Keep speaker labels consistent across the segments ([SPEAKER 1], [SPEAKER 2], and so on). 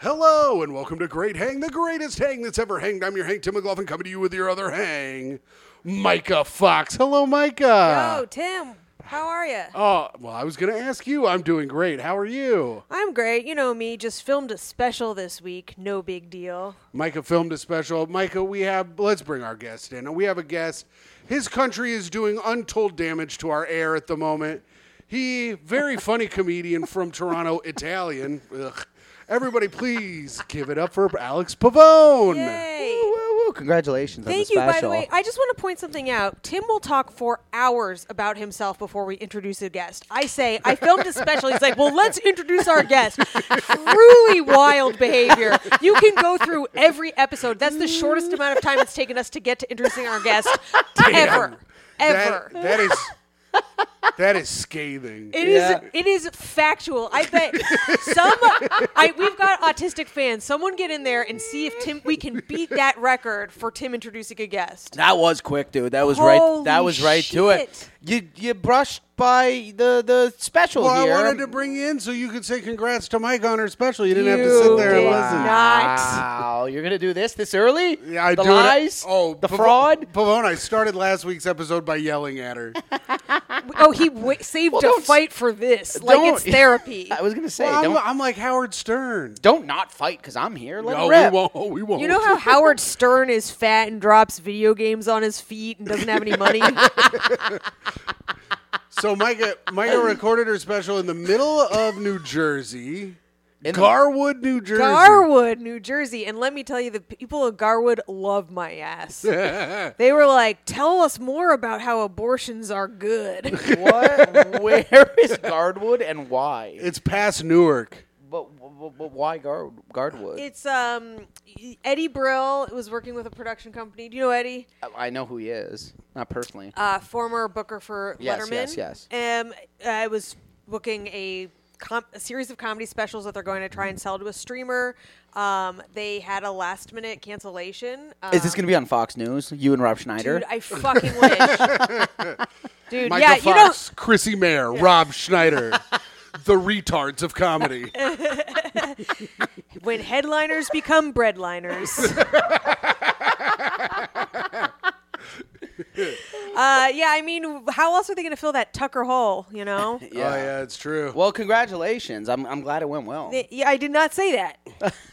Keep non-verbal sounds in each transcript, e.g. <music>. [SPEAKER 1] Hello and welcome to Great Hang, the greatest hang that's ever hanged. I'm your Hank Tim McLaughlin coming to you with your other hang, Micah Fox. Hello,
[SPEAKER 2] Oh,
[SPEAKER 1] Micah.
[SPEAKER 2] Tim, how are you?
[SPEAKER 1] Oh, well, I was going to ask you. I'm doing great. How are you?
[SPEAKER 2] I'm great. You know me. Just filmed a special this week. No big deal.
[SPEAKER 1] Micah filmed a special. Micah, we have, let's bring our guest in. We have a guest. His country is doing untold damage to our air at the moment. He, very funny comedian from Toronto, Italian. Ugh. Everybody, please give it up for Alex Pavone.
[SPEAKER 2] Yay!
[SPEAKER 3] Woo, woo, woo. Congratulations on
[SPEAKER 2] Thank
[SPEAKER 3] the
[SPEAKER 2] you.
[SPEAKER 3] special.
[SPEAKER 2] By the way, I just want to point something out. Tim will talk for hours about himself before we introduce a guest. I say I filmed a special. He's like, "Well, let's introduce our guest." Truly wild behavior. You can go through every episode. That's the shortest amount of time it's taken us to get to introducing our guest ever,
[SPEAKER 1] That-
[SPEAKER 2] ever.
[SPEAKER 1] that is
[SPEAKER 3] <laughs>
[SPEAKER 1] that is scathing.
[SPEAKER 2] It is.
[SPEAKER 3] Yeah.
[SPEAKER 2] It is factual. I bet some. I, we've got autistic fans. Someone get in there and see if Tim. We can beat that record for Tim introducing a guest.
[SPEAKER 3] that was quick, dude. That was
[SPEAKER 2] Holy
[SPEAKER 3] right. That was right to
[SPEAKER 2] shit.
[SPEAKER 3] it. You you brushed by the the special
[SPEAKER 1] well,
[SPEAKER 3] here.
[SPEAKER 1] I wanted to bring you in so you could say congrats to Mike on her special. You didn't have
[SPEAKER 2] You
[SPEAKER 1] to sit there and
[SPEAKER 2] did
[SPEAKER 1] listen.
[SPEAKER 2] not.
[SPEAKER 3] Wow, you're gonna do this this early?
[SPEAKER 1] Yeah, I
[SPEAKER 3] the
[SPEAKER 1] do it-
[SPEAKER 3] lies.
[SPEAKER 1] oh,
[SPEAKER 3] the
[SPEAKER 1] Pavo-
[SPEAKER 3] fraud.
[SPEAKER 1] Pavone, I started last week's episode by yelling at her.
[SPEAKER 2] Oh, he w- saved a
[SPEAKER 3] don't-
[SPEAKER 2] fight for this. Like
[SPEAKER 3] don't- <laughs>
[SPEAKER 2] it's therapy.
[SPEAKER 3] I was gonna say
[SPEAKER 1] Well, I'm,
[SPEAKER 3] don't
[SPEAKER 1] I'm like Howard Stern.
[SPEAKER 3] don't not fight because I'm here. Let
[SPEAKER 1] No,
[SPEAKER 3] it rip.
[SPEAKER 1] we won't. <laughs> We won't.
[SPEAKER 2] You know how Howard Stern is fat and drops video games on his feet and doesn't have any
[SPEAKER 3] <laughs>
[SPEAKER 2] money.
[SPEAKER 1] so Micah,
[SPEAKER 3] <laughs>
[SPEAKER 1] Micah recorded her special in the middle of New Jersey,
[SPEAKER 3] In the-
[SPEAKER 1] Garwood, New Jersey.
[SPEAKER 2] Garwood, New Jersey, and let me tell you, the people of Garwood love my ass. they were like, "Tell us more about how abortions are good."
[SPEAKER 1] <laughs>
[SPEAKER 3] What? Where is Guardwood and
[SPEAKER 1] <laughs>
[SPEAKER 3] why?
[SPEAKER 1] It's past Newark.
[SPEAKER 3] But, but, but why Guard Guardwood?
[SPEAKER 2] It's um Eddie Brill was working with a production company. Do you know Eddie?
[SPEAKER 3] I I know who he is. Not personally.
[SPEAKER 2] Uh, former booker for
[SPEAKER 3] Yes,
[SPEAKER 2] Letterman.
[SPEAKER 3] yes,
[SPEAKER 2] Um, I was booking a, com- a series of comedy specials that they're going to try and sell to a streamer. Um, they had a last minute cancellation. Um,
[SPEAKER 3] is this gonna be on Fox News? You and Rob Schneider?
[SPEAKER 2] Dude, I fucking wish.
[SPEAKER 3] <laughs>
[SPEAKER 2] Dude,
[SPEAKER 1] Micah
[SPEAKER 2] yeah,
[SPEAKER 1] Fox,
[SPEAKER 2] you know,
[SPEAKER 1] Chrissy Mayer, Rob
[SPEAKER 2] <laughs>
[SPEAKER 1] Schneider, the retards of comedy.
[SPEAKER 2] when headliners become breadliners. uh, yeah, I mean, how else are they going to fill that Tucker hole? You
[SPEAKER 3] <laughs>
[SPEAKER 2] know.
[SPEAKER 1] Oh yeah, it's true.
[SPEAKER 3] Well, congratulations. I'm, I'm glad it went well.
[SPEAKER 2] Th- Yeah, I did not say that.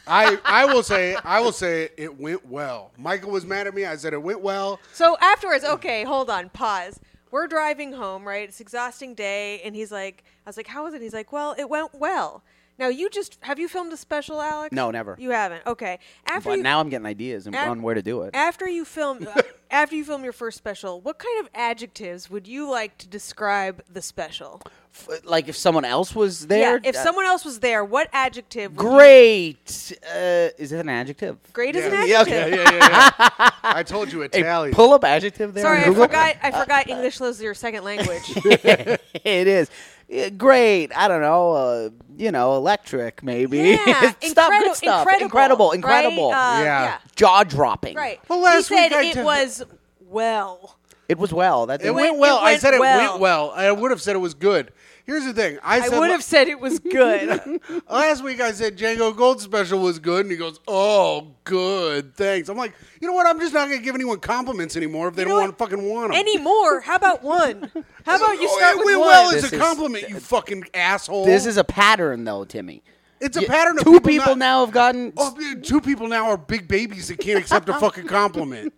[SPEAKER 1] I, I will say I will say it went well. Michael was mad at me. I said it went well.
[SPEAKER 2] So afterwards, okay, hold on, pause. We're driving home, right? It's an exhausting day, and he's like, "I was like, how was it?" He's like, "Well, it went well." Now you just have you filmed a special, Alex?
[SPEAKER 3] No, never.
[SPEAKER 2] You haven't. Okay. After
[SPEAKER 3] But
[SPEAKER 2] you,
[SPEAKER 3] now I'm getting ideas and
[SPEAKER 2] Af-
[SPEAKER 3] on where to do it.
[SPEAKER 2] after you film uh,
[SPEAKER 1] <laughs>
[SPEAKER 2] after you film your first special, what kind of adjectives would you like to describe the special?
[SPEAKER 3] F- like if someone else was there.
[SPEAKER 2] yeah, if
[SPEAKER 3] uh,
[SPEAKER 2] someone else was there, what adjective? would you-
[SPEAKER 3] Great. Uh, is it an adjective?
[SPEAKER 2] great is an
[SPEAKER 1] yeah,
[SPEAKER 2] adjective.
[SPEAKER 1] yeah, yeah, yeah, yeah. <laughs> I told you
[SPEAKER 3] Hey,
[SPEAKER 1] Italian.
[SPEAKER 3] pull up adjective there.
[SPEAKER 2] Sorry,
[SPEAKER 3] on
[SPEAKER 2] I
[SPEAKER 3] Google.
[SPEAKER 2] forgot. I forgot English was your second language.
[SPEAKER 3] <laughs> it is. Yeah, great. I don't know. Uh, you know, electric maybe. <laughs>
[SPEAKER 2] Yeah,
[SPEAKER 3] Stuff, good
[SPEAKER 2] incredi-
[SPEAKER 3] stuff.
[SPEAKER 2] incredible,
[SPEAKER 3] Incredible. Incredible.
[SPEAKER 2] right? Uh,
[SPEAKER 1] Yeah.
[SPEAKER 2] yeah.
[SPEAKER 3] Jaw dropping.
[SPEAKER 2] Right.
[SPEAKER 1] Well, last
[SPEAKER 2] he said
[SPEAKER 1] week I
[SPEAKER 2] it
[SPEAKER 1] did-
[SPEAKER 2] was well.
[SPEAKER 3] It was well. That
[SPEAKER 1] it
[SPEAKER 3] didn't-
[SPEAKER 1] went,
[SPEAKER 2] went-
[SPEAKER 1] well.
[SPEAKER 2] it
[SPEAKER 1] I
[SPEAKER 2] went
[SPEAKER 1] said it
[SPEAKER 2] well.
[SPEAKER 1] went well. I would have said it was good. Here's the thing. I,
[SPEAKER 2] I
[SPEAKER 1] said
[SPEAKER 2] would have said it
[SPEAKER 1] <laughs>
[SPEAKER 2] was good.
[SPEAKER 1] last week I said Django Gold special was good, and he goes, "Oh, good, thanks." I'm like, you know what? I'm just not gonna give anyone compliments anymore if they
[SPEAKER 2] You know
[SPEAKER 1] don't want
[SPEAKER 2] what?
[SPEAKER 1] to fucking want them.
[SPEAKER 2] Any more? How about one? How about you
[SPEAKER 1] Oh,
[SPEAKER 2] start
[SPEAKER 1] it
[SPEAKER 2] with
[SPEAKER 1] went
[SPEAKER 2] one?
[SPEAKER 1] well is
[SPEAKER 3] This
[SPEAKER 1] a
[SPEAKER 3] is-
[SPEAKER 1] compliment, you fucking asshole.
[SPEAKER 3] This is a pattern though, Timmy.
[SPEAKER 1] it's a
[SPEAKER 3] You-
[SPEAKER 1] pattern of
[SPEAKER 3] Two
[SPEAKER 1] people,
[SPEAKER 3] people
[SPEAKER 1] not-
[SPEAKER 3] now have gotten.
[SPEAKER 1] Oh, dude, two people now are big babies that can't accept a fucking compliment.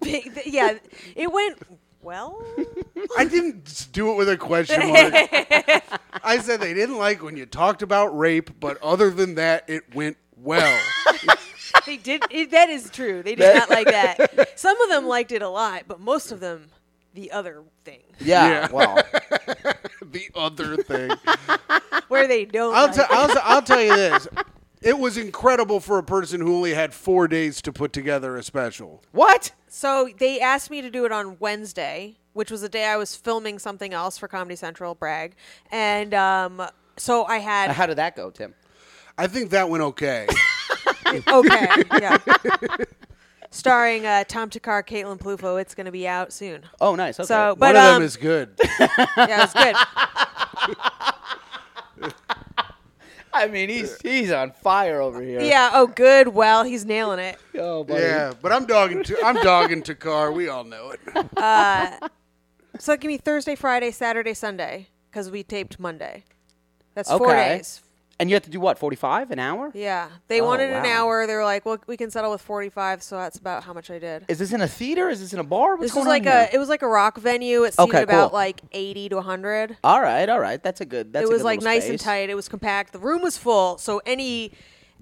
[SPEAKER 2] Big- th- yeah, it went well.
[SPEAKER 1] I didn't do it with a question mark. I said they didn't like when you talked about rape, but other than that, it went well.
[SPEAKER 2] They did. It, that is true. They did not
[SPEAKER 1] <laughs>
[SPEAKER 2] like that. Some of them liked it a lot, but most of them, the other thing,
[SPEAKER 3] Yeah,
[SPEAKER 1] Yeah. <laughs>
[SPEAKER 3] well,
[SPEAKER 1] the other thing.
[SPEAKER 2] where they don't.
[SPEAKER 1] I'll,
[SPEAKER 2] like
[SPEAKER 1] t- I'll, t- I'll tell you this. It was incredible for a person who only had four days to put together a special.
[SPEAKER 3] what?
[SPEAKER 2] So they asked me to do it on Wednesday, which was the day I was filming something else for Comedy Central, brag. And um, so
[SPEAKER 1] <laughs>
[SPEAKER 2] I had
[SPEAKER 3] How did that go, Tim?
[SPEAKER 1] I think that went okay.
[SPEAKER 2] okay, yeah. Starring uh, Tom Takar, Caitlin Plufo. It's going to be out soon.
[SPEAKER 3] Oh, nice. Okay.
[SPEAKER 2] So,
[SPEAKER 1] One
[SPEAKER 2] but
[SPEAKER 1] of them
[SPEAKER 2] um,
[SPEAKER 1] is good. <laughs>
[SPEAKER 2] yeah, it's good.
[SPEAKER 3] I mean, he's he's on fire over here.
[SPEAKER 2] Yeah. Oh, good. Well, he's nailing it.
[SPEAKER 3] Oh, buddy.
[SPEAKER 1] Yeah, but I'm dogging. To, I'm dogging to car. We all know it.
[SPEAKER 2] So give me Thursday, Friday, Saturday, Sunday because we taped Monday. That's four
[SPEAKER 3] Okay.
[SPEAKER 2] days.
[SPEAKER 3] And you have to do what? Forty-five an hour?
[SPEAKER 2] Yeah. They
[SPEAKER 3] Oh,
[SPEAKER 2] wanted an
[SPEAKER 3] wow.
[SPEAKER 2] hour. They were like, well, we can settle with 45. So that's about how much I did.
[SPEAKER 3] Is this in a theater? Is this in a bar?
[SPEAKER 2] this
[SPEAKER 3] What's going
[SPEAKER 2] was like
[SPEAKER 3] on here?
[SPEAKER 2] a, it was like a rock venue. It seated
[SPEAKER 3] Okay,
[SPEAKER 2] about
[SPEAKER 3] cool.
[SPEAKER 2] like 80 to 100.
[SPEAKER 3] all right, all right. That's a good. That's
[SPEAKER 2] it
[SPEAKER 3] a
[SPEAKER 2] was
[SPEAKER 3] good
[SPEAKER 2] like
[SPEAKER 3] little
[SPEAKER 2] nice and
[SPEAKER 3] space.
[SPEAKER 2] tight. It was compact. The room was full. So any,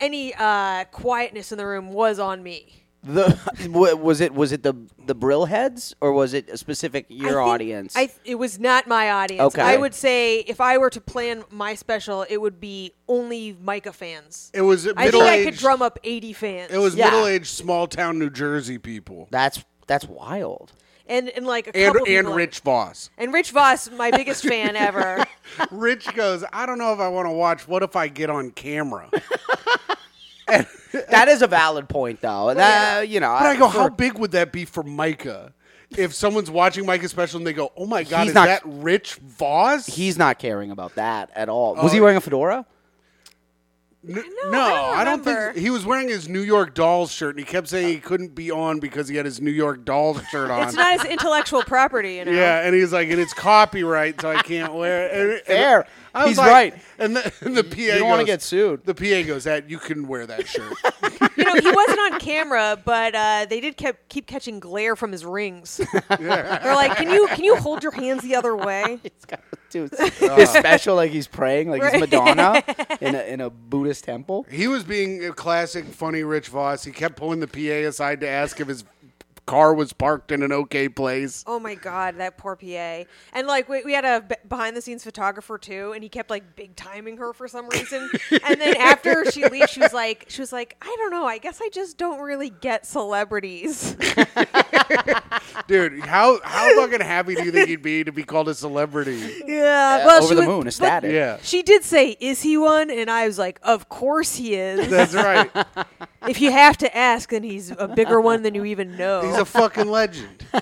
[SPEAKER 2] any uh, quietness in the room was on me.
[SPEAKER 3] The <laughs> wa- was it was it the the Brill heads or was it a specific
[SPEAKER 2] I
[SPEAKER 3] your
[SPEAKER 2] think-
[SPEAKER 3] audience?
[SPEAKER 2] I it was not my audience.
[SPEAKER 3] Okay.
[SPEAKER 2] I would say if I were to plan my special, it would be only Micah fans.
[SPEAKER 1] It was
[SPEAKER 2] I think I could
[SPEAKER 1] middle-aged-
[SPEAKER 2] drum up 80 fans.
[SPEAKER 1] It was
[SPEAKER 3] Yeah.
[SPEAKER 1] middle-aged, small-town New Jersey people,
[SPEAKER 3] that's that's wild.
[SPEAKER 2] and and like a
[SPEAKER 1] and
[SPEAKER 2] couple
[SPEAKER 1] and
[SPEAKER 2] people-
[SPEAKER 1] Rich Voss.
[SPEAKER 2] and Rich
[SPEAKER 1] <laughs>
[SPEAKER 2] Voss, my biggest fan ever.
[SPEAKER 1] Rich goes, I don't know if I want to watch. What if I get on <laughs> camera?
[SPEAKER 3] That is a valid point, though. That, You know,
[SPEAKER 1] But I go,
[SPEAKER 3] for-
[SPEAKER 1] how big would that be for Micah? If someone's watching Micah's special and they go, "Oh my God,
[SPEAKER 3] He's
[SPEAKER 1] is
[SPEAKER 3] not-
[SPEAKER 1] that Rich Voss?"
[SPEAKER 3] he's not caring about that at all. Oh, was he wearing a <laughs> fedora?
[SPEAKER 1] N- no,
[SPEAKER 2] I
[SPEAKER 1] I
[SPEAKER 2] don't
[SPEAKER 1] don't,
[SPEAKER 2] remember.
[SPEAKER 1] think he was wearing his New York Dolls shirt, and he kept saying he couldn't be on because he had his New York Dolls shirt on.
[SPEAKER 2] It's not his intellectual property, you know.
[SPEAKER 1] Yeah, and he's like, and it's copyright, so I can't wear it. And, and
[SPEAKER 3] Fair.
[SPEAKER 1] I was
[SPEAKER 3] He's
[SPEAKER 1] like-
[SPEAKER 3] right.
[SPEAKER 1] And the, and the PA
[SPEAKER 3] you don't wanna
[SPEAKER 1] goes-
[SPEAKER 3] get sued.
[SPEAKER 1] The PA goes, that you can wear that
[SPEAKER 3] <laughs>
[SPEAKER 1] shirt.
[SPEAKER 2] You know, he wasn't on camera, but uh, they did kept, keep catching glare from his
[SPEAKER 1] <laughs>
[SPEAKER 2] rings. They're like, "Can you can you hold your hands the other way?"
[SPEAKER 3] It's got to
[SPEAKER 2] <laughs>
[SPEAKER 3] his special, like he's praying, like he's
[SPEAKER 2] Right.
[SPEAKER 3] Madonna
[SPEAKER 2] <laughs>
[SPEAKER 3] in a in a Buddhist temple.
[SPEAKER 1] he was being a classic, funny Rich Voss. He kept pulling the PA aside to ask if his car was parked in an okay place.
[SPEAKER 2] Oh my god, that poor PA. And like we, we had a b- behind the scenes photographer too, and he kept like big timing her for some reason. and
[SPEAKER 3] <laughs>
[SPEAKER 2] then after she leaves, she was like, she was like, I don't know. I guess I just don't really get
[SPEAKER 3] <laughs>
[SPEAKER 2] celebrities.
[SPEAKER 1] Dude, how how fucking happy do you think he'd be to be called a celebrity?
[SPEAKER 2] yeah,
[SPEAKER 3] Uh, over the moon, ecstatic.
[SPEAKER 1] Yeah.
[SPEAKER 2] She did say, "Is he one?" And I was like, "Of course he
[SPEAKER 1] <laughs>
[SPEAKER 2] is.
[SPEAKER 1] That's right.
[SPEAKER 2] if you have to ask, then he's a bigger one than you even
[SPEAKER 1] <laughs>
[SPEAKER 2] know."
[SPEAKER 1] He's a fucking legend. <laughs>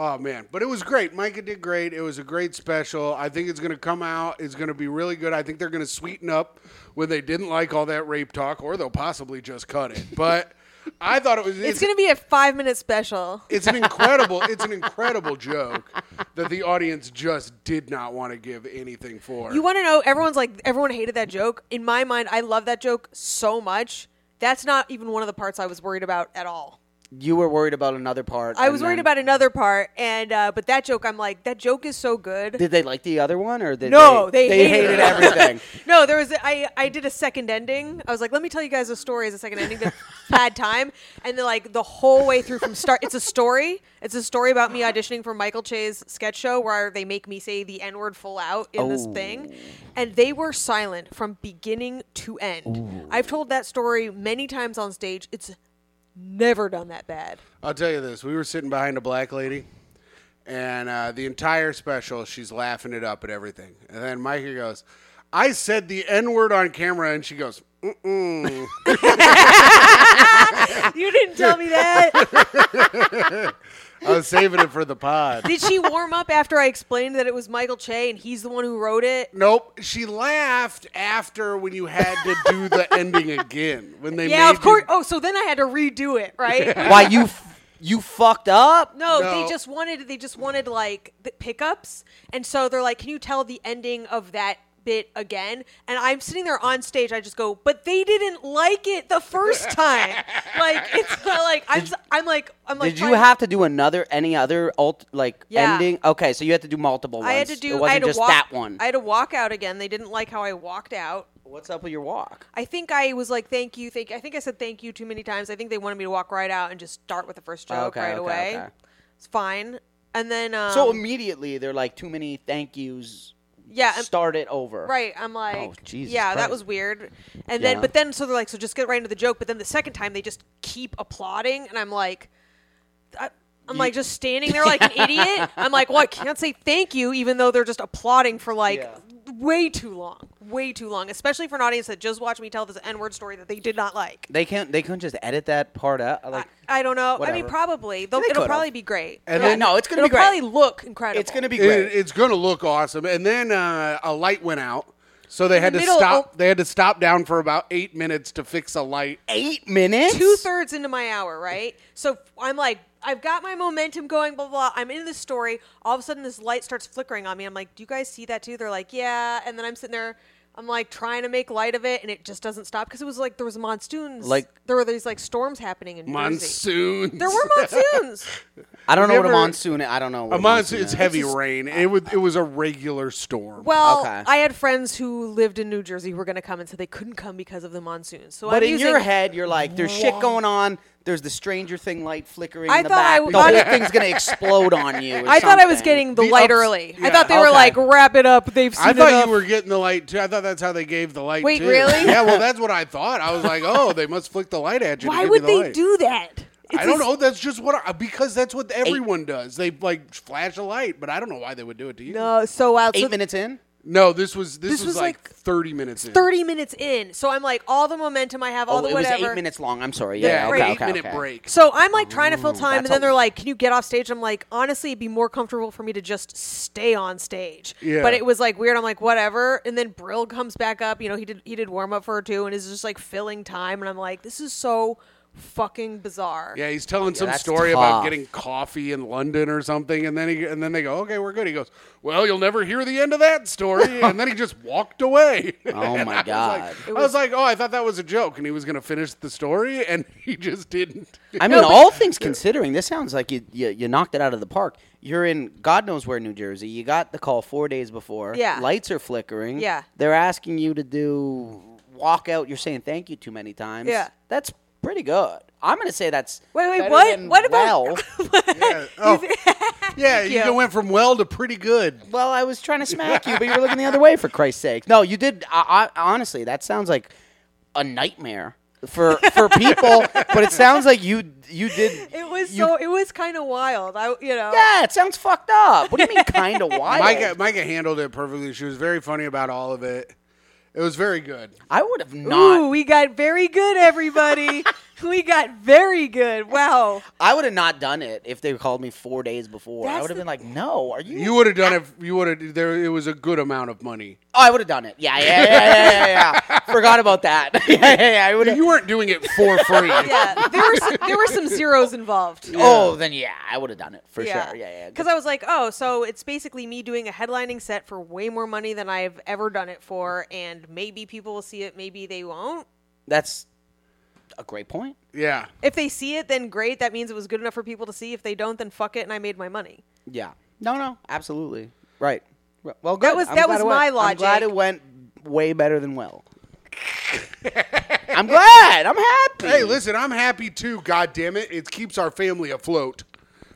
[SPEAKER 1] Oh man, but it was great. Micah did great. It was a great special. I think it's going to come out. It's going to be really good. I think they're going to sweeten up when they didn't like all that rape talk, or they'll possibly just cut it. But I thought it was.
[SPEAKER 2] it's going to be a five minute special.
[SPEAKER 1] It's an incredible. it's an incredible joke that the audience just did not want to give anything for.
[SPEAKER 2] You want to know? Everyone's like, everyone hated that joke. In my mind, I love that joke so much. That's not even one of the parts I was worried about at all.
[SPEAKER 3] You were worried about another part.
[SPEAKER 2] I
[SPEAKER 3] and
[SPEAKER 2] was worried
[SPEAKER 3] then-
[SPEAKER 2] about another part, and uh, but that joke, I'm like, that joke is so good.
[SPEAKER 3] Did they like the other one or did
[SPEAKER 2] No,
[SPEAKER 3] they
[SPEAKER 2] they hated
[SPEAKER 3] hated
[SPEAKER 2] it. <laughs>
[SPEAKER 3] everything?
[SPEAKER 2] No, there was. I I did a second ending. I was like, let me tell you guys a story as a second ending. That had time, and then like the whole way through from start, it's a story. It's a story about me auditioning for Michael Che's sketch show where they make me say the N word full out in this
[SPEAKER 3] Oh.
[SPEAKER 2] thing, and they were silent from beginning to end. I've told that story many times on stage. It's never done that bad.
[SPEAKER 1] I'll tell you this: we were sitting behind a black lady, and uh, the entire special, she's laughing it up at everything. And then Micah goes, "I said the N word on camera," and she goes, "Mm, "Mm-mm."
[SPEAKER 2] you didn't tell me that.
[SPEAKER 1] "I was saving it for the
[SPEAKER 2] <laughs>
[SPEAKER 1] pod."
[SPEAKER 2] Did she warm up after I explained that it was Michael Che and he's the one who wrote it?
[SPEAKER 1] Nope. She laughed after when you had to do
[SPEAKER 2] <laughs>
[SPEAKER 1] the ending again when they
[SPEAKER 2] Yeah,
[SPEAKER 1] made
[SPEAKER 2] of course.
[SPEAKER 1] You,
[SPEAKER 2] Oh, so then I had to redo it, right?
[SPEAKER 3] Why you f- you fucked
[SPEAKER 2] <laughs>
[SPEAKER 3] up?
[SPEAKER 2] No, they
[SPEAKER 1] No.
[SPEAKER 2] just wanted they just wanted like the pickups, and so they're like, "Can you tell the ending of that bit again?" And I'm sitting there on stage, I just go, "But they didn't like it the
[SPEAKER 3] <laughs>
[SPEAKER 2] first time." like it's <laughs> not like I'm s- I'm like I'm like.
[SPEAKER 3] Did you
[SPEAKER 2] trying-
[SPEAKER 3] have to do another any other alt like
[SPEAKER 2] Yeah.
[SPEAKER 3] ending? Okay, so you had to do multiple ones.
[SPEAKER 2] I had to do.
[SPEAKER 3] It
[SPEAKER 2] I
[SPEAKER 3] wasn't
[SPEAKER 2] had to
[SPEAKER 3] just
[SPEAKER 2] walk,
[SPEAKER 3] that one.
[SPEAKER 2] I had to walk out again. They didn't like how I walked out.
[SPEAKER 3] What's up with your walk?
[SPEAKER 2] I think I was like, "Thank you, thank." I think I said "thank you" too many times. I think they wanted me to walk right out and just start with the first joke
[SPEAKER 3] Okay,
[SPEAKER 2] right
[SPEAKER 3] okay,
[SPEAKER 2] away.
[SPEAKER 3] okay.
[SPEAKER 2] It's fine. And then, um,
[SPEAKER 3] So immediately they're like too many thank yous.
[SPEAKER 2] yeah, and-
[SPEAKER 3] Start it over.
[SPEAKER 2] Right. I'm like,
[SPEAKER 3] Jesus
[SPEAKER 2] yeah, that
[SPEAKER 3] Christ.
[SPEAKER 2] was weird. And
[SPEAKER 3] Yeah.
[SPEAKER 2] then, but then, so they're like, so just get right into the joke. But then the second time, they just keep applauding, and I'm like, I, I'm like just standing
[SPEAKER 3] <laughs>
[SPEAKER 2] there like an idiot. I'm like, well, I can't say thank you, even though they're just applauding for like.
[SPEAKER 3] Yeah.
[SPEAKER 2] Way too long, way too long, especially for an audience that just watched me tell this N-word story that they did not like.
[SPEAKER 3] They can't. They couldn't just edit that part out. Like
[SPEAKER 2] I, I don't know. I
[SPEAKER 3] whatever.
[SPEAKER 2] mean, probably They'll-
[SPEAKER 3] They
[SPEAKER 2] it'll
[SPEAKER 3] could've.
[SPEAKER 2] probably be great.
[SPEAKER 1] and
[SPEAKER 3] Yeah,
[SPEAKER 1] then
[SPEAKER 3] no, it's gonna
[SPEAKER 2] it'll
[SPEAKER 3] be great.
[SPEAKER 2] probably look incredible.
[SPEAKER 3] it's gonna be
[SPEAKER 1] it,
[SPEAKER 3] great.
[SPEAKER 1] it's going to look awesome. And then uh, a light went out. So they had to
[SPEAKER 2] middle oh.
[SPEAKER 1] stop.
[SPEAKER 2] of-
[SPEAKER 1] they had to stop down for about eight minutes to fix a light.
[SPEAKER 3] Eight minutes.
[SPEAKER 2] two thirds into my hour, right? So I'm like, I've got my momentum going, blah, blah, blah. I'm in the story. All of a sudden, this light starts flickering on me. I'm like, do you guys see that too? They're like, yeah. And then I'm sitting there, I'm like trying to make light of it, and it just doesn't stop because it was like there was monsoons.
[SPEAKER 3] Like-
[SPEAKER 2] there were these like storms happening in Jersey.
[SPEAKER 1] Monsoons.
[SPEAKER 2] There were monsoons. <laughs>
[SPEAKER 3] I don't know
[SPEAKER 1] You
[SPEAKER 3] what a
[SPEAKER 1] ever-
[SPEAKER 3] monsoon. I don't know. What
[SPEAKER 1] A monsoon.
[SPEAKER 3] is.
[SPEAKER 1] It's heavy rain. It was. It was a regular storm.
[SPEAKER 2] Well,
[SPEAKER 3] Okay.
[SPEAKER 2] I had friends who lived in New Jersey who were going to come, and so they couldn't come because of the monsoons. So
[SPEAKER 3] But
[SPEAKER 2] I'm
[SPEAKER 3] in
[SPEAKER 2] using,
[SPEAKER 3] your head, you're like, there's shit going on. There's the Stranger Thing light flickering
[SPEAKER 2] I
[SPEAKER 3] in the
[SPEAKER 2] thought
[SPEAKER 3] back.
[SPEAKER 2] I-
[SPEAKER 3] the whole thing's gonna explode
[SPEAKER 2] <laughs>
[SPEAKER 3] on you. or
[SPEAKER 2] I thought I was
[SPEAKER 3] something.
[SPEAKER 2] getting the,
[SPEAKER 1] The
[SPEAKER 2] light
[SPEAKER 1] ups-
[SPEAKER 2] early. I
[SPEAKER 1] yeah,
[SPEAKER 2] thought they were
[SPEAKER 3] okay.
[SPEAKER 2] like, wrap it up. They've seen
[SPEAKER 1] I thought
[SPEAKER 2] enough.
[SPEAKER 1] you were getting the light too. I thought that's how they gave the light.
[SPEAKER 2] Wait,
[SPEAKER 1] too.
[SPEAKER 2] really?
[SPEAKER 1] Yeah. Well, that's what I thought. I was like, oh, they must flick the light at you. to
[SPEAKER 2] Why
[SPEAKER 1] give
[SPEAKER 2] would
[SPEAKER 1] you the
[SPEAKER 2] they
[SPEAKER 1] light.
[SPEAKER 2] do that? It's
[SPEAKER 1] I don't
[SPEAKER 2] as-
[SPEAKER 1] know. That's just what I, because that's what everyone does. They like flash a light, but I don't know why they would do it to you.
[SPEAKER 2] No, so out.
[SPEAKER 3] eight
[SPEAKER 2] So
[SPEAKER 3] minutes in.
[SPEAKER 1] No, this was this,
[SPEAKER 2] This
[SPEAKER 1] was,
[SPEAKER 2] was
[SPEAKER 1] like,
[SPEAKER 2] like
[SPEAKER 1] thirty minutes. in.
[SPEAKER 2] thirty minutes in, so I'm like all the momentum I have, all
[SPEAKER 3] oh,
[SPEAKER 2] the
[SPEAKER 3] it was
[SPEAKER 2] whatever.
[SPEAKER 3] eight minutes long. I'm sorry.
[SPEAKER 1] Yeah,
[SPEAKER 3] Yeah.
[SPEAKER 1] like
[SPEAKER 3] okay.
[SPEAKER 1] eight
[SPEAKER 3] okay,
[SPEAKER 1] minute
[SPEAKER 3] okay.
[SPEAKER 1] break.
[SPEAKER 2] So I'm like trying to fill time, and
[SPEAKER 3] Mm, that's
[SPEAKER 2] then
[SPEAKER 3] a-
[SPEAKER 2] they're like, "Can you get off stage?" I'm like, honestly, it'd be more comfortable for me to just stay on stage.
[SPEAKER 1] Yeah.
[SPEAKER 2] But it was like weird. I'm like, whatever. And then Brill comes back up. You know, he did he did warm up for her too, and is just like filling time. And I'm like, this is so fucking bizarre.
[SPEAKER 1] Yeah, he's telling some
[SPEAKER 3] that's
[SPEAKER 1] story about
[SPEAKER 3] tough.
[SPEAKER 1] getting coffee in London or something, and then he and then they go, "Okay, we're good." He goes, "Well, you'll never hear the end of that
[SPEAKER 3] <laughs>
[SPEAKER 1] story," and then he just walked away. <laughs>
[SPEAKER 3] Oh my god.
[SPEAKER 1] I was like, "Oh, I thought that was a joke," and he was going to finish the story, and <laughs> he just didn't.
[SPEAKER 2] <laughs>
[SPEAKER 1] <laughs>
[SPEAKER 3] I mean, all things considering, this sounds like you, you you knocked it out of the park. You're in God knows where, New Jersey. You got the call four days before.
[SPEAKER 2] Yeah.
[SPEAKER 3] Lights are flickering.
[SPEAKER 2] Yeah.
[SPEAKER 3] They're asking you to do walk out. You're saying thank you too many times.
[SPEAKER 2] Yeah.
[SPEAKER 3] That's pretty good. I'm gonna say that's
[SPEAKER 2] Wait, wait,
[SPEAKER 3] better
[SPEAKER 2] what?
[SPEAKER 3] than
[SPEAKER 2] What about- <laughs>
[SPEAKER 3] well. <laughs>
[SPEAKER 1] yeah, oh. <laughs> yeah you,
[SPEAKER 2] you.
[SPEAKER 1] went from well to pretty good.
[SPEAKER 3] Well, I was trying to smack you, but you were looking the other way. For Christ's sake! No, you did. I, I, honestly, that sounds like a nightmare for for people. but it sounds like you you did.
[SPEAKER 2] It was
[SPEAKER 3] you-
[SPEAKER 2] so it was kind of wild. I you know.
[SPEAKER 3] Yeah, it sounds fucked up. What do you mean, kind of wild?
[SPEAKER 1] Micah, Micah handled it perfectly. She was very funny about all of it. It was very good.
[SPEAKER 3] I would have not.
[SPEAKER 2] Ooh, we got very good,
[SPEAKER 3] <laughs>
[SPEAKER 2] everybody. we got very good. Wow.
[SPEAKER 3] I would have not done it if they called me four days before. I
[SPEAKER 2] That's
[SPEAKER 3] would have
[SPEAKER 2] the-
[SPEAKER 3] been like, "No, are you?"
[SPEAKER 1] You would have done it. You would have. There, it was a good amount of money.
[SPEAKER 3] oh, I would have done it. Yeah, yeah, yeah, yeah, yeah. yeah, yeah. Forgot about that. <laughs> yeah, yeah, yeah. I would. have
[SPEAKER 1] You weren't doing it for
[SPEAKER 3] <laughs>
[SPEAKER 1] free.
[SPEAKER 2] Yeah, there were s- there were some zeros involved.
[SPEAKER 3] Oh, then yeah, I would have done it for sure. Yeah, yeah.
[SPEAKER 2] Because I was like, oh, so it's basically me doing a headlining set for way more money than I've ever done it for, and maybe people will see it, maybe they won't.
[SPEAKER 3] That's a great point.
[SPEAKER 1] Yeah.
[SPEAKER 2] If they see it, then great. That means it was good enough for people to see. If they don't, then fuck it, and I made my money.
[SPEAKER 3] Yeah. No, no, absolutely. Right. Well, well,
[SPEAKER 2] That
[SPEAKER 3] good.
[SPEAKER 2] was-
[SPEAKER 3] I'm
[SPEAKER 2] that
[SPEAKER 3] glad
[SPEAKER 2] was
[SPEAKER 3] it went-
[SPEAKER 2] my
[SPEAKER 3] I'm glad
[SPEAKER 2] logic.
[SPEAKER 3] it went way better than well. I'm glad. I'm happy.
[SPEAKER 1] Hey, listen, I'm happy too. God damn it, it keeps our family afloat.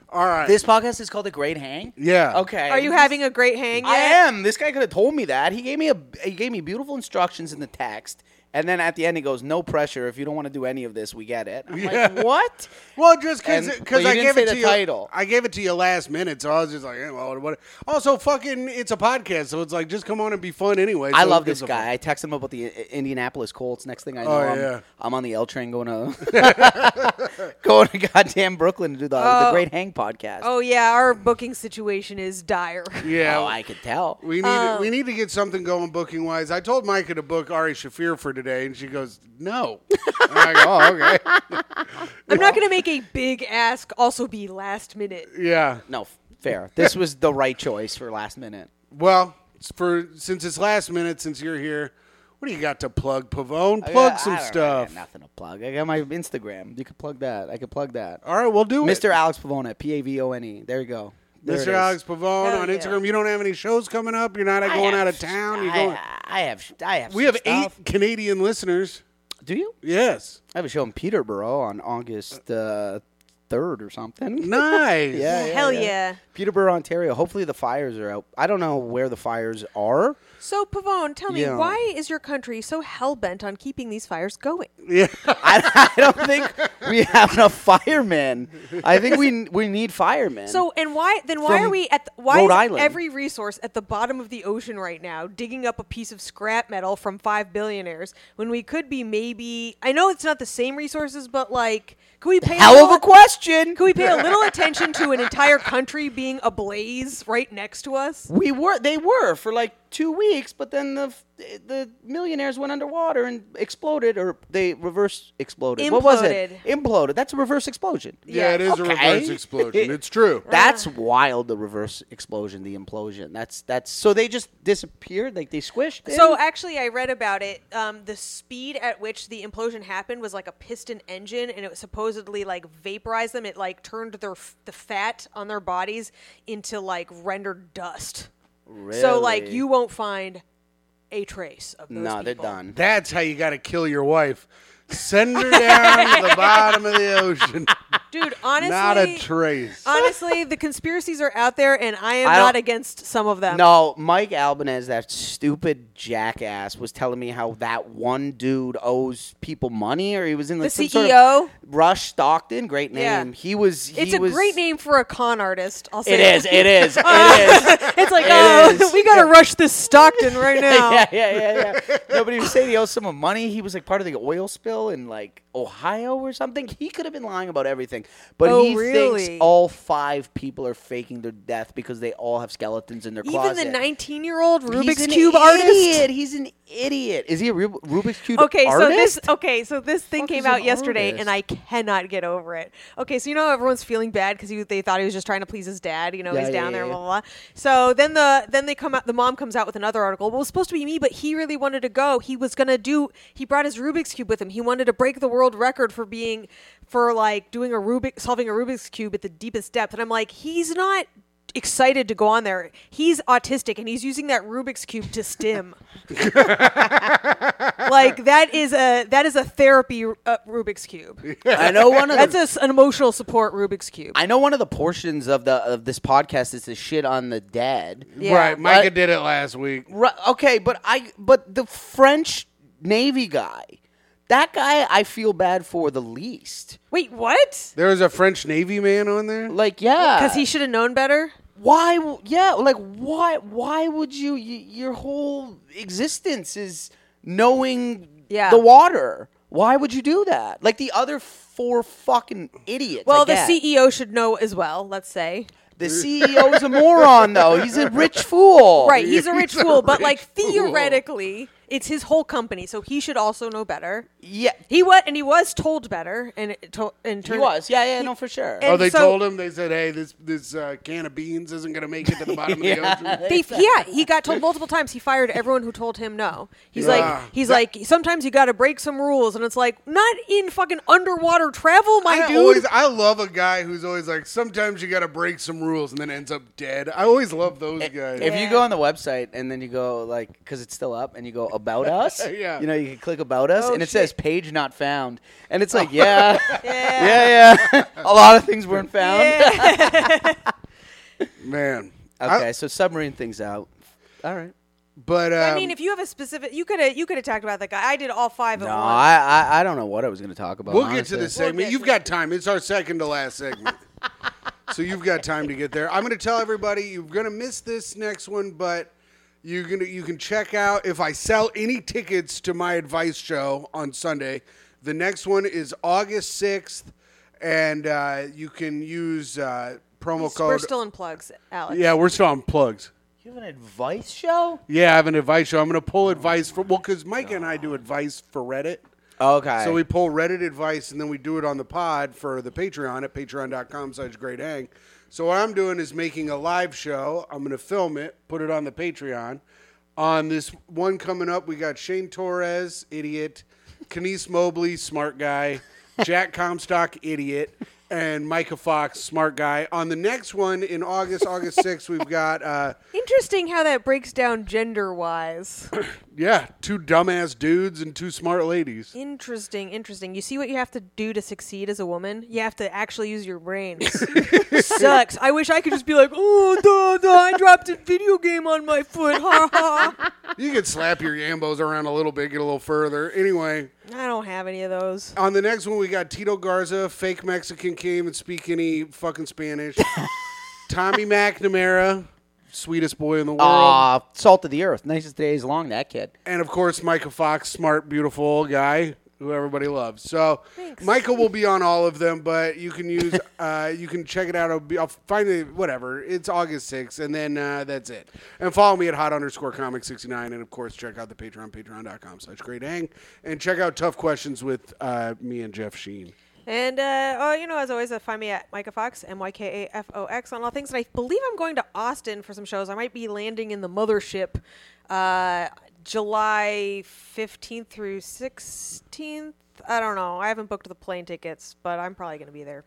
[SPEAKER 1] All right.
[SPEAKER 3] This podcast is called The Great Hang.
[SPEAKER 1] Yeah.
[SPEAKER 3] Okay.
[SPEAKER 2] Are you having a great hang?
[SPEAKER 3] I
[SPEAKER 2] yet?
[SPEAKER 3] am. This guy could have told me that. He gave me a he gave me beautiful instructions in the text, and then at the end he goes, "No pressure. If you don't want to do any of this, we get it." I'm
[SPEAKER 1] Yeah.
[SPEAKER 3] like, "What?"
[SPEAKER 1] Well, just because
[SPEAKER 3] And- but you
[SPEAKER 1] I
[SPEAKER 3] didn't
[SPEAKER 1] gave
[SPEAKER 3] say
[SPEAKER 1] it to
[SPEAKER 3] the
[SPEAKER 1] you,
[SPEAKER 3] title.
[SPEAKER 1] I gave it to you last minute, so I was just like, eh, well, what? Also, fucking, it's a podcast, so it's like just come on and be fun anyway.
[SPEAKER 3] I
[SPEAKER 1] so
[SPEAKER 3] love
[SPEAKER 1] who gives
[SPEAKER 3] this
[SPEAKER 1] a fuck?
[SPEAKER 3] guy. I text him about the I- Indianapolis Colts. Next thing I know,
[SPEAKER 1] Oh,
[SPEAKER 3] I'm,
[SPEAKER 1] yeah.
[SPEAKER 3] I'm on the L train going to
[SPEAKER 1] <laughs>
[SPEAKER 3] going to <laughs> goddamn Brooklyn to do the, the
[SPEAKER 2] Oh.
[SPEAKER 3] Great Hang podcast.
[SPEAKER 2] Oh yeah, our booking situation is
[SPEAKER 3] <laughs>
[SPEAKER 2] dire.
[SPEAKER 1] Yeah.
[SPEAKER 3] Oh, I could tell.
[SPEAKER 1] we need we need to get something going booking wise. I told Micah to book Ari Shafir for today, and she goes, "No." And I go, "Oh,
[SPEAKER 3] <laughs>
[SPEAKER 1] okay,
[SPEAKER 2] I'm not gonna make a big ask. Also, be last minute.
[SPEAKER 1] yeah."
[SPEAKER 3] No, f- fair. This was the right choice for last minute.
[SPEAKER 1] Well, it's for since it's last minute, since you're here, what do you got to plug, Pavone?
[SPEAKER 3] I
[SPEAKER 1] Plug
[SPEAKER 3] got-
[SPEAKER 1] some
[SPEAKER 3] I don't- I got
[SPEAKER 1] stuff.
[SPEAKER 3] nothing to plug. I got my Instagram. You could plug that. I could plug that.
[SPEAKER 1] All right, we'll Oh, do it.
[SPEAKER 3] Mr. Alex Pavone, P A V O N E. There you go. There
[SPEAKER 1] Mr.
[SPEAKER 3] it is.
[SPEAKER 1] Alex Pavone
[SPEAKER 2] Hell
[SPEAKER 1] on
[SPEAKER 2] yeah.
[SPEAKER 1] Instagram. You don't have any shows coming up. You're not
[SPEAKER 3] I
[SPEAKER 1] going out
[SPEAKER 3] have
[SPEAKER 1] of
[SPEAKER 3] sh-
[SPEAKER 1] town. You're
[SPEAKER 3] I,
[SPEAKER 1] going.
[SPEAKER 3] I have. I have.
[SPEAKER 1] We
[SPEAKER 3] some
[SPEAKER 1] have
[SPEAKER 3] stuff.
[SPEAKER 1] eight Canadian listeners.
[SPEAKER 3] Do you?
[SPEAKER 1] Yes.
[SPEAKER 3] <laughs> I have a show in Peterborough on August uh, third or something.
[SPEAKER 1] Nice. <laughs>
[SPEAKER 3] Yeah, yeah,
[SPEAKER 2] Hell
[SPEAKER 3] yeah.
[SPEAKER 2] yeah.
[SPEAKER 3] Peterborough, Ontario. Hopefully the fires are out. I don't know where the fires are. <laughs>
[SPEAKER 2] So Pavone, tell me,
[SPEAKER 3] Yeah.
[SPEAKER 2] why is your country so hell bent on keeping these fires going?
[SPEAKER 3] I, I don't think we have enough firemen. I think we we need firemen.
[SPEAKER 2] So and why then why
[SPEAKER 3] From
[SPEAKER 2] are we at the, why
[SPEAKER 3] Rhode
[SPEAKER 2] is
[SPEAKER 3] Island.
[SPEAKER 2] every resource at the bottom of the ocean right now digging up a piece of scrap metal from five billionaires when we could be maybe I know it's not the same resources but like could we pay
[SPEAKER 3] hell
[SPEAKER 2] a
[SPEAKER 3] of
[SPEAKER 2] little,
[SPEAKER 3] a question.
[SPEAKER 2] could we pay a little attention to an entire country being ablaze right next to us?
[SPEAKER 3] We were they were for like two weeks, but then the f- the millionaires went underwater and exploded, or they reverse exploded. What was it? Imploded. That's a reverse explosion.
[SPEAKER 1] Yeah, it is a
[SPEAKER 3] Okay.
[SPEAKER 1] reverse explosion. It's true.
[SPEAKER 3] <laughs> That's wild. The reverse explosion, the implosion. That's that's. So they just disappeared, like they squished. in?
[SPEAKER 2] So actually, I read about it. Um, the speed at which the implosion happened was like a piston engine, and it supposedly like vaporized them. It like turned their f- the fat on their bodies into like rendered dust. So like
[SPEAKER 3] Really?
[SPEAKER 2] you won't find a trace of those.
[SPEAKER 3] no, they're
[SPEAKER 2] people.
[SPEAKER 3] done.
[SPEAKER 1] That's how you got to kill your wife. Send her down to the bottom of the
[SPEAKER 3] <laughs>
[SPEAKER 1] ocean.
[SPEAKER 2] dude. Honestly,
[SPEAKER 1] Not a
[SPEAKER 3] oh,
[SPEAKER 1] trace.
[SPEAKER 2] honestly, the conspiracies are out there, and I am
[SPEAKER 3] I
[SPEAKER 2] not
[SPEAKER 3] don't-
[SPEAKER 2] against some of them.
[SPEAKER 3] No, Mike Albanez, that stupid jackass, was telling me how that one dude owes people money, or he was in like
[SPEAKER 2] The
[SPEAKER 3] some sort of-
[SPEAKER 2] CEO?
[SPEAKER 3] Rush Stockton, great
[SPEAKER 2] Yeah.
[SPEAKER 3] name. He was. He
[SPEAKER 2] it's a
[SPEAKER 3] was-
[SPEAKER 2] great name for a con artist. I'll say
[SPEAKER 3] It is.
[SPEAKER 2] <laughs> that.
[SPEAKER 3] It is.
[SPEAKER 2] <laughs>
[SPEAKER 3] It is. <laughs>
[SPEAKER 2] It's like,
[SPEAKER 3] It
[SPEAKER 2] oh, <laughs>
[SPEAKER 3] is.
[SPEAKER 2] we gotta rush this Stockton right now.
[SPEAKER 3] <laughs> yeah, yeah, yeah, yeah. No, but he was saying he owes someone money. He was like part of the oil spill in like Ohio or something. He could have been lying about everything, but
[SPEAKER 2] Oh,
[SPEAKER 3] he
[SPEAKER 2] really?
[SPEAKER 3] thinks all five people are faking their death because they all have skeletons in their
[SPEAKER 2] Even
[SPEAKER 3] closet.
[SPEAKER 2] the 19 year old Rubik's
[SPEAKER 3] He's an
[SPEAKER 2] Cube
[SPEAKER 3] idiot.
[SPEAKER 2] artist.
[SPEAKER 3] He's an idiot. Is he a Rub- Rubik's Cube
[SPEAKER 2] Okay,
[SPEAKER 3] artist?
[SPEAKER 2] so this okay, so this thing
[SPEAKER 3] Fuck
[SPEAKER 2] came
[SPEAKER 3] is an
[SPEAKER 2] out yesterday,
[SPEAKER 3] artist?
[SPEAKER 2] and I cannot get over it. Okay, so you know everyone's feeling bad because they thought he was just trying to please his dad. You know,
[SPEAKER 3] Yeah,
[SPEAKER 2] he's
[SPEAKER 3] yeah,
[SPEAKER 2] down there,
[SPEAKER 3] yeah,
[SPEAKER 2] blah blah blah. So then the then they come out. The mom comes out with another article. Well, it was supposed to be me, but he really wanted to go. He was gonna do. He brought his Rubik's cube with him. He wanted to break the world record for being for like doing a Rubik solving a Rubik's cube at the deepest depth. And I'm like, he's not excited to go on there. He's autistic and he's using that Rubik's cube to
[SPEAKER 3] <laughs>
[SPEAKER 2] stim. like that is a that is a therapy uh,
[SPEAKER 1] <laughs>
[SPEAKER 2] Rubik's cube.
[SPEAKER 3] <laughs> I know one of
[SPEAKER 2] That's
[SPEAKER 3] the,
[SPEAKER 2] a s an emotional support Rubik's cube.
[SPEAKER 3] I know one of the portions of the of this podcast is to shit on the dead.
[SPEAKER 2] Yeah.
[SPEAKER 1] Right, Micah
[SPEAKER 3] I-
[SPEAKER 1] did it last week.
[SPEAKER 3] Right, okay, but I but the French Navy guy, that guy I feel bad for the least.
[SPEAKER 2] Wait, what?
[SPEAKER 1] There was a French Navy man on there.
[SPEAKER 3] Like yeah,
[SPEAKER 2] Because he should have known better.
[SPEAKER 3] why w- yeah like why why would you, you your whole existence is knowing
[SPEAKER 2] Yeah.
[SPEAKER 3] the water. Why would you do that? Like the other four fucking idiots.
[SPEAKER 2] Well,
[SPEAKER 3] I
[SPEAKER 2] the
[SPEAKER 3] get.
[SPEAKER 2] CEO should know as well. Let's say.
[SPEAKER 3] the CEO is a moron though. He's a rich fool.
[SPEAKER 2] Right, he's a rich
[SPEAKER 1] Oh, He's a
[SPEAKER 2] fool, but like
[SPEAKER 1] rich fool.
[SPEAKER 2] theoretically, it's his whole company, so he should also know better.
[SPEAKER 3] Yeah.
[SPEAKER 2] He was, and he was told better, and it to- in
[SPEAKER 3] He
[SPEAKER 2] turn,
[SPEAKER 3] was. Yeah, yeah, no for sure.
[SPEAKER 2] and
[SPEAKER 1] oh, they
[SPEAKER 2] so-
[SPEAKER 1] told him. They said, "Hey, this this uh, can of beans isn't going to make it to the
[SPEAKER 3] <laughs>
[SPEAKER 1] bottom of the ocean."
[SPEAKER 2] They, yeah, he got told multiple times. He fired everyone who told him no. He's
[SPEAKER 1] Yeah.
[SPEAKER 2] like, he's like, sometimes you got to break some rules, and it's like, not in fucking underwater travel, my
[SPEAKER 1] I
[SPEAKER 2] dude.
[SPEAKER 1] always, I love a guy who's always like, sometimes you got to break some rules and then ends up dead. I always love those
[SPEAKER 2] Eh,
[SPEAKER 1] guys.
[SPEAKER 3] If you go on the website and then you go like because it's still up and you go about us,
[SPEAKER 1] Yeah.
[SPEAKER 3] you know you can click about us
[SPEAKER 2] Oh,
[SPEAKER 3] and it
[SPEAKER 2] shit.
[SPEAKER 3] says page not found, and it's like yeah,
[SPEAKER 2] Yeah.
[SPEAKER 3] yeah, yeah, <laughs> a lot of things weren't found.
[SPEAKER 2] <laughs> Yeah.
[SPEAKER 1] Man. I-
[SPEAKER 3] Okay, so submarine things out. All right.
[SPEAKER 1] but um,
[SPEAKER 2] I mean, if you have a specific, you could have you could have talked about that guy. I did all five
[SPEAKER 3] No,
[SPEAKER 2] at once.
[SPEAKER 3] I, I I don't know what I was going to talk about.
[SPEAKER 1] we'll get to
[SPEAKER 3] honestly.
[SPEAKER 1] this
[SPEAKER 2] We'll
[SPEAKER 1] segment.
[SPEAKER 2] get
[SPEAKER 1] you've
[SPEAKER 2] to
[SPEAKER 1] got time. It's our second to last
[SPEAKER 2] <laughs>
[SPEAKER 1] segment. so you've got time to get there. I'm going to tell everybody you're going to miss this next one, but you're going to you can check out if I sell any tickets to my advice show on Sunday. The next one is August 6th and uh, you can use uh, promo
[SPEAKER 2] We're
[SPEAKER 1] code
[SPEAKER 2] still in plugs, Alex.
[SPEAKER 1] Yeah, we're still on plugs.
[SPEAKER 3] You have an advice show?
[SPEAKER 1] Yeah, I have an advice show. I'm going to pull advice for well, because Mike and I do advice for Reddit.
[SPEAKER 3] Okay.
[SPEAKER 1] So we pull Reddit advice and then we do it on the pod for the Patreon at patreon.com slash great hang. So what I'm doing is making a live show. I'm gonna film it, put it on the Patreon. On this one coming up, we got Shane Torres, idiot, Kenice Mobley, smart guy, Jack Comstock, idiot, and Micah Fox, smart guy. On the next one in August, August 6th, we've got uh,
[SPEAKER 2] Interesting how that breaks down gender wise.
[SPEAKER 1] yeah, two dumbass dudes and two smart ladies.
[SPEAKER 2] interesting, interesting. You see what you have to do to succeed as a woman? You have to actually use your brain.
[SPEAKER 1] <laughs>
[SPEAKER 2] Sucks. I wish I could just be like, oh, duh, duh, I dropped a video game on my foot. Ha ha.
[SPEAKER 1] <laughs> You could slap your yambos around a little bit, get a little further. Anyway,
[SPEAKER 2] I don't have any of those.
[SPEAKER 1] on the next one, we got Tito Garza, fake Mexican, can't even speak any fucking Spanish. Tommy McNamara, sweetest boy in the world.
[SPEAKER 3] Aw, salt of the earth. Nicest days long. That kid.
[SPEAKER 1] And of course, Micah Fox, smart, beautiful guy who everybody loves. So Michael will be on all of them, but you can use uh, you can check it out. I'll, be, I'll find it whatever. It's August sixth, and then uh, that's it. And follow me at hot underscore comic sixty nine, and of course check out the Patreon patreon.com slash great hang, and check out tough questions with uh, me and Jeff Sheen.
[SPEAKER 2] And uh, oh, you know, as always, uh, find me at Micah Fox, M Y K A F O X, on all things. And I believe I'm going to Austin for some shows. I might be landing in the mothership uh, July 15th through 16th. I don't know. I haven't booked the plane tickets, but I'm probably going to be there.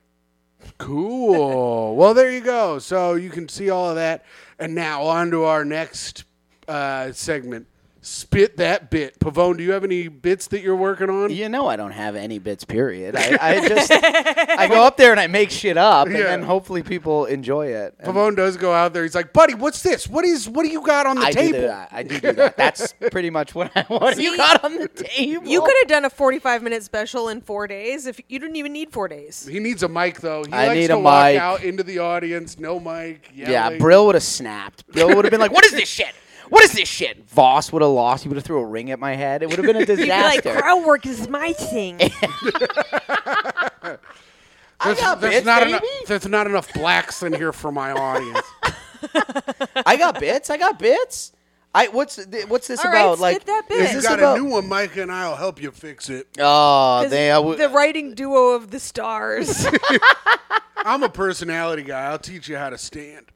[SPEAKER 1] Cool. well, there you go. So you can see all of that. And now on to our next uh, segment. Spit that bit. Pavone, do you have any bits that you're working on?
[SPEAKER 3] You know I don't have any bits. Period. I,
[SPEAKER 2] <laughs>
[SPEAKER 3] I just I go up there and I make shit up, and
[SPEAKER 1] Yeah.
[SPEAKER 3] then hopefully people enjoy it. And
[SPEAKER 1] Pavone does go out there. He's like, buddy, what's this? What is? What do you got on the
[SPEAKER 3] I do,
[SPEAKER 1] table?
[SPEAKER 3] do that. I do do that.
[SPEAKER 2] <laughs>
[SPEAKER 3] That's pretty much what I what you
[SPEAKER 2] See?
[SPEAKER 3] got on the table.
[SPEAKER 2] You could have done a 45 minute special in four days if you didn't even need four days.
[SPEAKER 1] He needs a mic though. He
[SPEAKER 3] I
[SPEAKER 1] likes
[SPEAKER 3] need
[SPEAKER 1] to
[SPEAKER 3] a
[SPEAKER 1] walk
[SPEAKER 3] mic.
[SPEAKER 1] out into the audience. No mic.
[SPEAKER 3] Yeah,
[SPEAKER 1] yelling.
[SPEAKER 3] Brill would have snapped. Brill would have been like, "What is this shit? What is this shit?" Voss would have lost. He would have threw a ring at my head. It
[SPEAKER 2] <laughs>
[SPEAKER 3] would have been a
[SPEAKER 2] You'd be like,
[SPEAKER 3] disaster.
[SPEAKER 2] crowd work is my thing.
[SPEAKER 1] There's,
[SPEAKER 3] got
[SPEAKER 1] there's
[SPEAKER 3] bits,
[SPEAKER 1] not
[SPEAKER 3] baby.
[SPEAKER 1] enough. There's not enough blacks in here for my audience.
[SPEAKER 3] I got bits. I got bits. I what's th- what's this
[SPEAKER 2] All right,
[SPEAKER 3] about?
[SPEAKER 2] spit
[SPEAKER 3] like,
[SPEAKER 2] that bit.
[SPEAKER 3] <laughs> is
[SPEAKER 2] You
[SPEAKER 1] You
[SPEAKER 3] this
[SPEAKER 1] got
[SPEAKER 3] about?
[SPEAKER 1] a new one, Mike, and I'll help you fix it.
[SPEAKER 3] oh, they. I w-
[SPEAKER 2] the writing duo of the stars.
[SPEAKER 1] I'm a personality guy. I'll teach you how to stand.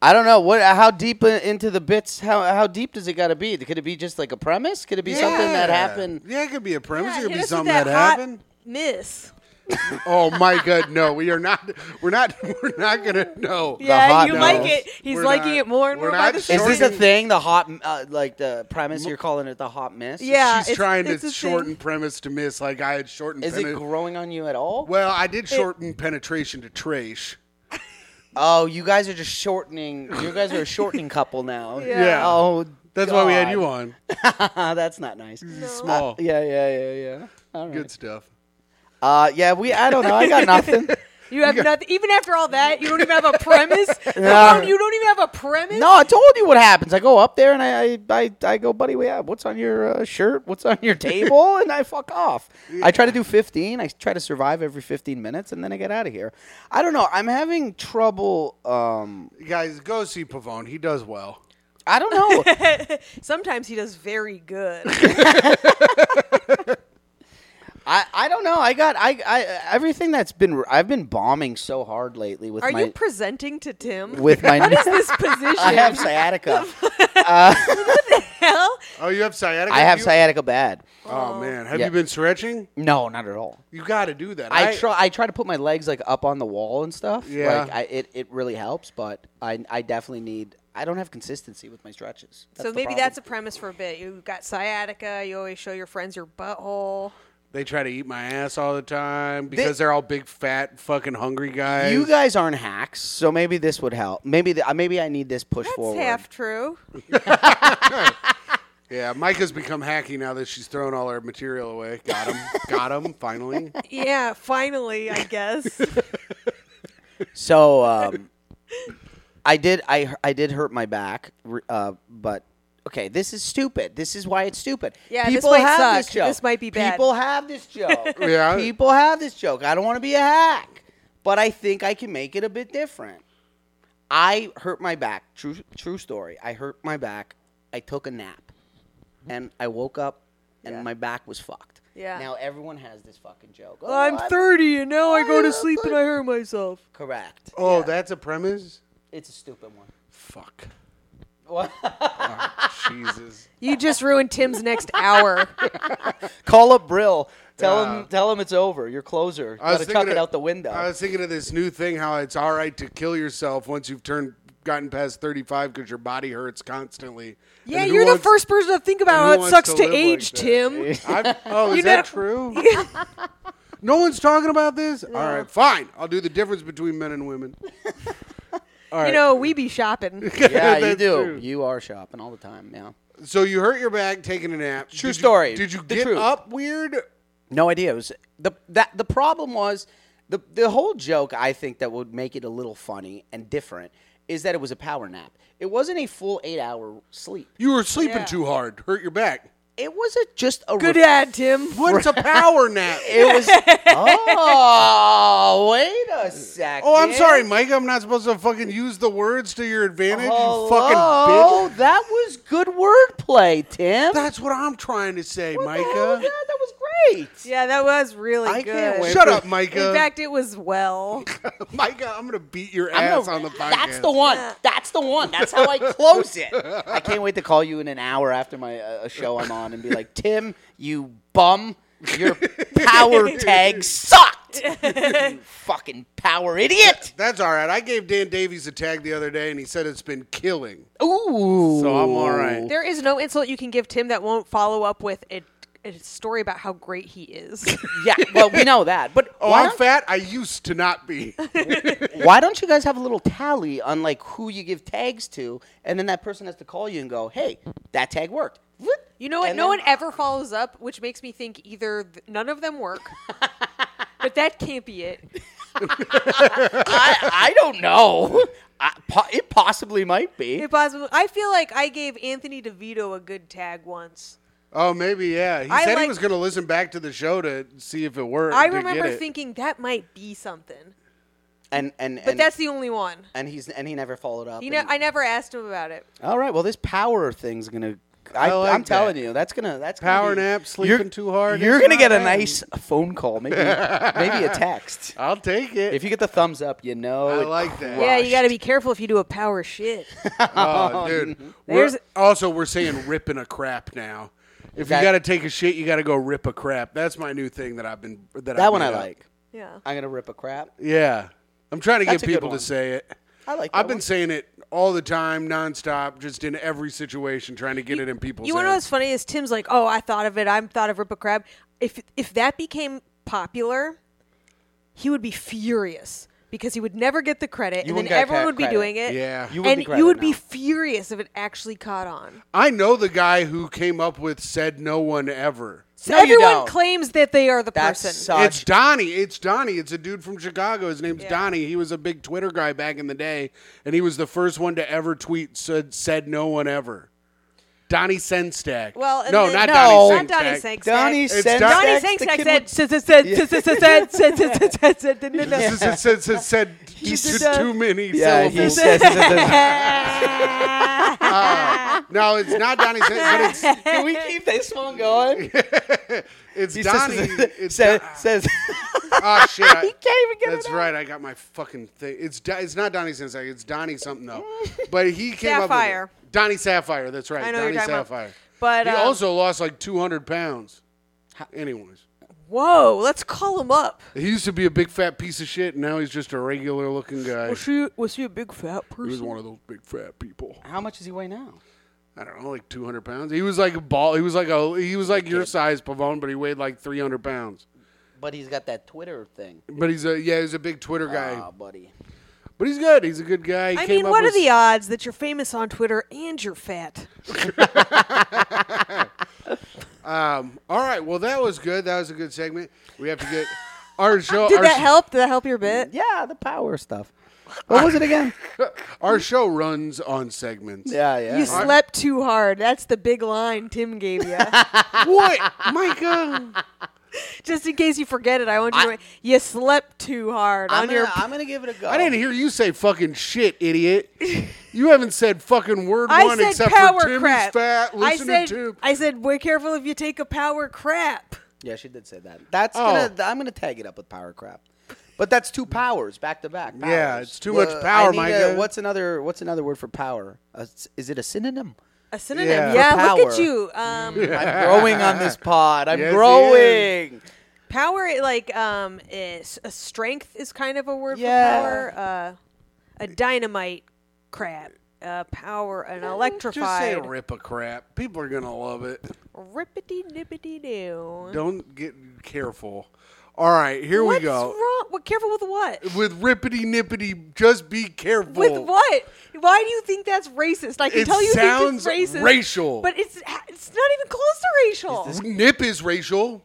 [SPEAKER 3] I don't know what. How deep i- into the bits? How how deep does it got to be? Could it be just like a premise? Could it be something that
[SPEAKER 1] Yeah.
[SPEAKER 3] happened?
[SPEAKER 1] Yeah, it could be a premise.
[SPEAKER 2] Yeah,
[SPEAKER 1] it could
[SPEAKER 2] hit
[SPEAKER 1] be
[SPEAKER 2] us with
[SPEAKER 1] something that,
[SPEAKER 2] that hot
[SPEAKER 1] happened.
[SPEAKER 2] Miss.
[SPEAKER 1] Oh my God, no! We are not. We're not. <laughs> We're not gonna know.
[SPEAKER 2] Yeah,
[SPEAKER 3] hot
[SPEAKER 2] you
[SPEAKER 3] dog.
[SPEAKER 2] like it. He's
[SPEAKER 1] We're
[SPEAKER 2] liking
[SPEAKER 1] not-
[SPEAKER 2] it more and
[SPEAKER 1] we're
[SPEAKER 2] more by
[SPEAKER 1] not
[SPEAKER 2] the
[SPEAKER 3] Is
[SPEAKER 1] shorting-
[SPEAKER 2] second.
[SPEAKER 3] this a thing? The hot uh, like the premise? You're calling it the hot miss?
[SPEAKER 2] Yeah.
[SPEAKER 1] She's
[SPEAKER 2] it's-
[SPEAKER 1] trying
[SPEAKER 2] it's
[SPEAKER 1] to
[SPEAKER 2] a
[SPEAKER 1] shorten
[SPEAKER 2] thing.
[SPEAKER 1] premise to miss, like I had shortened.
[SPEAKER 3] Is it
[SPEAKER 1] peni-
[SPEAKER 3] growing on you at all?
[SPEAKER 1] well, I did shorten penetration to trace.
[SPEAKER 3] Oh, you guys are just shortening. You guys are a <laughs> shortening couple now.
[SPEAKER 2] Yeah. Yeah.
[SPEAKER 3] Oh,
[SPEAKER 1] That's why we had you on.
[SPEAKER 3] on. That's not nice.
[SPEAKER 1] Small,
[SPEAKER 3] <laughs> Yeah, yeah, yeah, yeah. All right.
[SPEAKER 1] good stuff.
[SPEAKER 3] Uh, yeah, we. I don't know. I got nothing.
[SPEAKER 1] <laughs>
[SPEAKER 2] You have nothing. Even after all that, you don't even have a premise. Come on, you don't even have a premise.
[SPEAKER 3] No, I told you what happens. I go up there and I, I, I, I go, buddy, we have what's on your uh, shirt? What's on your
[SPEAKER 2] <laughs>
[SPEAKER 3] table? And I fuck off. I try to do 15. I try to survive every 15 minutes and then I get out of here. I don't know. I'm having trouble. Um,
[SPEAKER 1] Guys, go see Pavone. He does well.
[SPEAKER 3] I don't know.
[SPEAKER 2] <laughs> Sometimes he does
[SPEAKER 1] <laughs>
[SPEAKER 2] very good.
[SPEAKER 3] I, I don't know. I got I, I everything that's been I've been bombing so hard lately with
[SPEAKER 2] Are
[SPEAKER 3] my
[SPEAKER 2] you presenting to Tim?
[SPEAKER 3] with
[SPEAKER 2] <laughs>
[SPEAKER 3] my
[SPEAKER 2] what is this position?
[SPEAKER 3] <laughs> I have
[SPEAKER 2] <laughs>
[SPEAKER 3] sciatica.
[SPEAKER 2] Hell?
[SPEAKER 1] Oh, you have sciatica.
[SPEAKER 3] I have
[SPEAKER 1] You-
[SPEAKER 3] sciatica bad.
[SPEAKER 1] Oh man, have
[SPEAKER 3] Yeah.
[SPEAKER 1] you been stretching?
[SPEAKER 3] No, not at all.
[SPEAKER 1] You got to do that.
[SPEAKER 3] I, try I try to put my legs like up on the wall and stuff.
[SPEAKER 1] Yeah.
[SPEAKER 3] Like I, it, it really helps, but I I definitely need I don't have consistency with my stretches.
[SPEAKER 2] so maybe that's a premise for a bit. You've got sciatica. You always show your friends your butthole.
[SPEAKER 1] They try to eat my ass all the time because they, are all big, fat, fucking hungry guys.
[SPEAKER 3] you guys aren't hacks, so maybe this would help. Maybe the, uh, maybe I need this push
[SPEAKER 2] That's
[SPEAKER 3] forward.
[SPEAKER 2] half true.
[SPEAKER 1] yeah, Micah's become hacky now that she's thrown all her material away. Got him.
[SPEAKER 2] <laughs>
[SPEAKER 1] Got him, finally.
[SPEAKER 2] Yeah, finally,
[SPEAKER 1] <laughs>
[SPEAKER 2] I guess.
[SPEAKER 3] So um, I did I I did hurt my back, r- uh, but okay, this is stupid. This is why it's stupid.
[SPEAKER 2] Yeah, this
[SPEAKER 3] people
[SPEAKER 2] might
[SPEAKER 3] have
[SPEAKER 2] suck.
[SPEAKER 3] this joke.
[SPEAKER 2] This might be bad.
[SPEAKER 3] People have this joke.
[SPEAKER 1] <laughs> Yeah.
[SPEAKER 3] people have this joke. I don't want to be a hack, but I think I can make it a bit different. I hurt my back. True true story. I hurt my back. I took a nap, and I woke up, and my back was fucked.
[SPEAKER 2] Yeah.
[SPEAKER 3] Now everyone has this fucking joke. Oh,
[SPEAKER 2] I'm 30 and now I go to sleep and I hurt myself.
[SPEAKER 3] Correct.
[SPEAKER 1] Oh, that's a premise.
[SPEAKER 3] It's a stupid one.
[SPEAKER 1] Fuck.
[SPEAKER 3] What?
[SPEAKER 1] Oh, Jesus.
[SPEAKER 2] <laughs> You just ruined Tim's next
[SPEAKER 1] <laughs>
[SPEAKER 2] hour.
[SPEAKER 3] Call up Brill. Tell
[SPEAKER 1] Yeah.
[SPEAKER 3] him tell him it's over. Your closer. You gotta tuck
[SPEAKER 1] thinking
[SPEAKER 3] it
[SPEAKER 1] of-
[SPEAKER 3] out the window.
[SPEAKER 1] I was thinking of this new thing how it's all right to kill yourself once you've turned gotten past 35 because your body hurts constantly.
[SPEAKER 2] Yeah,
[SPEAKER 1] And who
[SPEAKER 2] you're the
[SPEAKER 1] wants- <laughs>
[SPEAKER 2] first person to think
[SPEAKER 1] who
[SPEAKER 2] about how it
[SPEAKER 1] wants
[SPEAKER 2] sucks
[SPEAKER 1] to
[SPEAKER 2] to,
[SPEAKER 1] live like
[SPEAKER 2] age,
[SPEAKER 1] that?
[SPEAKER 2] Tim.
[SPEAKER 1] I, oh, is
[SPEAKER 2] <laughs> You
[SPEAKER 1] that
[SPEAKER 2] know-
[SPEAKER 1] true? No one's talking about this? All right, fine. I'll do the difference between men and women.
[SPEAKER 2] You know, we
[SPEAKER 1] <laughs>
[SPEAKER 2] be shopping.
[SPEAKER 3] yeah, you
[SPEAKER 1] That's
[SPEAKER 3] do.
[SPEAKER 1] true.
[SPEAKER 3] You are shopping all the time. Yeah.
[SPEAKER 1] So you hurt your back taking a nap.
[SPEAKER 3] True
[SPEAKER 1] Did you-
[SPEAKER 3] story.
[SPEAKER 1] did you
[SPEAKER 3] The
[SPEAKER 1] get
[SPEAKER 3] truth.
[SPEAKER 1] up weird?
[SPEAKER 3] No idea. It was the that the problem was the the whole joke. I think that would make it a little funny and different is that it was a power nap. It wasn't a full eight hour sleep.
[SPEAKER 1] You were sleeping
[SPEAKER 2] Yeah.
[SPEAKER 1] too hard. Hurt your back.
[SPEAKER 3] It was a, just a
[SPEAKER 2] Good
[SPEAKER 3] re-
[SPEAKER 2] ad, Tim.
[SPEAKER 1] What's a power nap?
[SPEAKER 3] <laughs> It was. oh, wait a second.
[SPEAKER 1] Oh, I'm sorry, Mike. I'm not supposed to fucking use the words to your advantage, you fucking bitch.
[SPEAKER 3] Hello? That was good wordplay, Tim.
[SPEAKER 1] That's what I'm trying to say,
[SPEAKER 3] What the hell
[SPEAKER 1] Micah.
[SPEAKER 3] was that? That was great.
[SPEAKER 2] Yeah, that was really
[SPEAKER 3] I
[SPEAKER 2] good.
[SPEAKER 3] can't wait
[SPEAKER 1] Shut
[SPEAKER 3] for-
[SPEAKER 1] up, Micah.
[SPEAKER 2] In fact, it was well.
[SPEAKER 1] <laughs> Micah, I'm gonna beat your
[SPEAKER 3] I'm
[SPEAKER 1] ass
[SPEAKER 3] gonna-
[SPEAKER 1] on the podcast.
[SPEAKER 3] That's the one. That's the one. That's how I close it. <laughs> I can't wait to call you in an hour after my uh, a show I'm on and be like, Tim, you bum, your power <laughs> tag sucked. you fucking power idiot.
[SPEAKER 1] That's all right. I gave Dan Davies a tag the other day, and he said it's been killing.
[SPEAKER 3] Ooh.
[SPEAKER 1] So I'm all right.
[SPEAKER 2] There is no insult you can give Tim that won't follow up with a, a story about how great he is.
[SPEAKER 1] <laughs>
[SPEAKER 3] Yeah. Well, we know that, but
[SPEAKER 1] Oh,
[SPEAKER 3] why,
[SPEAKER 1] I'm
[SPEAKER 3] don't,
[SPEAKER 1] fat. I used to not
[SPEAKER 3] <laughs>
[SPEAKER 1] be.
[SPEAKER 3] why don't you guys have a little tally on like who you give tags to, and then that person has to call you and go, "Hey, that tag worked."
[SPEAKER 2] You know what?
[SPEAKER 3] And
[SPEAKER 2] No
[SPEAKER 3] then-
[SPEAKER 2] one ever follows up, which makes me think either th- none of
[SPEAKER 1] <laughs>
[SPEAKER 2] them work, but that can't be it.
[SPEAKER 3] I, I
[SPEAKER 1] <laughs>
[SPEAKER 3] don't know. I, po- it possibly might be.
[SPEAKER 2] It possibly. I feel like I gave Anthony DeVito a good tag once.
[SPEAKER 1] Oh, maybe yeah. He
[SPEAKER 2] I
[SPEAKER 1] said he
[SPEAKER 2] like-
[SPEAKER 1] was gonna listen back to the show to see if it worked.
[SPEAKER 2] I
[SPEAKER 1] to
[SPEAKER 2] remember
[SPEAKER 1] get it.
[SPEAKER 2] thinking that might be something,
[SPEAKER 3] and and
[SPEAKER 2] but
[SPEAKER 3] and,
[SPEAKER 2] that's the only one.
[SPEAKER 3] and he's and he never followed up.
[SPEAKER 2] You know,
[SPEAKER 3] and-
[SPEAKER 2] I never asked him about it.
[SPEAKER 3] all right. Well, this power thing's gonna. I,
[SPEAKER 1] I like
[SPEAKER 3] I'm telling
[SPEAKER 1] that.
[SPEAKER 3] you, that's gonna that's
[SPEAKER 1] Power
[SPEAKER 3] gonna be,
[SPEAKER 1] nap,
[SPEAKER 3] you're-
[SPEAKER 1] sleeping too hard,
[SPEAKER 3] You're
[SPEAKER 1] it's
[SPEAKER 3] gonna
[SPEAKER 1] not
[SPEAKER 3] get a
[SPEAKER 1] bad.
[SPEAKER 3] nice phone
[SPEAKER 1] <laughs>
[SPEAKER 3] call, maybe maybe a text.
[SPEAKER 1] I'll take it.
[SPEAKER 3] If you get the thumbs up, you know.
[SPEAKER 1] I
[SPEAKER 3] it
[SPEAKER 1] like that.
[SPEAKER 2] Yeah, you got to
[SPEAKER 3] crushed.
[SPEAKER 2] be careful if you do a power shit.
[SPEAKER 1] oh,
[SPEAKER 2] <laughs>
[SPEAKER 1] dude. We're,
[SPEAKER 2] There's-
[SPEAKER 1] also, we're saying ripping a crap now. If
[SPEAKER 3] That-
[SPEAKER 1] you got to take a shit, you got to go rip a crap. That's my new thing that I've been that
[SPEAKER 3] that
[SPEAKER 1] I've
[SPEAKER 3] one.
[SPEAKER 1] made
[SPEAKER 3] I
[SPEAKER 1] up.
[SPEAKER 3] like.
[SPEAKER 2] Yeah.
[SPEAKER 3] I'm gonna rip a crap.
[SPEAKER 1] Yeah, I'm trying to
[SPEAKER 3] That's a
[SPEAKER 1] get
[SPEAKER 3] good
[SPEAKER 1] people to
[SPEAKER 3] one.
[SPEAKER 1] say it.
[SPEAKER 3] I like that
[SPEAKER 1] I've been
[SPEAKER 3] one.
[SPEAKER 1] saying it all the time, nonstop, just in every situation, trying to get it in people's.
[SPEAKER 2] You want to know what's
[SPEAKER 1] heads.
[SPEAKER 2] funny is Tim's like, oh, I thought of it. I'm thought of Rip a Crab. If if that became popular, he would be furious because he would never get the credit,
[SPEAKER 3] You
[SPEAKER 2] and
[SPEAKER 3] wouldn't
[SPEAKER 2] then
[SPEAKER 3] get
[SPEAKER 2] everyone
[SPEAKER 3] cre-
[SPEAKER 2] would be
[SPEAKER 3] credit.
[SPEAKER 2] doing it.
[SPEAKER 1] Yeah. You
[SPEAKER 3] wouldn't
[SPEAKER 2] and
[SPEAKER 3] get credit
[SPEAKER 2] you would be
[SPEAKER 3] now.
[SPEAKER 2] furious if it actually caught on.
[SPEAKER 1] I know the guy who came up with "said no one ever."
[SPEAKER 2] So
[SPEAKER 3] No, you
[SPEAKER 2] everyone
[SPEAKER 3] don't.
[SPEAKER 2] claims that they are the
[SPEAKER 3] That's
[SPEAKER 2] person.
[SPEAKER 3] such-
[SPEAKER 1] It's Donnie. It's Donnie. It's a dude from Chicago. His name's
[SPEAKER 2] Yeah.
[SPEAKER 1] Donnie. He was a big Twitter guy back in the day, and he was the first one to ever tweet said, said no one ever. Donnie Senstack.
[SPEAKER 2] well, and
[SPEAKER 1] no,
[SPEAKER 2] then-
[SPEAKER 1] not
[SPEAKER 3] No.
[SPEAKER 1] Donnie
[SPEAKER 2] Not Donnie
[SPEAKER 1] Senstack.
[SPEAKER 2] Senstack.
[SPEAKER 3] Donnie
[SPEAKER 1] It's
[SPEAKER 3] sends
[SPEAKER 1] Don-
[SPEAKER 2] Donnie
[SPEAKER 3] text, the
[SPEAKER 2] Senstack
[SPEAKER 3] kid
[SPEAKER 2] said, said,
[SPEAKER 3] would-
[SPEAKER 2] said, said, said, said, said, said, said, said, did, did, did.
[SPEAKER 1] Said- said- said-
[SPEAKER 2] <laughs>
[SPEAKER 1] said-
[SPEAKER 3] He's
[SPEAKER 1] too-
[SPEAKER 2] just-
[SPEAKER 1] too many
[SPEAKER 3] Yeah, he
[SPEAKER 1] syllables.
[SPEAKER 3] says.
[SPEAKER 1] <laughs> no, it's not Donnie Senstack, but
[SPEAKER 3] Can we keep this
[SPEAKER 1] <laughs>
[SPEAKER 3] one going? <laughs>
[SPEAKER 1] it's, it's
[SPEAKER 3] He
[SPEAKER 1] Donnie.
[SPEAKER 3] says,
[SPEAKER 1] It's
[SPEAKER 3] says,
[SPEAKER 1] Don-
[SPEAKER 3] says
[SPEAKER 1] <laughs> oh,
[SPEAKER 2] <laughs>
[SPEAKER 1] shit. I-
[SPEAKER 3] can't even get
[SPEAKER 1] That's
[SPEAKER 3] it out.
[SPEAKER 1] right. I got my fucking thing. It's Do- it's not Donnie Sensack. It's Donnie something
[SPEAKER 2] <laughs>
[SPEAKER 1] though. But he came up
[SPEAKER 2] Sapphire.
[SPEAKER 1] with it. Donnie Sapphire. That's right.
[SPEAKER 2] I know who
[SPEAKER 1] Donnie
[SPEAKER 2] you're talking about.
[SPEAKER 1] Sapphire.
[SPEAKER 2] But,
[SPEAKER 1] he
[SPEAKER 2] um,
[SPEAKER 1] also lost like 200 pounds. Anyways,
[SPEAKER 2] <laughs> Whoa, let's call him up.
[SPEAKER 1] he used to be a big fat piece of shit, and now he's just a regular looking guy.
[SPEAKER 2] Was she, was she a big fat
[SPEAKER 1] He was
[SPEAKER 2] person?
[SPEAKER 1] one of those big fat people.
[SPEAKER 3] How much does he weigh now?
[SPEAKER 1] I don't know, like 200 pounds. He was like a ball. He was like a he was like your size, Pavone, but he weighed like 300 pounds.
[SPEAKER 3] But he's got that Twitter thing.
[SPEAKER 1] But he's a yeah, he's a big Twitter guy.
[SPEAKER 3] Ah, buddy.
[SPEAKER 1] but he's good. He's a good guy. He
[SPEAKER 2] I
[SPEAKER 1] came
[SPEAKER 2] mean,
[SPEAKER 1] up
[SPEAKER 2] what are
[SPEAKER 1] with-
[SPEAKER 2] the odds that you're famous on Twitter and you're fat?
[SPEAKER 1] Um, all right. Well, that was good. That was a good segment. We have to
[SPEAKER 2] <laughs>
[SPEAKER 1] get our show.
[SPEAKER 2] Did
[SPEAKER 1] our,
[SPEAKER 2] that
[SPEAKER 1] sh-
[SPEAKER 2] help? Did that help your bit?
[SPEAKER 3] Yeah, the power stuff. What was it <laughs> again?
[SPEAKER 1] Our show runs on segments.
[SPEAKER 3] yeah, yeah.
[SPEAKER 2] You slept too hard. That's the big line Tim gave
[SPEAKER 1] <laughs>
[SPEAKER 2] you.
[SPEAKER 1] <laughs> What, Micah?
[SPEAKER 2] Just in case you forget it, I want you
[SPEAKER 3] I-
[SPEAKER 2] to. You slept too hard
[SPEAKER 3] I'm
[SPEAKER 2] on
[SPEAKER 3] gonna,
[SPEAKER 2] your.
[SPEAKER 3] I'm gonna give it a go.
[SPEAKER 1] I didn't hear you say fucking shit, idiot. You haven't said fucking word
[SPEAKER 2] I
[SPEAKER 1] one
[SPEAKER 2] said
[SPEAKER 1] except
[SPEAKER 2] power
[SPEAKER 1] for Timmy's
[SPEAKER 2] crap.
[SPEAKER 1] fat.
[SPEAKER 2] I
[SPEAKER 1] Listen
[SPEAKER 2] said.
[SPEAKER 1] to.
[SPEAKER 2] I said, be careful if you take a power crap.
[SPEAKER 3] Yeah, she did say that. That's
[SPEAKER 1] Oh.
[SPEAKER 3] gonna. I'm gonna tag it up with power crap. But that's two powers back to back.
[SPEAKER 1] Yeah,
[SPEAKER 3] powers.
[SPEAKER 1] it's too much power,
[SPEAKER 3] I need a-
[SPEAKER 1] Micah.
[SPEAKER 3] What's another? What's another word for power? A s- is it a
[SPEAKER 1] <laughs>
[SPEAKER 3] synonym?
[SPEAKER 2] A synonym.
[SPEAKER 1] Yeah.
[SPEAKER 2] Yeah,
[SPEAKER 3] For
[SPEAKER 2] look at
[SPEAKER 3] power.
[SPEAKER 2] you. Um,
[SPEAKER 3] I'm growing on this pod. I'm
[SPEAKER 1] Yes, he
[SPEAKER 3] growing.
[SPEAKER 2] Power, like um, is a strength is kind of a word
[SPEAKER 3] Yeah.
[SPEAKER 2] for power. Uh, a dynamite crap. Uh, power, an electrified.
[SPEAKER 1] Just say rip a crap. People are gonna love it.
[SPEAKER 2] Rippity nippity doo.
[SPEAKER 1] Don't get careful. All right, here
[SPEAKER 2] What's
[SPEAKER 1] we go.
[SPEAKER 2] wrong? Well, careful with what?
[SPEAKER 1] With rippity nippity, just be careful.
[SPEAKER 2] With what? Why do you think that's racist? I can
[SPEAKER 1] It
[SPEAKER 2] tell you
[SPEAKER 1] sounds
[SPEAKER 2] think it's racist,
[SPEAKER 1] racial.
[SPEAKER 2] but it's it's not even close to racial.
[SPEAKER 1] Nip is racial.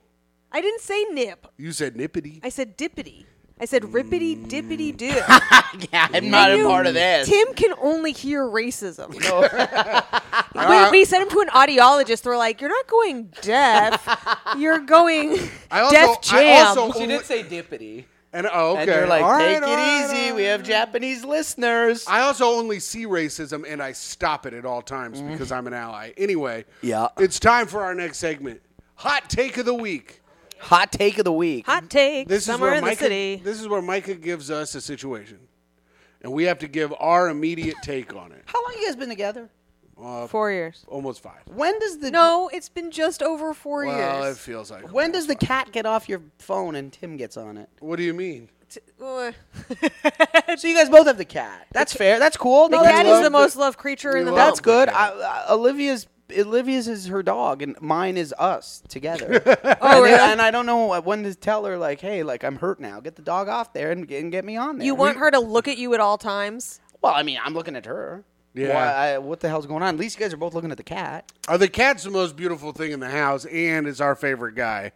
[SPEAKER 2] I didn't say nip.
[SPEAKER 1] You said nippity.
[SPEAKER 2] I said dippity. I said rippity dippity do.
[SPEAKER 1] Mm.
[SPEAKER 3] yeah, I'm not
[SPEAKER 2] You-
[SPEAKER 3] a part of this.
[SPEAKER 1] <laughs>
[SPEAKER 2] Tim can only hear racism.
[SPEAKER 3] No.
[SPEAKER 2] <laughs> When But he sent him to an audiologist. They're like, you're not going deaf. You're going
[SPEAKER 1] <laughs> I also-
[SPEAKER 2] deaf
[SPEAKER 1] I
[SPEAKER 2] jam.
[SPEAKER 1] also-
[SPEAKER 4] She did say dippity.
[SPEAKER 1] And oh, okay.
[SPEAKER 3] And you're like,
[SPEAKER 1] All right,
[SPEAKER 3] take
[SPEAKER 1] all right,
[SPEAKER 3] it easy.
[SPEAKER 1] all right."
[SPEAKER 3] we have Japanese listeners.
[SPEAKER 1] I also only see racism and I stop it at all times because I'm an ally. Anyway,
[SPEAKER 3] Mm-hmm. Yeah.
[SPEAKER 1] it's time for our next segment. Hot take of the week.
[SPEAKER 3] Hot take of the week.
[SPEAKER 2] Hot take.
[SPEAKER 1] This is
[SPEAKER 2] somewhere
[SPEAKER 1] where
[SPEAKER 2] in
[SPEAKER 1] Micah,
[SPEAKER 2] the city.
[SPEAKER 1] This is where Micah gives us a situation, and we have to give our immediate take on it.
[SPEAKER 3] How long you guys been together?
[SPEAKER 1] uh,
[SPEAKER 2] four years.
[SPEAKER 1] Almost five.
[SPEAKER 3] When does the
[SPEAKER 2] No, it's been just over four
[SPEAKER 1] Well, it
[SPEAKER 2] years.
[SPEAKER 1] feels like.
[SPEAKER 3] When does the cat get off your phone and Tim gets on it?
[SPEAKER 1] What do you mean?
[SPEAKER 2] <laughs> Ugh.
[SPEAKER 3] So you guys both have the cat. That's fair. That's cool.
[SPEAKER 2] The
[SPEAKER 3] No, that's
[SPEAKER 2] cat is Oh,
[SPEAKER 3] good.
[SPEAKER 2] the most loved creature in the
[SPEAKER 1] love
[SPEAKER 3] That's
[SPEAKER 1] the
[SPEAKER 2] world.
[SPEAKER 3] good.
[SPEAKER 1] cat.
[SPEAKER 3] I, I, Olivia's Olivia's is her dog, and mine is us together.
[SPEAKER 2] Oh,
[SPEAKER 3] and,
[SPEAKER 2] really?
[SPEAKER 3] and I don't know when to tell her like, hey, like I'm hurt now. Get the dog off there and, get- and get me on there.
[SPEAKER 2] You want her to look at you at all times?
[SPEAKER 3] Well, I mean, I'm looking at her.
[SPEAKER 1] Yeah.
[SPEAKER 3] Why- I- what the hell's going on? At least you guys are both looking at the cat.
[SPEAKER 1] Are Uh, the cat's the most beautiful thing in the house, and is our favorite guy?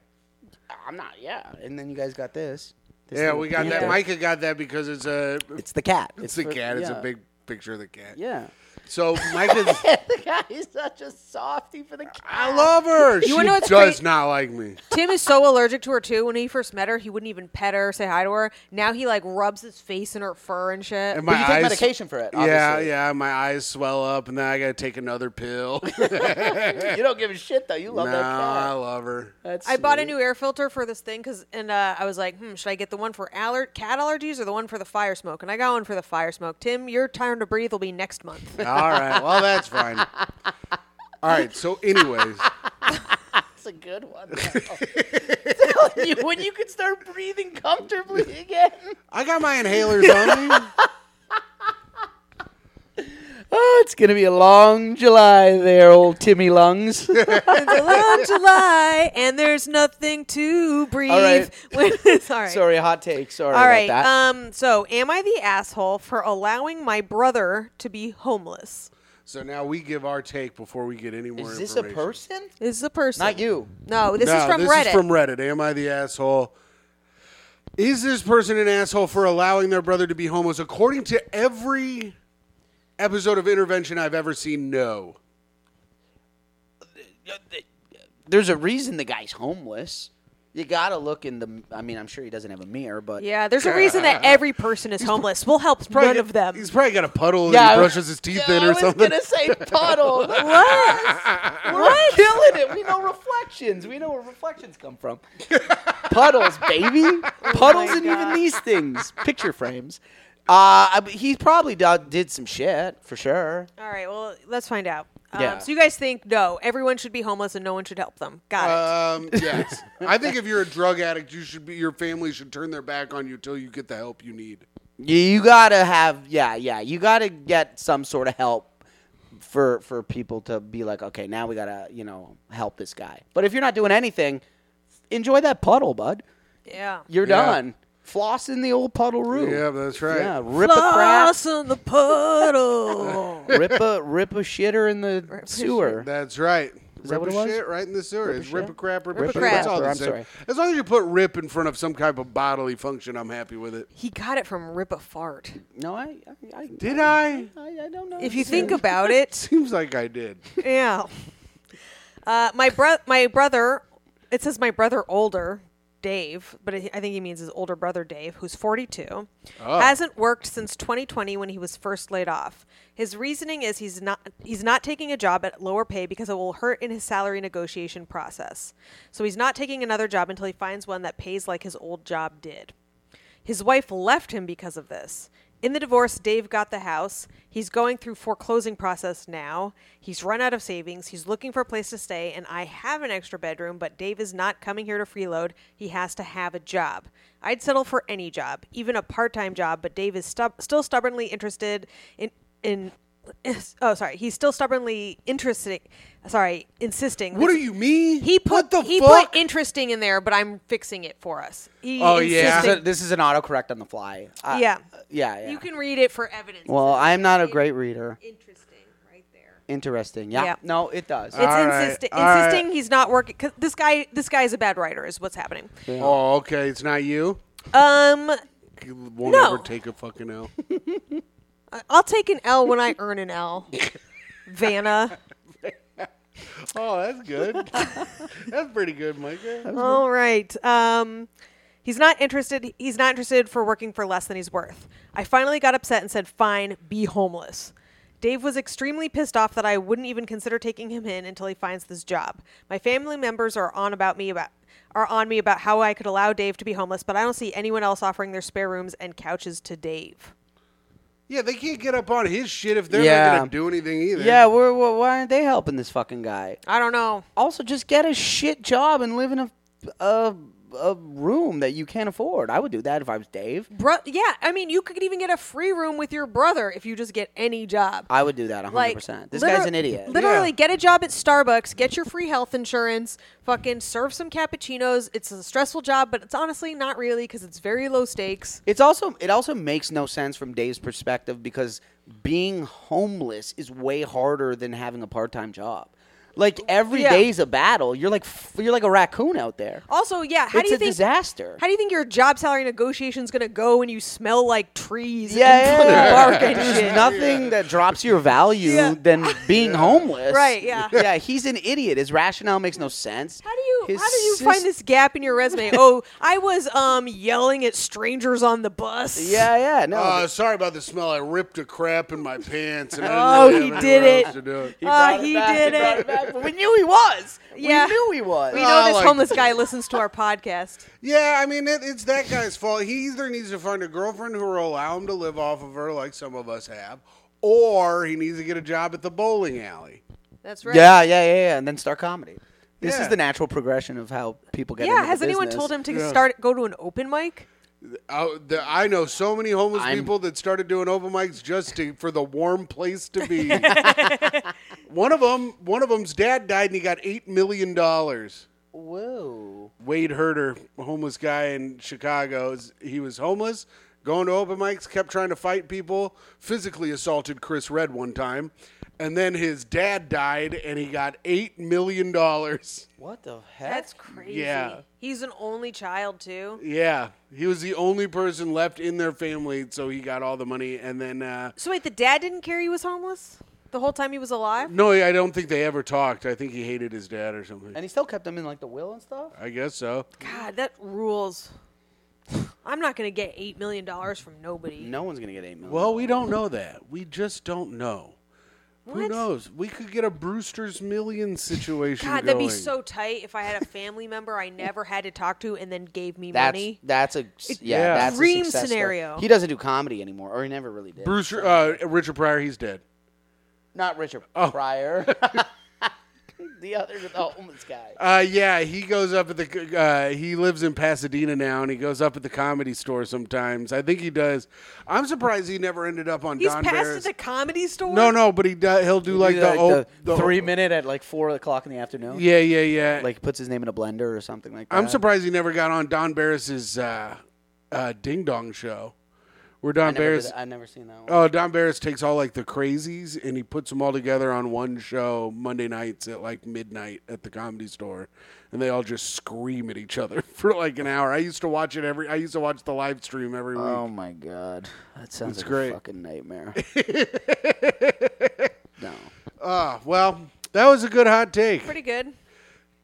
[SPEAKER 3] I'm not. Yeah. And then you guys got this. This
[SPEAKER 1] Yeah,
[SPEAKER 3] little
[SPEAKER 1] we got that.
[SPEAKER 3] panther.
[SPEAKER 1] Micah got that because it's a
[SPEAKER 3] It's the cat.
[SPEAKER 1] it's the
[SPEAKER 3] for-
[SPEAKER 1] cat. It's a
[SPEAKER 3] yeah.
[SPEAKER 1] big picture of the cat.
[SPEAKER 3] Yeah.
[SPEAKER 1] So
[SPEAKER 3] <laughs>
[SPEAKER 1] Micah,
[SPEAKER 3] the guy is such a softy for the cat.
[SPEAKER 1] I love her. she
[SPEAKER 2] wanna know what's
[SPEAKER 1] does
[SPEAKER 2] great?
[SPEAKER 1] not like me.
[SPEAKER 2] Tim is so <laughs> allergic to her too. When he first met her, he wouldn't even pet her, say hi to her. Now he like rubs his face in her fur and shit.
[SPEAKER 1] And
[SPEAKER 3] you take medication for it,
[SPEAKER 1] Yeah,
[SPEAKER 3] obviously.
[SPEAKER 1] yeah. My eyes swell up, and then I gotta take another
[SPEAKER 3] <laughs>
[SPEAKER 1] pill. <laughs>
[SPEAKER 3] you don't give a shit though. You love
[SPEAKER 1] no,
[SPEAKER 3] that
[SPEAKER 1] I
[SPEAKER 3] cat.
[SPEAKER 1] love her.
[SPEAKER 3] That's
[SPEAKER 2] I bought a
[SPEAKER 3] sweet.
[SPEAKER 2] new air filter for this thing because, and uh, I was like, hmm, should I get the one for aller- cat allergies or the one for the fire smoke? And I got one for the fire smoke. Tim, your time to breathe will be next <laughs> month.
[SPEAKER 1] All right. Well, that's fine. All right. So, anyways,
[SPEAKER 3] That's a good
[SPEAKER 1] <laughs>
[SPEAKER 3] one. though. Telling you, when you can start
[SPEAKER 1] <laughs>
[SPEAKER 3] breathing comfortably again.
[SPEAKER 1] I got my inhalers on. me.
[SPEAKER 3] Oh, it's gonna be a long July there, old
[SPEAKER 1] <laughs>
[SPEAKER 3] Timmy lungs.
[SPEAKER 2] it's a long July, and there's nothing to breathe.
[SPEAKER 3] All right.
[SPEAKER 2] <laughs> When- it's all right.
[SPEAKER 3] Sorry, hot take. Sorry
[SPEAKER 2] All right.
[SPEAKER 3] about that.
[SPEAKER 2] Um. So, am I the asshole for allowing my brother to be homeless?
[SPEAKER 1] So now we give our take before we get any more.
[SPEAKER 3] is this a
[SPEAKER 1] information.
[SPEAKER 3] person?
[SPEAKER 2] This is a person.
[SPEAKER 3] Not you.
[SPEAKER 2] No, this is
[SPEAKER 1] No,
[SPEAKER 2] from
[SPEAKER 1] this
[SPEAKER 2] Reddit.
[SPEAKER 1] is from Reddit. Am I the asshole? Is this person an asshole for allowing their brother to be homeless? According to every episode of Intervention I've ever seen, no.
[SPEAKER 3] There's a reason the guy's homeless. You gotta look in the. I mean, I'm sure he doesn't have a mirror, but
[SPEAKER 2] yeah, there's a reason <laughs> that every person is homeless. We'll help none
[SPEAKER 1] got-
[SPEAKER 2] of them.
[SPEAKER 1] He's probably got a puddle
[SPEAKER 3] Yeah,
[SPEAKER 1] and
[SPEAKER 3] I
[SPEAKER 1] he
[SPEAKER 3] was-
[SPEAKER 1] brushes his teeth
[SPEAKER 3] Yeah,
[SPEAKER 1] in or something.
[SPEAKER 3] I was gonna say puddle.
[SPEAKER 1] <laughs>
[SPEAKER 2] What?
[SPEAKER 3] We're killing it. We know reflections. We know where reflections come from. Puddles,
[SPEAKER 1] <laughs> Oh
[SPEAKER 3] baby. Puddles, and even these things. Picture frames. Uh, I- he probably do- did some shit for sure.
[SPEAKER 2] All right. Well, let's find out. Um,
[SPEAKER 3] Yeah.
[SPEAKER 2] So you guys think no, everyone should be homeless and no one should help them. Got
[SPEAKER 3] Uh,
[SPEAKER 2] it.
[SPEAKER 3] <laughs>
[SPEAKER 1] Um, yes, I think if you're a drug addict, you should be. Your family should turn their back on you till you get the help you need.
[SPEAKER 3] You, you gotta have, yeah, yeah. You gotta get some sort of help for for people to be like, okay, now we gotta, you know, help this guy. But if you're not doing anything, enjoy that puddle, bud.
[SPEAKER 2] Yeah.
[SPEAKER 3] You're
[SPEAKER 1] Yeah.
[SPEAKER 3] done. Floss in the old puddle room.
[SPEAKER 1] Yeah, that's right.
[SPEAKER 3] Yeah, rip a crack.
[SPEAKER 2] Floss in the puddle. <laughs>
[SPEAKER 3] rip a rip a shitter in the
[SPEAKER 2] a
[SPEAKER 3] sewer.
[SPEAKER 1] That's right. rip
[SPEAKER 3] Is that what
[SPEAKER 1] a
[SPEAKER 3] it was?
[SPEAKER 1] shit right in the sewer. It's rip a
[SPEAKER 3] shit?
[SPEAKER 1] crap, rip,
[SPEAKER 2] Rip
[SPEAKER 1] a
[SPEAKER 2] a
[SPEAKER 1] shit.
[SPEAKER 2] crap.
[SPEAKER 1] It's all the
[SPEAKER 3] I'm
[SPEAKER 1] same.
[SPEAKER 3] sorry.
[SPEAKER 1] As long as you put rip in front of some type of bodily function, I'm happy with it.
[SPEAKER 2] he got it from Rip a Fart.
[SPEAKER 3] No, I, I, I
[SPEAKER 1] Did I?
[SPEAKER 3] I, I don't know.
[SPEAKER 2] If you think
[SPEAKER 3] <laughs>
[SPEAKER 2] about
[SPEAKER 1] <laughs>
[SPEAKER 2] it,
[SPEAKER 1] Seems like I did.
[SPEAKER 2] yeah. Uh, my bro, my brother. It says my brother older Dave, but I I think he means his older brother Dave, who's 42, hasn't worked since 2020 when he was first laid off. His reasoning is he's not he's not taking a job at lower pay because it will hurt in his salary negotiation process. So he's not taking another job until he finds one that pays like his old job did. His wife left him because of this. In the divorce, Dave got the house. He's going through foreclosing process now. He's run out of savings. He's looking for a place to stay, and I have an extra bedroom, but Dave is not coming here to freeload. He has to have a job. I'd settle for any job, even a part-time job, but Dave is stub- still stubbornly interested in in <coughs> oh sorry, he's still stubbornly interested sorry, insisting.
[SPEAKER 1] What
[SPEAKER 2] that-
[SPEAKER 1] are you me?
[SPEAKER 2] He
[SPEAKER 1] what
[SPEAKER 2] put
[SPEAKER 1] the
[SPEAKER 2] he
[SPEAKER 1] fuck?
[SPEAKER 2] put interesting in there, but I'm fixing it for us. He
[SPEAKER 1] Oh, yeah.
[SPEAKER 2] insisted-
[SPEAKER 3] this is an autocorrect on the fly. I-
[SPEAKER 2] Yeah.
[SPEAKER 3] yeah, yeah.
[SPEAKER 2] You can read it for evidence.
[SPEAKER 3] well,
[SPEAKER 2] It's
[SPEAKER 3] I'm not a great reader.
[SPEAKER 2] interesting right there.
[SPEAKER 3] Interesting. Yeah.
[SPEAKER 2] Yeah.
[SPEAKER 3] No, it does.
[SPEAKER 2] It's
[SPEAKER 1] All right,
[SPEAKER 2] insisting.
[SPEAKER 1] all right.
[SPEAKER 2] Insisting he's not working. Cause this guy, this guy is a bad writer. Is what's happening.
[SPEAKER 1] oh, okay. It's not you.
[SPEAKER 2] Um,
[SPEAKER 1] You won't
[SPEAKER 2] No.
[SPEAKER 1] ever take a fucking
[SPEAKER 3] <laughs>
[SPEAKER 1] L. <laughs>
[SPEAKER 2] I- I'll take an L when I earn an L. Vanna.
[SPEAKER 1] Oh, that's
[SPEAKER 3] <laughs>
[SPEAKER 1] good. that's pretty good, Micah.
[SPEAKER 2] All right. Um, he's not interested. He's not interested for working for less than he's worth. I finally got upset and said, "Fine, be homeless." Dave was extremely pissed off that I wouldn't even consider taking him in until he finds this job. My family members are on about me about are on me about how I could allow Dave to be homeless, but I don't see anyone else offering their spare rooms and couches to Dave.
[SPEAKER 1] Yeah, they can't get up on his shit if they're
[SPEAKER 3] Yeah.
[SPEAKER 1] not gonna do anything either.
[SPEAKER 3] Yeah, we're, we why aren't they helping this fucking guy?
[SPEAKER 2] I don't know.
[SPEAKER 3] Also, just get a shit job and live in a a, a room that you can't afford. I would do that if I was Dave.
[SPEAKER 2] Bro- yeah, I mean, you could even get a free room with your brother if you just get any job.
[SPEAKER 3] I would do that 100%.
[SPEAKER 2] Like
[SPEAKER 3] this
[SPEAKER 2] liter-
[SPEAKER 3] guy's an idiot.
[SPEAKER 2] Literally,
[SPEAKER 1] Yeah.
[SPEAKER 2] get a job at Starbucks, get your free health insurance, fucking serve some cappuccinos. It's a stressful job, but it's honestly not really because it's very low stakes.
[SPEAKER 3] It's also it also makes no sense from Dave's perspective because being homeless is way harder than having a part-time job. Like every
[SPEAKER 2] Yeah.
[SPEAKER 3] day's a battle. You're like f- you're like a raccoon out there.
[SPEAKER 2] Also, yeah, how
[SPEAKER 3] it's
[SPEAKER 2] do you
[SPEAKER 3] a
[SPEAKER 2] think?
[SPEAKER 3] disaster.
[SPEAKER 2] How do you think your job salary negotiation's gonna go when you smell like trees?
[SPEAKER 3] yeah,
[SPEAKER 2] and
[SPEAKER 3] yeah,
[SPEAKER 2] fucking
[SPEAKER 3] yeah. <laughs>
[SPEAKER 2] bark and
[SPEAKER 3] There's
[SPEAKER 2] shit?
[SPEAKER 3] nothing that drops your value
[SPEAKER 2] Yeah.
[SPEAKER 3] than being homeless.
[SPEAKER 2] Right, yeah.
[SPEAKER 3] <laughs> Yeah, he's an idiot. His rationale makes no sense.
[SPEAKER 2] How do you
[SPEAKER 3] His
[SPEAKER 2] how do you
[SPEAKER 3] sis-
[SPEAKER 2] find this gap in your
[SPEAKER 3] <laughs>
[SPEAKER 2] resume? oh, I was um yelling at strangers on the bus.
[SPEAKER 3] Yeah, yeah. No.
[SPEAKER 1] Uh, sorry about the smell. I ripped a crap in my pants, and
[SPEAKER 2] Oh,
[SPEAKER 1] I didn't
[SPEAKER 2] he
[SPEAKER 1] really have
[SPEAKER 2] did
[SPEAKER 1] anywhere
[SPEAKER 2] it.
[SPEAKER 1] else to do it.
[SPEAKER 3] He
[SPEAKER 2] Oh,
[SPEAKER 3] brought it
[SPEAKER 2] he
[SPEAKER 3] back,
[SPEAKER 2] did
[SPEAKER 3] brought
[SPEAKER 2] it.
[SPEAKER 3] back, but we knew he was.
[SPEAKER 2] Yeah.
[SPEAKER 3] We knew he was.
[SPEAKER 2] We know
[SPEAKER 1] Oh,
[SPEAKER 2] this
[SPEAKER 1] like-
[SPEAKER 2] homeless guy listens to our podcast.
[SPEAKER 1] Yeah, I mean, it, it's that guy's fault. He either needs to find a girlfriend who will allow him to live off of her, like some of us have, or he needs to get a job at the bowling alley.
[SPEAKER 2] That's right.
[SPEAKER 3] Yeah, yeah, yeah, yeah, and then start comedy. This
[SPEAKER 1] Yeah.
[SPEAKER 3] is the natural progression of how people get.
[SPEAKER 2] Yeah,
[SPEAKER 3] into
[SPEAKER 2] has
[SPEAKER 3] the
[SPEAKER 2] anyone
[SPEAKER 3] business.
[SPEAKER 2] told him to
[SPEAKER 1] Yeah.
[SPEAKER 2] start go to an open mic?
[SPEAKER 1] I, Oh, the, I know so many homeless
[SPEAKER 3] I'm-
[SPEAKER 1] people that started doing open mics just to, for the warm place to
[SPEAKER 2] <laughs>
[SPEAKER 1] be. one of them, one of them's dad died, and he got eight million dollars.
[SPEAKER 3] Whoa.
[SPEAKER 1] Wade Herter, a homeless guy in Chicago. is- He was homeless, going to open mics, kept trying to fight people, physically assaulted Chris Red one time, and then his dad died and he got $8 million.
[SPEAKER 2] <laughs>
[SPEAKER 3] What the heck?
[SPEAKER 2] That's crazy.
[SPEAKER 1] Yeah.
[SPEAKER 2] He's an only child too.
[SPEAKER 1] Yeah, he was the only person left in their family, so he got all the money. And then, uh,
[SPEAKER 2] So wait, the dad didn't care he was homeless the whole time he was alive?
[SPEAKER 1] no, I don't think they ever talked. I think he hated his dad or something.
[SPEAKER 3] and he still kept him in like the will and stuff.
[SPEAKER 1] I guess so.
[SPEAKER 2] God, that rules. <sighs> I'm not gonna get eight million dollars from nobody.
[SPEAKER 3] No one's gonna get eight million.
[SPEAKER 1] Well, we don't know that. We just don't know. Who
[SPEAKER 2] What?
[SPEAKER 1] knows? We could get a Brewster's Million situation.
[SPEAKER 2] God, that'd be
[SPEAKER 1] going.
[SPEAKER 2] so tight if I had a family member I never had to talk to and then gave me
[SPEAKER 3] that's
[SPEAKER 2] money.
[SPEAKER 3] that's a yeah,
[SPEAKER 1] Yeah.
[SPEAKER 3] That's a
[SPEAKER 2] Dream
[SPEAKER 3] success story.
[SPEAKER 2] scenario.
[SPEAKER 3] He doesn't do comedy anymore, or he never really did.
[SPEAKER 1] Bruce, uh, Richard Pryor, he's dead.
[SPEAKER 3] Not Richard Pryor. <laughs> the other, the homeless guy.
[SPEAKER 1] Uh, yeah, he goes up at the. Uh, he lives in Pasadena now, and he goes up at the comedy store sometimes. I think he does. I'm surprised he never ended up on
[SPEAKER 2] He's
[SPEAKER 1] Don
[SPEAKER 2] passed
[SPEAKER 1] Barris.
[SPEAKER 2] at the comedy store.
[SPEAKER 1] no, no, but he does, he'll do like, the, old, the
[SPEAKER 3] three minute at like four o'clock in the afternoon.
[SPEAKER 1] Yeah, yeah, yeah.
[SPEAKER 3] Like puts his name in a blender or something like that.
[SPEAKER 1] I'm surprised he never got on Don Barris's uh, uh, Ding Dong show, where Don
[SPEAKER 3] I never did
[SPEAKER 1] Barris.
[SPEAKER 3] it. I've never seen that one.
[SPEAKER 1] Oh, Don Barris takes all like the crazies and he puts them all together on one show Monday nights at like midnight at the comedy store, and they all just scream at each other <laughs> for like an hour. I used to watch it every. I used to watch the live stream every week.
[SPEAKER 3] Oh my god, that sounds like
[SPEAKER 1] great.
[SPEAKER 3] a fucking <laughs> nightmare. no,
[SPEAKER 1] Ah, well, that was a good hot take,
[SPEAKER 2] Pretty good.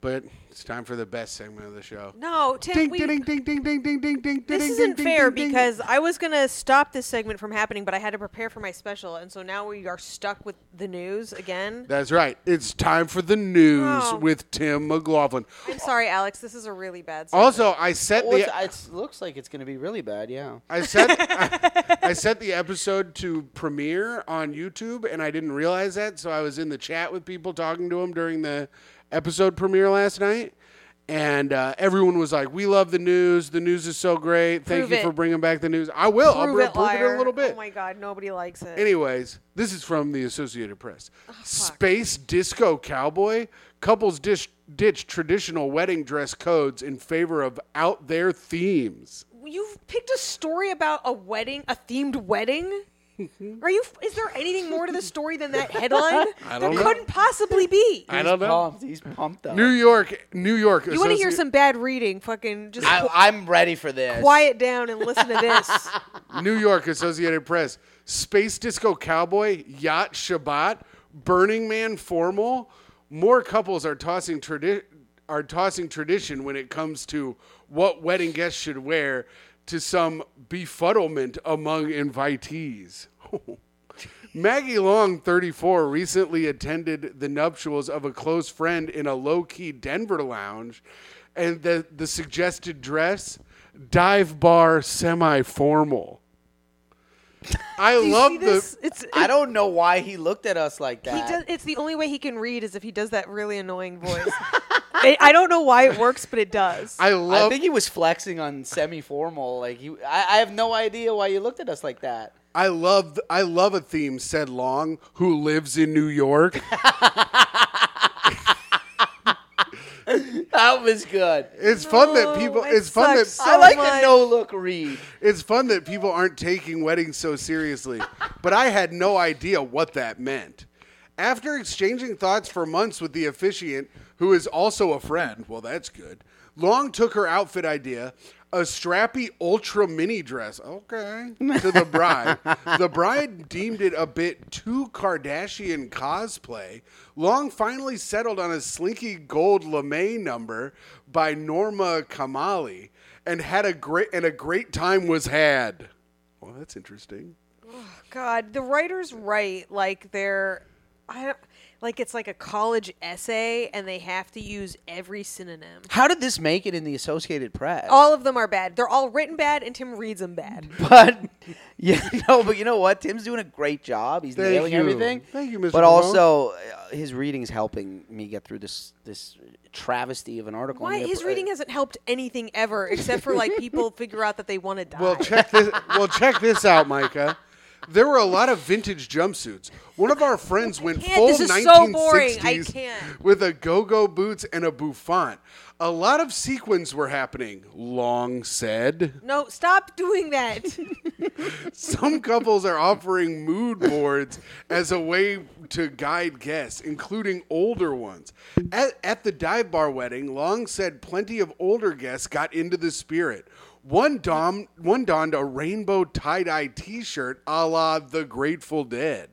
[SPEAKER 1] but it's time for the best segment of the show.
[SPEAKER 2] No, Tim,
[SPEAKER 1] Ding
[SPEAKER 2] we,
[SPEAKER 1] ding ding ding ding ding ding ding.
[SPEAKER 2] this
[SPEAKER 1] ding,
[SPEAKER 2] isn't
[SPEAKER 1] ding,
[SPEAKER 2] fair
[SPEAKER 1] ding, ding.
[SPEAKER 2] because I was gonna stop this segment from happening, but I had to prepare for my special, and so now we are stuck with the news again.
[SPEAKER 1] That's right. It's time for the news
[SPEAKER 2] Oh.
[SPEAKER 1] with Tim McLaughlin.
[SPEAKER 2] I'm sorry, Alex. This is a really bad. Segment.
[SPEAKER 1] Also, I set
[SPEAKER 3] well,
[SPEAKER 1] the
[SPEAKER 3] it's, it looks like it's gonna be really bad. Yeah,
[SPEAKER 1] I set <laughs> I, I set the episode to premiere on YouTube, and I didn't realize that. So I was in the chat with people talking to them during the episode premiere last night, and uh, everyone was like, "We love the news. The news is so great. Thank
[SPEAKER 2] Prove
[SPEAKER 1] you
[SPEAKER 2] it.
[SPEAKER 1] for bringing back the news. I will. I'll
[SPEAKER 2] prove
[SPEAKER 1] br-
[SPEAKER 2] it,
[SPEAKER 1] prove it
[SPEAKER 2] liar.
[SPEAKER 1] in a little bit."
[SPEAKER 2] Oh my god, nobody likes it.
[SPEAKER 1] Anyways, this is from the Associated Press.
[SPEAKER 2] Oh,
[SPEAKER 1] Space disco cowboy couples dish, ditch traditional wedding dress codes in favor of out there themes.
[SPEAKER 2] You've picked a story about a wedding, a themed
[SPEAKER 1] <laughs>
[SPEAKER 2] wedding. Are you? Is there anything more to the story than that headline?
[SPEAKER 1] I
[SPEAKER 2] there
[SPEAKER 1] don't know.
[SPEAKER 2] couldn't possibly be.
[SPEAKER 1] I don't know.
[SPEAKER 3] pumped. Oh, He's pumped up.
[SPEAKER 1] New York, New York.
[SPEAKER 2] you want to hear
[SPEAKER 1] Associ-
[SPEAKER 2] some bad reading? Fucking just qu-
[SPEAKER 3] I, am ready for this.
[SPEAKER 2] quiet down and listen to this.
[SPEAKER 1] New York Associated Press. Space Disco Cowboy, Yacht Shabbat, Burning Man Formal, more couples are tossing tradi- are tossing tradition when it comes to what wedding guests should wear to some befuddlement among invitees. <laughs> Maggie Long, 34, recently attended the nuptials of a close friend in a low key Denver lounge, and the, the suggested dress dive bar semi formal. <laughs> I
[SPEAKER 2] Do you
[SPEAKER 1] love
[SPEAKER 2] see
[SPEAKER 1] the.
[SPEAKER 2] this? It's,
[SPEAKER 3] I don't know why he looked at us like
[SPEAKER 2] He
[SPEAKER 1] <laughs>
[SPEAKER 3] that.
[SPEAKER 2] does. It's the only way he can read is if he does that really annoying voice. I, I don't know why it works, but it does.
[SPEAKER 1] I
[SPEAKER 3] I
[SPEAKER 1] love
[SPEAKER 3] think he was flexing on semi-formal. Like he, I, I have no idea why you looked at us like that.
[SPEAKER 1] I love I love a theme said Long, who lives in New
[SPEAKER 2] <laughs>
[SPEAKER 1] York.
[SPEAKER 3] That was good.
[SPEAKER 1] It's fun that
[SPEAKER 2] No,
[SPEAKER 1] people
[SPEAKER 2] it
[SPEAKER 1] it's fun that
[SPEAKER 2] sucks.
[SPEAKER 3] I
[SPEAKER 2] So
[SPEAKER 3] like the
[SPEAKER 2] much.
[SPEAKER 3] no look read.
[SPEAKER 1] it's fun that people aren't taking weddings so seriously. but I had no idea what that meant. After exchanging thoughts for months with the officiant, who is also a friend, well that's good. Long took her outfit idea, a strappy ultra mini dress, okay, to the bride. the bride deemed it a bit too Kardashian cosplay. Long finally settled on a slinky gold lame number by Norma Kamali and had a great and a great time was had. Well, that's interesting.
[SPEAKER 2] God, the writers write like they're, I don't, like it's like a college essay, and they have to use every synonym.
[SPEAKER 3] How did this make it in the Associated Press?
[SPEAKER 2] All of them are bad. They're all written bad, and Tim reads them bad.
[SPEAKER 1] Mm-hmm.
[SPEAKER 3] But <laughs> yeah, no, but you know what? Tim's doing a great job. He's
[SPEAKER 1] Thank
[SPEAKER 3] nailing
[SPEAKER 1] you.
[SPEAKER 3] everything.
[SPEAKER 1] Thank you, Mr.
[SPEAKER 3] But
[SPEAKER 1] Ramon.
[SPEAKER 3] also, uh, his reading's helping me get through this this travesty of an article.
[SPEAKER 2] Why
[SPEAKER 3] I'm gonna
[SPEAKER 2] his
[SPEAKER 3] put-
[SPEAKER 1] uh,
[SPEAKER 2] reading hasn't helped anything ever, except for
[SPEAKER 1] <laughs>
[SPEAKER 2] like people figure out that they want to die.
[SPEAKER 1] Well, check this. well, check this out, Micah. There were a lot of vintage jumpsuits. One of our friends went
[SPEAKER 2] can't.
[SPEAKER 1] full
[SPEAKER 2] This is so
[SPEAKER 1] 1960s
[SPEAKER 2] boring. I can't.
[SPEAKER 1] with a go-go boots and a bouffant. A lot of sequins were happening. Long said.
[SPEAKER 2] no, stop
[SPEAKER 1] <laughs>
[SPEAKER 2] doing that.
[SPEAKER 1] Some couples are offering mood boards as a way to guide guests, including older ones. At, at the dive bar wedding, Long said plenty of older guests got into the spirit. One, dom, one donned a rainbow tie dye t shirt a la the Grateful Dead.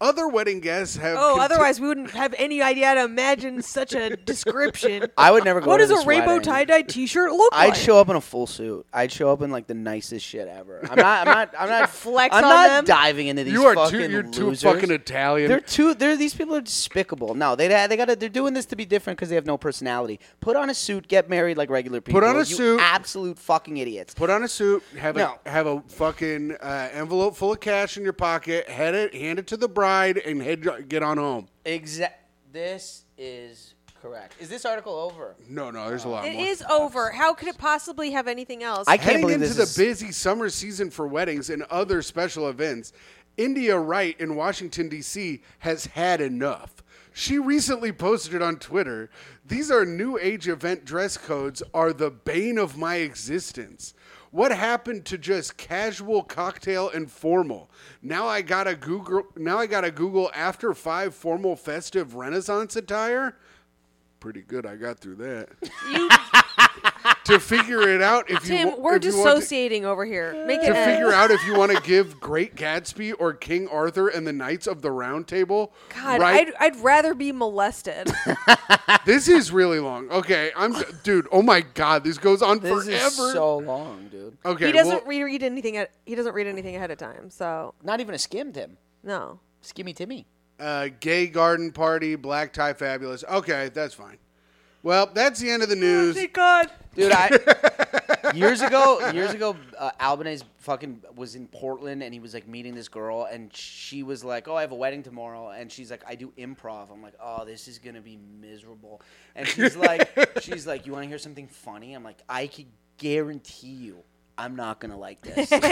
[SPEAKER 1] Other wedding guests have.
[SPEAKER 2] Oh,
[SPEAKER 1] conti-
[SPEAKER 2] otherwise we wouldn't have any idea how to imagine such a description.
[SPEAKER 3] I would never go.
[SPEAKER 2] What
[SPEAKER 3] to
[SPEAKER 2] does a
[SPEAKER 3] this
[SPEAKER 2] rainbow
[SPEAKER 3] wedding.
[SPEAKER 2] tie dye T-shirt look
[SPEAKER 3] I'd
[SPEAKER 2] like?
[SPEAKER 3] show up in a full suit. I'd show up in like the nicest shit ever. I'm not. I'm not. I'm not
[SPEAKER 2] <laughs> Flex
[SPEAKER 3] I'm
[SPEAKER 2] on
[SPEAKER 3] not
[SPEAKER 2] them?
[SPEAKER 3] diving into these.
[SPEAKER 1] You are
[SPEAKER 3] fucking
[SPEAKER 1] too. You're too
[SPEAKER 3] losers.
[SPEAKER 1] fucking Italian.
[SPEAKER 3] They're too. They're these people are despicable. No, they they got to. They're doing this to be different because they have no personality. Put on a suit, get married like regular people.
[SPEAKER 1] on a
[SPEAKER 3] you
[SPEAKER 1] suit.
[SPEAKER 3] Absolute fucking idiots.
[SPEAKER 1] Put on a suit, have
[SPEAKER 3] No.
[SPEAKER 1] a have a fucking uh, envelope full of cash in your pocket, head it, hand it to the bride, and head get on home.
[SPEAKER 3] Exact. This is correct. Is this article over?
[SPEAKER 1] No, no, there's a lot
[SPEAKER 2] It
[SPEAKER 1] more.
[SPEAKER 2] is over. How could it possibly have anything else?
[SPEAKER 3] I can't
[SPEAKER 1] Heading
[SPEAKER 3] believe
[SPEAKER 1] into
[SPEAKER 3] this
[SPEAKER 1] the
[SPEAKER 3] is.
[SPEAKER 1] busy summer season for weddings and other special events, India Wright in Washington, D.C. has had enough. She recently posted on Twitter These are new age event dress codes, are the bane of my existence. What happened to just casual cocktail and formal? Now I gotta Google. Now I gotta Google after five formal festive Renaissance attire. Pretty good, I got through that.
[SPEAKER 2] You,
[SPEAKER 1] <laughs> to figure it out, if you
[SPEAKER 2] Tim,
[SPEAKER 1] wa-
[SPEAKER 2] we're
[SPEAKER 1] if you want to-
[SPEAKER 2] dissociating over here. Make it
[SPEAKER 1] to
[SPEAKER 2] end.
[SPEAKER 1] figure out if you want to give Great Gatsby or King Arthur and the Knights of the Round Table.
[SPEAKER 2] God,
[SPEAKER 1] right.
[SPEAKER 2] I'd, I'd rather be
[SPEAKER 3] <laughs>
[SPEAKER 2] molested.
[SPEAKER 1] this is really long. Okay, I'm dude. Oh my God, this goes on
[SPEAKER 3] This
[SPEAKER 1] forever.
[SPEAKER 3] is so long, dude.
[SPEAKER 1] okay,
[SPEAKER 2] he doesn't
[SPEAKER 1] well,
[SPEAKER 2] reread anything. At, he doesn't read anything ahead of time. So
[SPEAKER 3] Not even a skim, Tim.
[SPEAKER 2] no.
[SPEAKER 3] Skimmy Timmy.
[SPEAKER 1] uh, gay garden party, black tie, fabulous. Okay, that's fine. Well, that's the end of the news.
[SPEAKER 2] Thank God.
[SPEAKER 3] dude.
[SPEAKER 1] <laughs>
[SPEAKER 3] I years ago, years ago, uh, Albanese fucking was in Portland, and he was like meeting this girl, and she was like, "Oh, I have a wedding tomorrow," and she's like, "I do improv." I'm like, "Oh, this is gonna be miserable," and
[SPEAKER 1] <laughs>
[SPEAKER 3] she's like, "She's like, you want to hear something funny?" I'm like, "I could guarantee you." I'm not gonna like this. at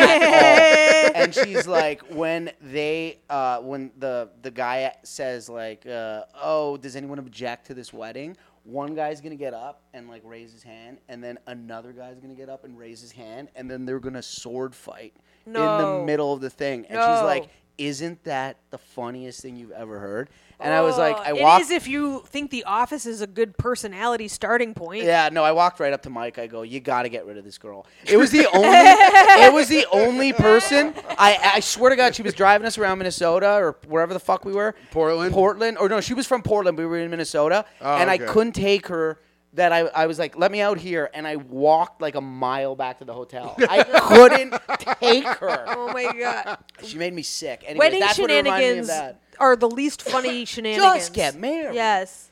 [SPEAKER 2] <laughs>
[SPEAKER 3] all." And she's like, when they, uh, when the the guy says like, uh, "Oh, does anyone object to this wedding?" one guy's gonna get up and like raise his hand, and then another guy's gonna get up and raise his hand, and then they're gonna sword fight in
[SPEAKER 2] No.
[SPEAKER 3] the middle of the thing. And she's
[SPEAKER 2] No.
[SPEAKER 3] like, isn't that the funniest thing you've ever heard? And I was like, I
[SPEAKER 2] it is
[SPEAKER 3] walked.
[SPEAKER 2] if you think The Office is a good personality starting point.
[SPEAKER 3] Yeah, no, I walked right up to Mike. I go, "You got to get rid of this girl." It was the only, it was the only person. I, I swear to God, she was driving us around Minnesota or wherever the fuck we were.
[SPEAKER 1] Portland?
[SPEAKER 3] Portland, or no, she was from Portland. We were in Minnesota,
[SPEAKER 1] Oh,
[SPEAKER 3] and
[SPEAKER 1] okay.
[SPEAKER 3] I couldn't take her. That I, I was like, let me out here, and I walked like a mile back to the hotel. <laughs> I couldn't take her.
[SPEAKER 2] Oh my god.
[SPEAKER 3] <laughs> She made me sick. Anyways,
[SPEAKER 2] Wedding
[SPEAKER 3] that's what it reminded me of
[SPEAKER 2] shenanigans
[SPEAKER 3] that.
[SPEAKER 2] are the least
[SPEAKER 3] <laughs>
[SPEAKER 2] funny shenanigans.
[SPEAKER 3] get married.
[SPEAKER 2] Yes.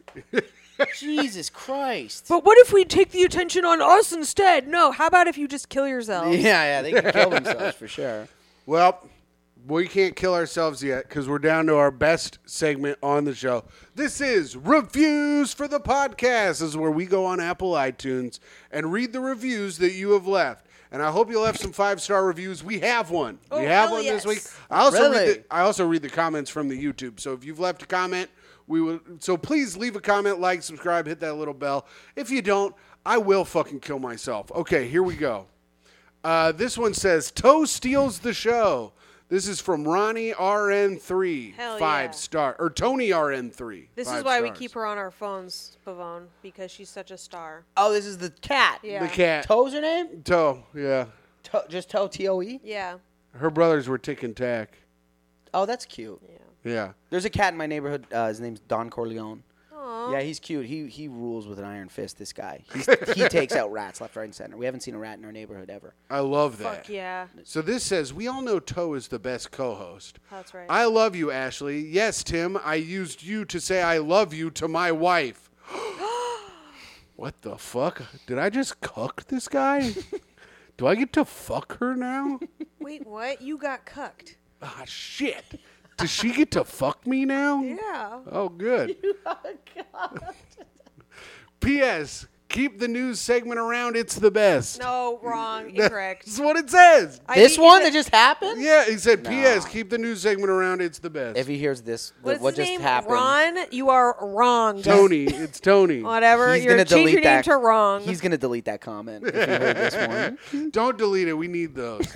[SPEAKER 3] Jesus Christ.
[SPEAKER 2] But what if we take the attention on us instead? No, how about if you just kill yourself?
[SPEAKER 3] <laughs> yeah, yeah, they can kill themselves for sure.
[SPEAKER 1] Well, we can't kill ourselves yet because we're down to our best segment on the show. This is Reviews for the Podcast. This is where we go on Apple iTunes and read the reviews that you have left. And I hope you left some five star reviews. We have one.
[SPEAKER 2] Oh,
[SPEAKER 1] we have
[SPEAKER 2] hell
[SPEAKER 1] one this
[SPEAKER 2] yes.
[SPEAKER 1] week. I also
[SPEAKER 3] Really?
[SPEAKER 1] read the, I also read the comments from the YouTube. So if you've left a comment, we will. So please leave a comment, like, subscribe, hit that little bell. If you don't, I will fucking kill myself. Okay, here we go. Uh, this one says Toe steals the show. This is from Ronnie RN3,
[SPEAKER 2] Hell
[SPEAKER 1] five
[SPEAKER 2] yeah.
[SPEAKER 1] star, or Tony RN3.
[SPEAKER 2] This is
[SPEAKER 1] five
[SPEAKER 2] why we
[SPEAKER 1] stars.
[SPEAKER 2] keep her on our phones, Pavone, because she's such a star.
[SPEAKER 3] Oh, this is the cat.
[SPEAKER 2] Yeah.
[SPEAKER 1] the cat. Toe.
[SPEAKER 3] Toe's her name?
[SPEAKER 1] yeah.
[SPEAKER 3] To- just Toe, T O E?
[SPEAKER 2] Yeah.
[SPEAKER 1] Her brothers were tick and tack.
[SPEAKER 3] Oh, that's cute.
[SPEAKER 2] Yeah.
[SPEAKER 1] Yeah.
[SPEAKER 3] There's a cat in my neighborhood. Uh, his name's Don Corleone. Yeah, he's cute. He he rules with an iron fist, this guy. <laughs> He's, he takes out rats left, right, and center. We haven't seen a rat in our neighborhood ever.
[SPEAKER 1] I love that.
[SPEAKER 2] Fuck yeah.
[SPEAKER 1] So this says we all know Toe is the best co-host.
[SPEAKER 2] That's right.
[SPEAKER 1] I love you, Ashley. Yes, Tim, I used you to say I love you to my wife. <gasps> what the fuck? Did I just cuck this
[SPEAKER 2] <laughs>
[SPEAKER 1] guy? Do I get to fuck her now?
[SPEAKER 2] Wait, what? You got cucked.
[SPEAKER 1] Ah, shit. Does she get to fuck me now?
[SPEAKER 3] <laughs>
[SPEAKER 2] Yeah.
[SPEAKER 1] Oh,
[SPEAKER 2] <laughs>
[SPEAKER 1] good. P.S. Keep the news segment around. It's the best.
[SPEAKER 2] No,
[SPEAKER 3] <laughs>
[SPEAKER 2] wrong, incorrect.
[SPEAKER 1] That's what it
[SPEAKER 2] <laughs>
[SPEAKER 1] says.
[SPEAKER 2] I
[SPEAKER 3] This
[SPEAKER 2] think you
[SPEAKER 3] one
[SPEAKER 2] said-
[SPEAKER 3] that just happened?
[SPEAKER 1] Yeah, he said, P.S. Keep the news segment around. It's the best.
[SPEAKER 3] If he hears this,
[SPEAKER 2] What's
[SPEAKER 3] what
[SPEAKER 2] his
[SPEAKER 3] just
[SPEAKER 2] name?
[SPEAKER 3] happened?
[SPEAKER 2] Ron, you are wrong.
[SPEAKER 3] <laughs>
[SPEAKER 1] Tony. It's Tony.
[SPEAKER 2] Whatever.
[SPEAKER 3] He's
[SPEAKER 2] You're
[SPEAKER 3] gonna
[SPEAKER 2] change
[SPEAKER 3] delete
[SPEAKER 2] your name
[SPEAKER 3] that.
[SPEAKER 2] to wrong.
[SPEAKER 3] He's gonna delete that comment. If he heard this <laughs> one.
[SPEAKER 1] Don't delete it. We need those.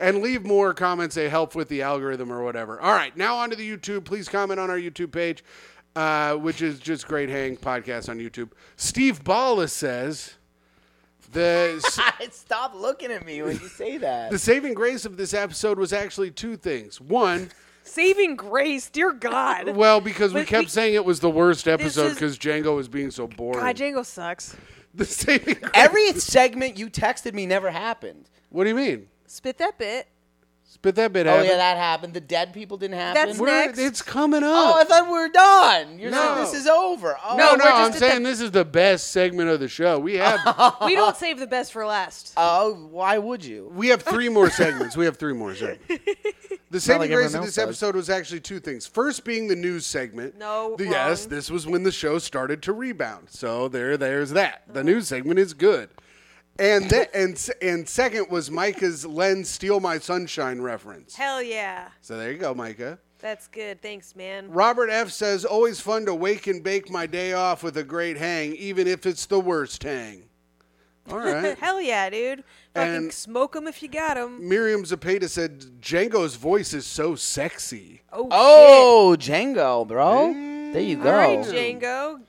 [SPEAKER 1] and leave more comments. They help with the algorithm or whatever. All right. Now onto the YouTube. Please comment on our YouTube page, uh, which is just Great Hang Podcast on YouTube. Steve Balla says the.
[SPEAKER 3] Stop looking at me when you say that.
[SPEAKER 1] The saving grace of this episode was actually two things. One,
[SPEAKER 2] Saving grace, dear
[SPEAKER 3] <laughs>
[SPEAKER 2] God.
[SPEAKER 1] well, because we
[SPEAKER 2] But
[SPEAKER 1] kept
[SPEAKER 2] we-
[SPEAKER 1] saying it was the worst episode
[SPEAKER 2] is-
[SPEAKER 1] because Django was being so boring.
[SPEAKER 2] God, Django sucks.
[SPEAKER 1] the saving grace.
[SPEAKER 3] Every segment you texted me never happened.
[SPEAKER 1] what do you mean?
[SPEAKER 2] Spit that
[SPEAKER 3] <laughs>
[SPEAKER 2] bit.
[SPEAKER 1] Spit that bit
[SPEAKER 3] Oh
[SPEAKER 1] out.
[SPEAKER 3] yeah, that happened. The dead people didn't happen.
[SPEAKER 2] That's-
[SPEAKER 1] We're,
[SPEAKER 2] next.
[SPEAKER 1] it's coming
[SPEAKER 3] oh, I
[SPEAKER 1] up.
[SPEAKER 3] thought we were done. You're
[SPEAKER 1] No.
[SPEAKER 3] saying this is over. Oh,
[SPEAKER 1] no, no,
[SPEAKER 2] No, we're
[SPEAKER 1] I'm
[SPEAKER 2] just at
[SPEAKER 1] saying this is the best segment of the show. We have
[SPEAKER 2] We don't save the best for last.
[SPEAKER 3] Oh, why would you?
[SPEAKER 1] we have three more segments. We have three more
[SPEAKER 3] <laughs>
[SPEAKER 1] segments. The saving
[SPEAKER 3] like
[SPEAKER 1] grace
[SPEAKER 3] everyone
[SPEAKER 1] of
[SPEAKER 3] else
[SPEAKER 1] this
[SPEAKER 3] does.
[SPEAKER 1] episode was actually two things. First being the news segment.
[SPEAKER 2] No,
[SPEAKER 1] The- yes,
[SPEAKER 2] wrong.
[SPEAKER 1] this was when the show started to rebound. So there, there's that.
[SPEAKER 3] Uh-huh.
[SPEAKER 1] The news segment is good. And th- and s- and second was Micah's "Len Steal My Sunshine" reference.
[SPEAKER 2] Hell yeah.
[SPEAKER 1] So there you go, Micah.
[SPEAKER 2] That's good. Thanks, man.
[SPEAKER 1] Robert F says, "Always fun to wake and bake my day off with a great hang, even if it's the worst hang." All
[SPEAKER 3] <laughs>
[SPEAKER 1] right.
[SPEAKER 2] Hell yeah, dude. Fucking
[SPEAKER 1] And-
[SPEAKER 2] smoke 'em if you got 'em.
[SPEAKER 1] Miriam Zapata said, "Django's voice is so sexy."
[SPEAKER 2] Oh,
[SPEAKER 3] Oh, Django, bro. There you
[SPEAKER 2] shit.
[SPEAKER 3] go.
[SPEAKER 2] All right, Django.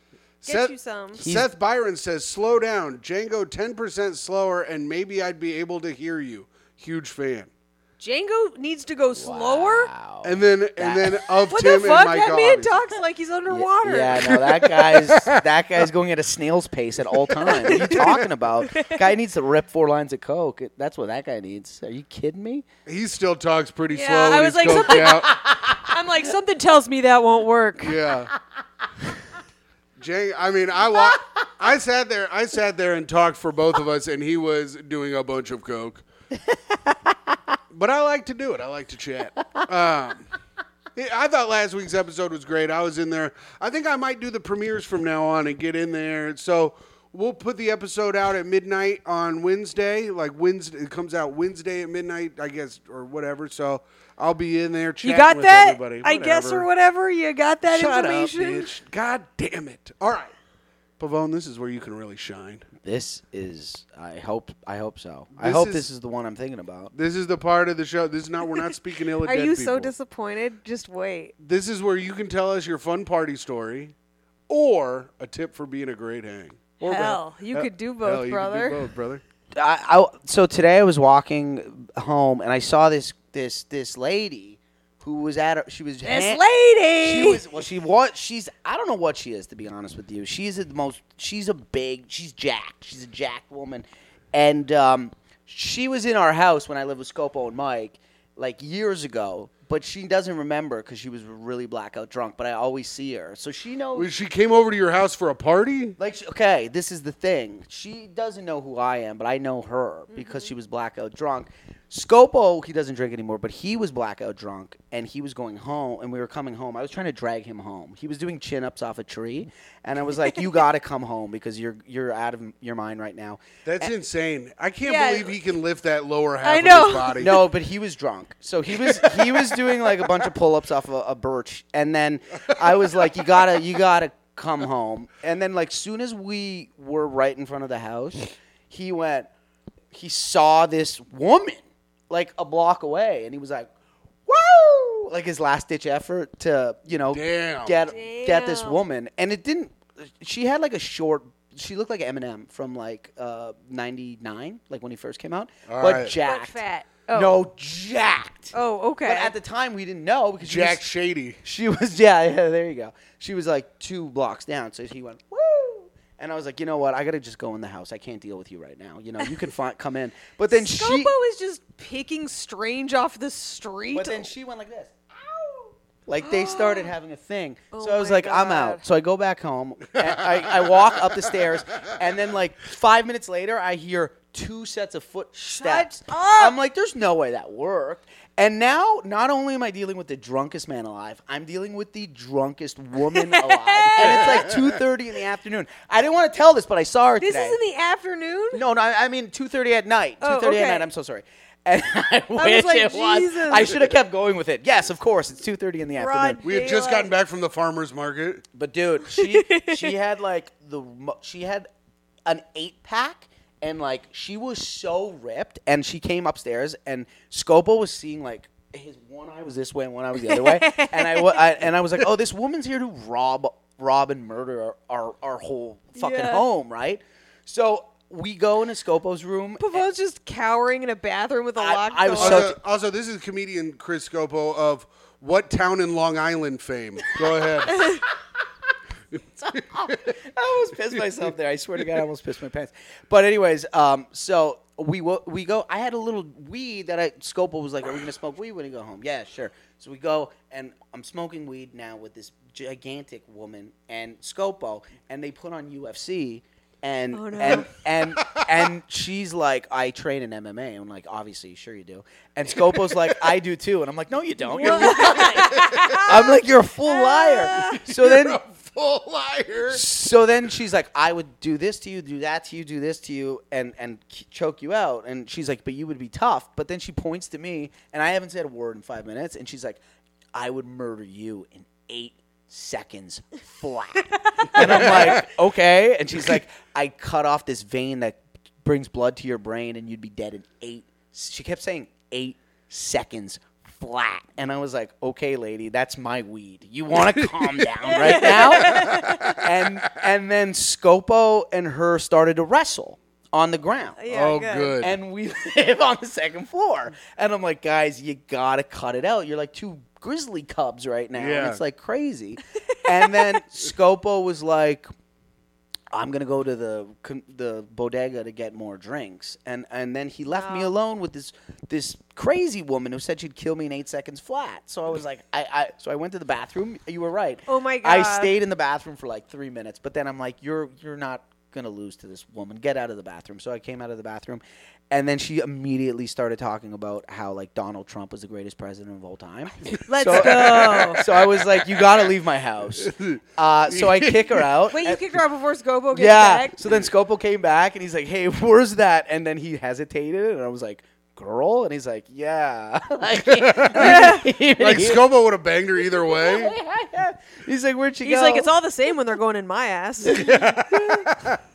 [SPEAKER 2] Get
[SPEAKER 1] Seth-
[SPEAKER 2] you some.
[SPEAKER 1] Seth Byron says, "Slow down, Django. Ten percent slower, and maybe I'd be able to hear you." Huge fan.
[SPEAKER 2] Django needs to go slower.
[SPEAKER 3] Wow.
[SPEAKER 1] And then, and then of
[SPEAKER 2] What
[SPEAKER 1] Tim
[SPEAKER 2] the fuck?
[SPEAKER 1] and Mike.
[SPEAKER 2] That man
[SPEAKER 1] Gaudis.
[SPEAKER 2] talks like he's underwater.
[SPEAKER 3] Yeah, no, that guy's that guy's going at a snail's pace at all times. <laughs> What are you talking about? Guy needs to rip four lines of coke. That's what that guy needs. Are you kidding me?
[SPEAKER 1] He still talks pretty
[SPEAKER 2] Yeah,
[SPEAKER 1] slow.
[SPEAKER 2] I
[SPEAKER 1] when
[SPEAKER 2] was
[SPEAKER 1] he's
[SPEAKER 2] like,
[SPEAKER 1] coked
[SPEAKER 2] something-
[SPEAKER 1] out.
[SPEAKER 2] I'm like, something tells me that won't work.
[SPEAKER 1] Yeah. Jay, I mean, I wa- I sat there, I sat there and talked for both of us, and he was doing a bunch of coke. but I like to do it. I like to chat. Um, yeah, I thought last week's episode was great. I was in there. I think I might do the premieres from now on and get in there. So we'll put the episode out at midnight on Wednesday. Like Wednesday, it comes out Wednesday at midnight, I guess, or whatever. So I'll be in there chatting
[SPEAKER 2] You got
[SPEAKER 1] with
[SPEAKER 2] that?
[SPEAKER 1] everybody.
[SPEAKER 2] I guess
[SPEAKER 1] Whatever.
[SPEAKER 2] or whatever. You got that
[SPEAKER 1] Shut
[SPEAKER 2] information.
[SPEAKER 1] up, bitch. God damn it. All right. Pavone, this is where you can really shine.
[SPEAKER 3] This is. I hope. I hope so. I
[SPEAKER 1] This
[SPEAKER 3] hope
[SPEAKER 1] is-
[SPEAKER 3] this is the one I'm thinking about.
[SPEAKER 1] This is the part of the show. This is not. We're not speaking ill of
[SPEAKER 2] <laughs> Are
[SPEAKER 1] dead
[SPEAKER 2] you so
[SPEAKER 1] people.
[SPEAKER 2] disappointed? Just wait.
[SPEAKER 1] this is where you can tell us your fun party story, or a tip for being a great hang. Or both.
[SPEAKER 2] Hell, you
[SPEAKER 1] Hell,
[SPEAKER 2] could do
[SPEAKER 1] hell,
[SPEAKER 2] both,
[SPEAKER 1] you could do
[SPEAKER 2] brother.
[SPEAKER 1] both, brother.
[SPEAKER 3] I, I so today I was walking home and I saw this this this lady who was at a, she was
[SPEAKER 2] This
[SPEAKER 3] She
[SPEAKER 2] lady.
[SPEAKER 3] was well. She was. She's. I don't know what she is. To be honest with you, she's the most. She's a big. She's jacked. She's a jacked woman, and um, she was in our house when I lived with Scopo and Mike, like years ago. But she doesn't remember because she was really blackout drunk. But I always see her, so she knows.
[SPEAKER 1] Well, She came over to your house for a party.
[SPEAKER 3] Like, she- okay, this is the thing. She doesn't know who I am, but I know her because she was blackout drunk. Scopo, he doesn't drink anymore, but he was blackout drunk and he was going home and we were coming home. I was trying to drag him home. He was doing chin ups off a tree and I was like, You gotta come home because you're you're out of your mind right now.
[SPEAKER 1] That's insane. I can't
[SPEAKER 2] Eh. Yeah.
[SPEAKER 1] believe he can lift that lower half
[SPEAKER 2] I
[SPEAKER 1] of
[SPEAKER 2] know.
[SPEAKER 1] his body.
[SPEAKER 3] <laughs> No, but he was drunk. So he was he was doing like a bunch of pull ups off a, a birch, and then I was like, "You gotta, you gotta come home." And then like soon as we were right in front of the house, he went. He saw this woman like a block away, and he was like, "Woo!" Like his last ditch effort to you know
[SPEAKER 1] Damn.
[SPEAKER 3] get get this
[SPEAKER 2] Damn.
[SPEAKER 3] woman, and it didn't. She had like a short. She looked like Eminem from like uh, '99, like when he first came out,
[SPEAKER 1] All
[SPEAKER 3] but
[SPEAKER 1] right.
[SPEAKER 3] jacked.
[SPEAKER 2] fat. Oh.
[SPEAKER 3] No, jacked.
[SPEAKER 2] Oh, okay.
[SPEAKER 3] But at the time, we didn't know because she
[SPEAKER 1] Jack
[SPEAKER 3] was-
[SPEAKER 1] Shady.
[SPEAKER 3] She was, <laughs> yeah, yeah, there you go. She was like two blocks down. So he went, woo. And I was like, you know what? I got to just go in the house. I can't deal with you right now. You know, you can fi- come in. But then
[SPEAKER 2] Scopo
[SPEAKER 3] she.
[SPEAKER 2] is just picking strange off the street.
[SPEAKER 3] But then she went like this. Ow! Like they started having a thing. <gasps> so I was
[SPEAKER 2] my
[SPEAKER 3] like, I'm
[SPEAKER 2] God.
[SPEAKER 3] out. So I go back home. And I, I walk up the stairs. And then, like, five minutes later, I hear two sets of footsteps.
[SPEAKER 2] up!
[SPEAKER 3] I'm like, there's no way that worked. And now, not only am I dealing with the drunkest man alive, I'm dealing with the drunkest <laughs> woman alive. And it's like 2.30 in the afternoon. I didn't want to tell this, but I saw her
[SPEAKER 2] this
[SPEAKER 3] today.
[SPEAKER 2] is in the afternoon.
[SPEAKER 3] No, no, I I mean two thirty at night. Two
[SPEAKER 2] Oh,
[SPEAKER 3] thirty at
[SPEAKER 2] okay.
[SPEAKER 3] night. I'm so sorry. <laughs> And I,
[SPEAKER 2] was
[SPEAKER 3] wish
[SPEAKER 2] like,
[SPEAKER 3] it was.
[SPEAKER 2] Jesus.
[SPEAKER 3] I should have kept going with it. Yes, of course. It's two thirty in the
[SPEAKER 2] Broad-
[SPEAKER 3] afternoon.
[SPEAKER 1] We had just
[SPEAKER 2] Daylight.
[SPEAKER 1] gotten back from the farmer's market.
[SPEAKER 3] But dude,
[SPEAKER 2] <laughs>
[SPEAKER 3] she she had like the mo- she had an eight pack. And like she was so ripped, and she came upstairs, and Scopo was seeing like his one eye was this way and one eye was the other way, and I, wa- I and I was like, oh, this woman's here to rob, rob and murder our our, our whole fucking
[SPEAKER 2] Yeah.
[SPEAKER 3] home, right? So we go into Scopo's room.
[SPEAKER 2] Pavone's just cowering in a bathroom with a
[SPEAKER 3] I-
[SPEAKER 2] locked
[SPEAKER 3] I was
[SPEAKER 2] door.
[SPEAKER 3] so-
[SPEAKER 1] Also,
[SPEAKER 2] <laughs>
[SPEAKER 1] also, this is comedian Chris Scopo of What Town in Long Island fame. Go ahead.
[SPEAKER 3] I almost pissed myself there. I swear to God, I almost pissed my pants. But anyways, um, so we wo- we go. I had a little weed that I Scopo was like, "Are we gonna smoke weed when we go home?" Yeah, sure. So we go, and I'm smoking weed now with this gigantic woman and Scopo, and they put on UFC. And,
[SPEAKER 2] Oh, no.
[SPEAKER 3] and and and she's like, I train in MMA. I'm like, obviously, sure you do. And Scopo's like, I do too. And I'm like, no, you don't. You're- I'm like, you're a full
[SPEAKER 2] <laughs>
[SPEAKER 3] liar. So then
[SPEAKER 1] a full liar.
[SPEAKER 3] so then she's like, I would do this to you, do that to you, do this to you, and and k- choke you out. And she's like, but you would be tough. But then she points to me, and I haven't said a word in five minutes. And she's like, I would murder you in eight seconds flat. and I'm like, okay. And she's like, I cut off this vein that brings blood to your brain, and you'd be dead in eight. She kept saying eight seconds flat. And I was like, okay, lady, that's my weed. You want to calm down right now? And and then Scopo and her started to wrestle on the ground.
[SPEAKER 2] Yeah,
[SPEAKER 1] Oh, good.
[SPEAKER 3] And we <laughs> live on the second floor. And I'm like, guys, you gotta cut it out. You're like two grizzly cubs right now. And
[SPEAKER 1] Yeah.
[SPEAKER 3] it's like crazy. and
[SPEAKER 1] <laughs>
[SPEAKER 3] then Scopo was like, I'm gonna go to the con- the bodega to get more drinks, and and then he left me alone with this this crazy woman who said she'd kill me in eight seconds flat. So I was like, I, I so I went to the bathroom. You were right.
[SPEAKER 2] Oh my
[SPEAKER 3] I
[SPEAKER 2] God.
[SPEAKER 3] stayed in the bathroom for like three minutes, but then I'm like, you're you're not gonna lose to this woman. Get out of the bathroom. So I came out of the bathroom, and then she immediately started talking about how like Donald Trump was the greatest president of
[SPEAKER 2] <laughs>
[SPEAKER 3] all time.
[SPEAKER 2] Let's
[SPEAKER 3] so, uh,
[SPEAKER 2] go.
[SPEAKER 3] <laughs> So I was like, you gotta leave my house. Uh, so I kick her out.
[SPEAKER 2] Wait, you
[SPEAKER 3] and-
[SPEAKER 2] kicked her out before Scopo gets
[SPEAKER 3] uh, yeah.
[SPEAKER 2] back?
[SPEAKER 3] So then Scopo came back and he's like, "Hey, where's that?" And then he hesitated, and I was like, girl?" And he's like,
[SPEAKER 2] <laughs>
[SPEAKER 3] "Yeah." <laughs> like,
[SPEAKER 1] Like Scobo would have banged her either way.
[SPEAKER 3] he's like, "Where'd she
[SPEAKER 2] He's
[SPEAKER 3] go?"
[SPEAKER 2] like, it's all the same when they're going in my ass.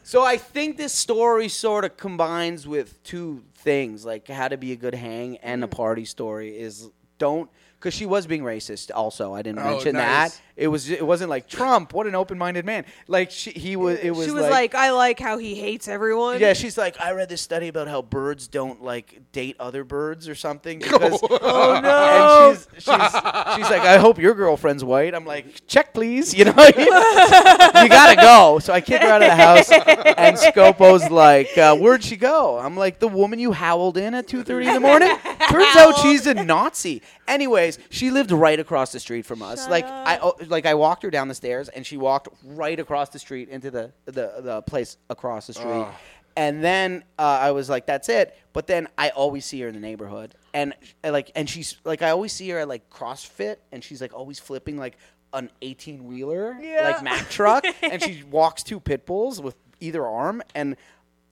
[SPEAKER 3] So I think this story sort of combines with two things, like how to be a good hang
[SPEAKER 2] Mm.
[SPEAKER 3] and a party story is don't because she was being racist. Also, I didn't
[SPEAKER 1] Oh,
[SPEAKER 3] mention
[SPEAKER 1] nice.
[SPEAKER 3] that it was it wasn't like Trump. What an open-minded man! Like she, he was. It was.
[SPEAKER 2] she was like, I like how he hates everyone.
[SPEAKER 3] Yeah, she's like, I read this study about how birds don't like date other birds or something. Because,
[SPEAKER 2] <laughs> Oh no.
[SPEAKER 3] <laughs> and she's, she's, she's like, I hope your girlfriend's white. I'm like, check please. <laughs> You know, you gotta go. So I kick her out of the house, and Scopo's like, uh, where'd she go? I'm like, the woman you howled in at 2:30 in the morning. Turns
[SPEAKER 2] <laughs>
[SPEAKER 3] out she's a Nazi. Anyways, she lived right across the street from us.
[SPEAKER 2] Shut
[SPEAKER 3] like
[SPEAKER 2] up.
[SPEAKER 3] I oh, like I walked her down the stairs, and she walked right across the street into the the, the place across the street. And then uh, I was like, "That's it." But then I always see her in the neighborhood, and I, like, and she's like, I always see her at like CrossFit, and she's like always flipping like an eighteen wheeler,
[SPEAKER 2] Yeah.
[SPEAKER 3] like Mack truck, and she walks two pit bulls with either arm, and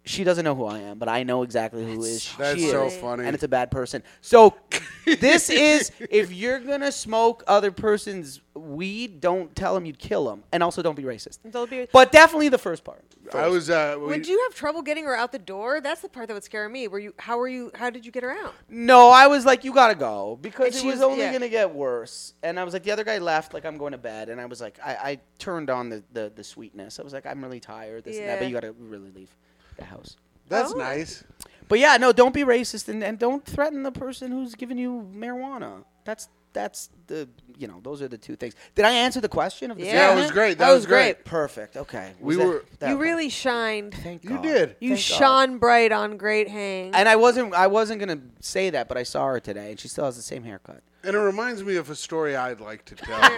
[SPEAKER 3] she doesn't know who I am, but I know exactly who is she
[SPEAKER 1] That's
[SPEAKER 3] is,
[SPEAKER 1] so funny.
[SPEAKER 3] and it's a bad person. So
[SPEAKER 2] <laughs>
[SPEAKER 3] this is if you're gonna smoke other person's weed, don't tell them you'd kill them, and also don't be racist.
[SPEAKER 2] Don't be-
[SPEAKER 3] But definitely the first part.
[SPEAKER 1] I was. Uh, we-
[SPEAKER 2] Would you have trouble getting her out the door? That's the part that would scare me. Were you? How were you? How did you get her out?
[SPEAKER 3] No, I was like, you gotta go because
[SPEAKER 2] And
[SPEAKER 3] it
[SPEAKER 2] she
[SPEAKER 3] was,
[SPEAKER 2] was-
[SPEAKER 3] only
[SPEAKER 2] yeah.
[SPEAKER 3] gonna get worse. And I was like, the other guy left, like I'm going to bed. And I was like, I, I turned on the, the the sweetness. I was like, I'm really tired, this and that.
[SPEAKER 2] Yeah.
[SPEAKER 3] But you gotta really leave the house.
[SPEAKER 1] That's
[SPEAKER 2] Oh.
[SPEAKER 1] nice.
[SPEAKER 3] But yeah, no, don't be racist and, and don't threaten the person who's giving you marijuana. That's that's the you know those are the two things. Did I answer the question of the
[SPEAKER 2] Yeah.
[SPEAKER 1] Yeah, it
[SPEAKER 3] segment?
[SPEAKER 1] was great. That,
[SPEAKER 2] That
[SPEAKER 1] was
[SPEAKER 2] was
[SPEAKER 1] great.
[SPEAKER 3] Perfect. Okay,
[SPEAKER 1] We
[SPEAKER 3] Was that-
[SPEAKER 1] were-
[SPEAKER 3] that
[SPEAKER 2] you
[SPEAKER 3] one.
[SPEAKER 2] really shined.
[SPEAKER 3] Thank
[SPEAKER 1] You
[SPEAKER 3] God.
[SPEAKER 1] did.
[SPEAKER 2] You
[SPEAKER 3] Thank God.
[SPEAKER 2] shone bright on Great Hang.
[SPEAKER 3] And I wasn't I wasn't gonna say that, but I saw her today, and she still has the same haircut.
[SPEAKER 1] And it reminds me of a story I'd like to tell. you.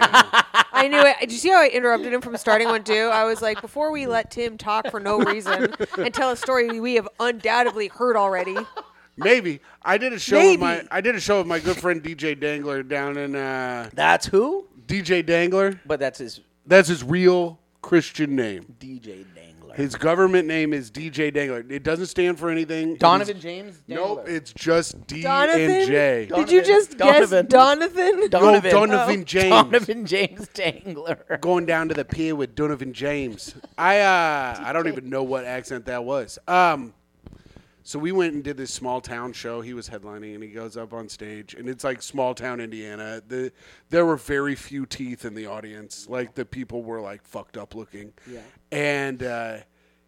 [SPEAKER 2] I knew it. Did you see how I interrupted him from starting one too? I was like, before we let Tim talk for no reason and tell a story we have undoubtedly heard already.
[SPEAKER 1] Maybe I did a show with my
[SPEAKER 2] Maybe.
[SPEAKER 1] I did a show with my good friend DJ Dangler down in uh,
[SPEAKER 3] That's who?
[SPEAKER 1] DJ Dangler.
[SPEAKER 3] But that's his
[SPEAKER 1] That's his real Christian name.
[SPEAKER 3] DJ Dangler.
[SPEAKER 1] His government name is DJ Dangler. It doesn't stand for anything.
[SPEAKER 3] Donovan
[SPEAKER 1] It's-
[SPEAKER 3] James. Dangler.
[SPEAKER 1] Nope, it's just D
[SPEAKER 2] Donovan.
[SPEAKER 1] and J.
[SPEAKER 2] Did you
[SPEAKER 3] Donovan.
[SPEAKER 2] just
[SPEAKER 3] Donovan.
[SPEAKER 2] guess Donovan?
[SPEAKER 1] No,
[SPEAKER 3] Donovan.
[SPEAKER 1] Donovan
[SPEAKER 3] <laughs> Oh.
[SPEAKER 1] James.
[SPEAKER 3] Donovan James Dangler.
[SPEAKER 1] Going down to the pier with Donovan James. I uh, I don't even know what accent that was. Um, so we went and did this small town show. He was headlining, and he goes up on stage, and it's like small town Indiana. The there were very few teeth in the audience. Like the people were like fucked up looking. Yeah. And uh,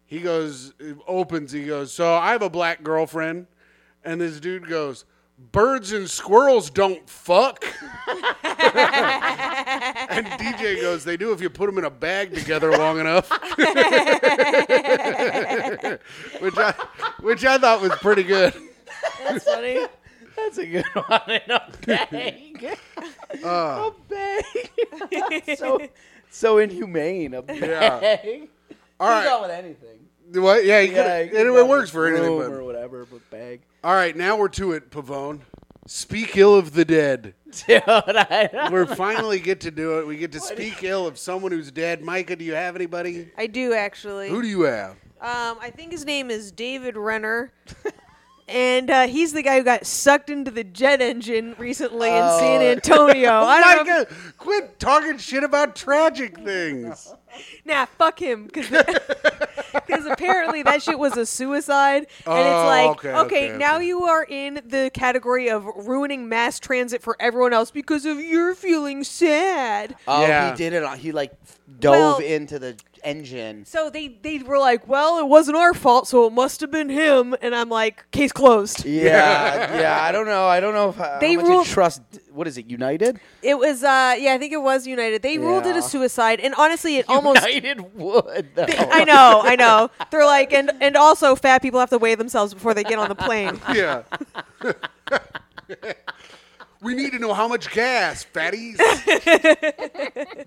[SPEAKER 1] he goes, opens. He goes, so I have a black girlfriend, and this dude goes, birds and squirrels don't fuck. and DJ goes, they do if you put them in a bag together long enough <laughs> which I which I thought was pretty good.
[SPEAKER 3] That's funny. That's a good <laughs> one. And a
[SPEAKER 1] <laughs>
[SPEAKER 3] bang.
[SPEAKER 1] Uh.
[SPEAKER 3] a bang.
[SPEAKER 2] <laughs>
[SPEAKER 3] That's so, so inhumane. A bang.
[SPEAKER 1] Yeah. All
[SPEAKER 3] You go
[SPEAKER 1] right.
[SPEAKER 3] with anything.
[SPEAKER 1] What? Yeah. You
[SPEAKER 3] Yeah,
[SPEAKER 1] could,
[SPEAKER 3] you
[SPEAKER 1] it,
[SPEAKER 3] go
[SPEAKER 1] it works for
[SPEAKER 3] with
[SPEAKER 1] anything.
[SPEAKER 3] room or
[SPEAKER 1] But,
[SPEAKER 3] whatever,
[SPEAKER 1] <laughs>
[SPEAKER 3] but bang.
[SPEAKER 1] all right. Now we're to it, Pavone. Speak ill of the dead.
[SPEAKER 3] Dude, <laughs> I,
[SPEAKER 1] We finally get to do it. We get to speak ill of someone who's dead. Micah, do you have anybody?
[SPEAKER 2] I do actually.
[SPEAKER 1] Who do you have?
[SPEAKER 2] Um, I think his name is David Renner. And uh, he's the guy who got sucked into the jet engine recently in
[SPEAKER 3] Oh.
[SPEAKER 2] San Antonio.
[SPEAKER 3] <laughs>
[SPEAKER 2] I don't know. if-
[SPEAKER 1] Micah, quit talking shit about tragic things.
[SPEAKER 2] Nah, fuck him. <laughs> Because apparently that shit was a suicide. and
[SPEAKER 1] Oh,
[SPEAKER 2] it's like,
[SPEAKER 1] okay,
[SPEAKER 2] okay,
[SPEAKER 1] okay,
[SPEAKER 2] now
[SPEAKER 1] okay.
[SPEAKER 2] you are in the category of ruining mass transit for everyone else because of your feeling sad.
[SPEAKER 3] oh,
[SPEAKER 1] Yeah.
[SPEAKER 3] he did it. On, he like dove
[SPEAKER 2] Well-
[SPEAKER 3] into the engine.
[SPEAKER 2] So they, they were like, well, it wasn't our fault, so it must have been him. And I'm like, case closed.
[SPEAKER 3] Yeah, yeah. I don't know. I don't know if how
[SPEAKER 2] They
[SPEAKER 3] much you
[SPEAKER 2] ruled-
[SPEAKER 3] trust. What is it? United.
[SPEAKER 2] It was, uh, yeah, I think it was United. They ruled it
[SPEAKER 3] Yeah.
[SPEAKER 2] a suicide, and honestly, it almost.
[SPEAKER 3] United would. Though.
[SPEAKER 2] I know, I know. They're like, and and also, fat people have to weigh themselves before they get on the plane.
[SPEAKER 1] Yeah. <laughs> we need to know how much gas, fatties.
[SPEAKER 3] <laughs>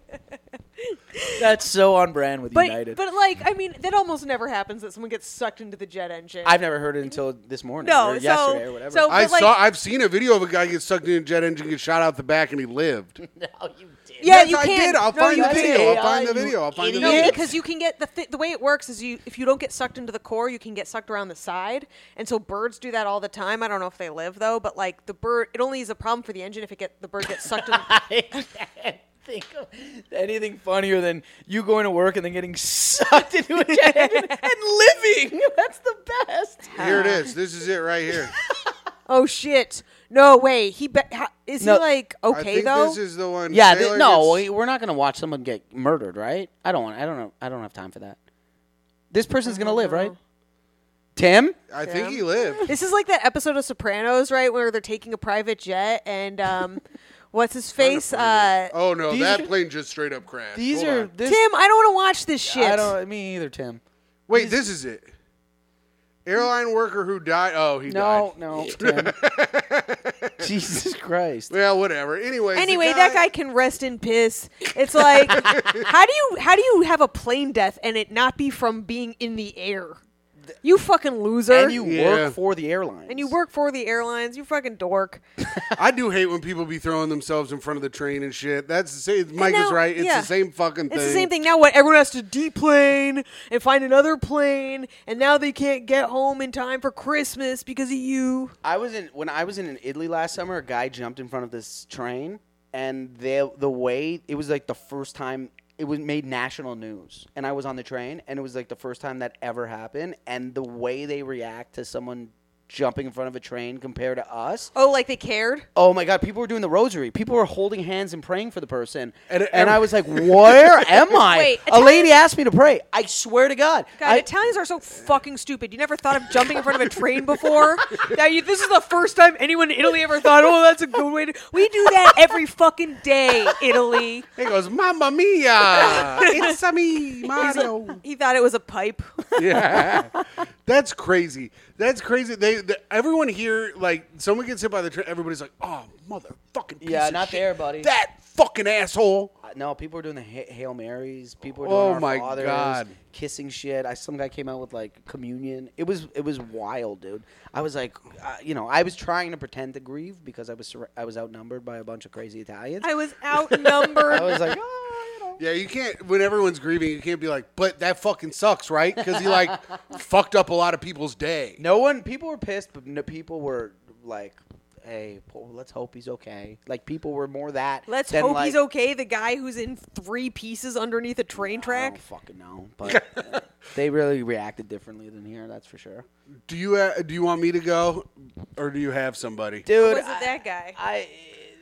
[SPEAKER 3] That's so on brand with
[SPEAKER 2] But
[SPEAKER 3] United.
[SPEAKER 2] but like I mean, that almost never happens that someone gets sucked into the jet engine.
[SPEAKER 3] I've never heard it until this morning
[SPEAKER 2] No,
[SPEAKER 3] or
[SPEAKER 2] so-
[SPEAKER 3] yesterday or whatever.
[SPEAKER 2] <laughs> so-
[SPEAKER 1] I
[SPEAKER 2] But, like-
[SPEAKER 1] saw. I've seen a video of a guy get sucked in a jet engine, get shot out the back, and he lived.
[SPEAKER 3] no, Oh, you did.
[SPEAKER 2] yeah,
[SPEAKER 1] yes,
[SPEAKER 2] you
[SPEAKER 1] I
[SPEAKER 2] can.
[SPEAKER 1] did. I'll
[SPEAKER 2] No,
[SPEAKER 1] find
[SPEAKER 2] you
[SPEAKER 1] the
[SPEAKER 2] can.
[SPEAKER 1] video. I'll
[SPEAKER 3] Yeah,
[SPEAKER 1] find the
[SPEAKER 3] you
[SPEAKER 1] video. I'll find the
[SPEAKER 2] No,
[SPEAKER 1] video.
[SPEAKER 3] Yes.
[SPEAKER 2] because you can get the th- the way it works is you if you don't get sucked into the core, you can get sucked around the side, and so birds do that all the time. I don't know if they live though, but like the bird, it only is a problem for the engine if it get the bird gets sucked.
[SPEAKER 1] <laughs>
[SPEAKER 2] in.
[SPEAKER 3] I can't <laughs> think of anything funnier than you going to work and then getting sucked into a jet engine <laughs> and living. That's the best.
[SPEAKER 1] Here it is. This is it right
[SPEAKER 2] <laughs>
[SPEAKER 1] here.
[SPEAKER 2] Oh shit! No way. He be- ha- is
[SPEAKER 3] No.
[SPEAKER 2] he like
[SPEAKER 1] I
[SPEAKER 2] okay
[SPEAKER 1] think
[SPEAKER 2] though?
[SPEAKER 1] this is the one.
[SPEAKER 3] Yeah, th-
[SPEAKER 1] Taylor
[SPEAKER 3] no,
[SPEAKER 1] gets-
[SPEAKER 3] we- we're not going to watch someone get murdered, right? I don't want. I don't know. I don't have time for that. This person's going to live, right? Tim?
[SPEAKER 1] I think he lived.
[SPEAKER 2] This is like that episode of Sopranos, right, where they're taking a private jet and um, <laughs> what's his face? Uh,
[SPEAKER 1] Oh no,
[SPEAKER 3] These
[SPEAKER 1] that
[SPEAKER 3] are-
[SPEAKER 1] plane just straight up crashed.
[SPEAKER 3] These
[SPEAKER 1] Hold
[SPEAKER 3] are
[SPEAKER 1] on.
[SPEAKER 3] this.
[SPEAKER 2] Tim, I don't want to watch this shit.
[SPEAKER 3] I don't. Me either, Tim.
[SPEAKER 1] Wait, this is it. Airline worker who died. Oh, he
[SPEAKER 3] No,
[SPEAKER 1] died.
[SPEAKER 3] <laughs> no, Tim. Jesus Christ.
[SPEAKER 1] Well, whatever. Anyway.
[SPEAKER 2] Anyway, that guy can rest in piss. It's like, how do you how do you have a plane death and it not be from being in the air? You fucking loser.
[SPEAKER 3] And you
[SPEAKER 1] Yeah.
[SPEAKER 3] work for the airline.
[SPEAKER 2] And you work for the airlines. You fucking dork.
[SPEAKER 1] <laughs> I do hate when people be throwing themselves in front of the train and shit. That's the same. Mike is
[SPEAKER 2] now-
[SPEAKER 1] right. It's
[SPEAKER 2] yeah.
[SPEAKER 1] the same fucking thing.
[SPEAKER 2] It's the same thing now. What everyone has to deplane and find another plane, and now they can't get home in time for Christmas because of you.
[SPEAKER 3] I was in when I was in Italy last summer. A guy jumped in front of this train, and the the way it was like the first time it was made national news, and I was on the train, and it was like the first time that ever happened, and the way they react to someone jumping in front of a train compared to us.
[SPEAKER 2] Oh, like they cared?
[SPEAKER 3] Oh my God! People were doing the rosary. People were holding hands and praying for the person,
[SPEAKER 1] And-
[SPEAKER 3] and, I was like, "Where am I?"
[SPEAKER 2] Wait,
[SPEAKER 3] a lady asked me to pray. I swear to God,
[SPEAKER 2] God,
[SPEAKER 3] I-
[SPEAKER 2] Italians are so fucking stupid. You never thought of jumping in front of a train
[SPEAKER 3] <laughs>
[SPEAKER 2] before. Now you, this is the first time anyone in Italy ever thought, "Oh, that's a good way to." We do that every fucking day, Italy.
[SPEAKER 1] He goes, Mamma mia! it's a me, Mario.
[SPEAKER 2] He thought it was a pipe.
[SPEAKER 1] <laughs> yeah, that's crazy. That's crazy. They, the, everyone here, like, someone gets hit by the train. Everybody's like, "Oh, motherfucking piece
[SPEAKER 3] Yeah,
[SPEAKER 1] of
[SPEAKER 3] not
[SPEAKER 1] shit.
[SPEAKER 3] there, buddy.
[SPEAKER 1] That fucking asshole."
[SPEAKER 3] No, people were doing the Ha- Hail Marys. People were doing
[SPEAKER 1] Oh
[SPEAKER 3] Our
[SPEAKER 1] my
[SPEAKER 3] Fathers,
[SPEAKER 1] God.
[SPEAKER 3] kissing shit. I some guy came out with like communion. It was it was wild, dude. I was like, uh, you know, I was trying to pretend to grieve because I was sur- I was outnumbered by a bunch of crazy Italians.
[SPEAKER 2] I was outnumbered.
[SPEAKER 3] <laughs> I
[SPEAKER 2] <laughs>
[SPEAKER 3] was like, oh, you know.
[SPEAKER 1] Yeah, you can't. When everyone's grieving, you can't be like, "But that fucking sucks, right?" Because he
[SPEAKER 3] <laughs>
[SPEAKER 1] like fucked up a lot of people's day.
[SPEAKER 3] No one. People were pissed, but no, people were like, hey, po- let's hope he's okay. Like people were more that.
[SPEAKER 2] Let's
[SPEAKER 3] than,
[SPEAKER 2] hope
[SPEAKER 3] like,
[SPEAKER 2] he's okay. The guy who's in three pieces underneath a train
[SPEAKER 3] I
[SPEAKER 2] track.
[SPEAKER 3] don't fucking know, but uh, they really reacted differently than here. That's for sure,
[SPEAKER 1] Do you uh, do you want me to go, or do you have somebody?
[SPEAKER 3] dude.
[SPEAKER 2] Was it
[SPEAKER 3] I-
[SPEAKER 2] that guy?
[SPEAKER 3] I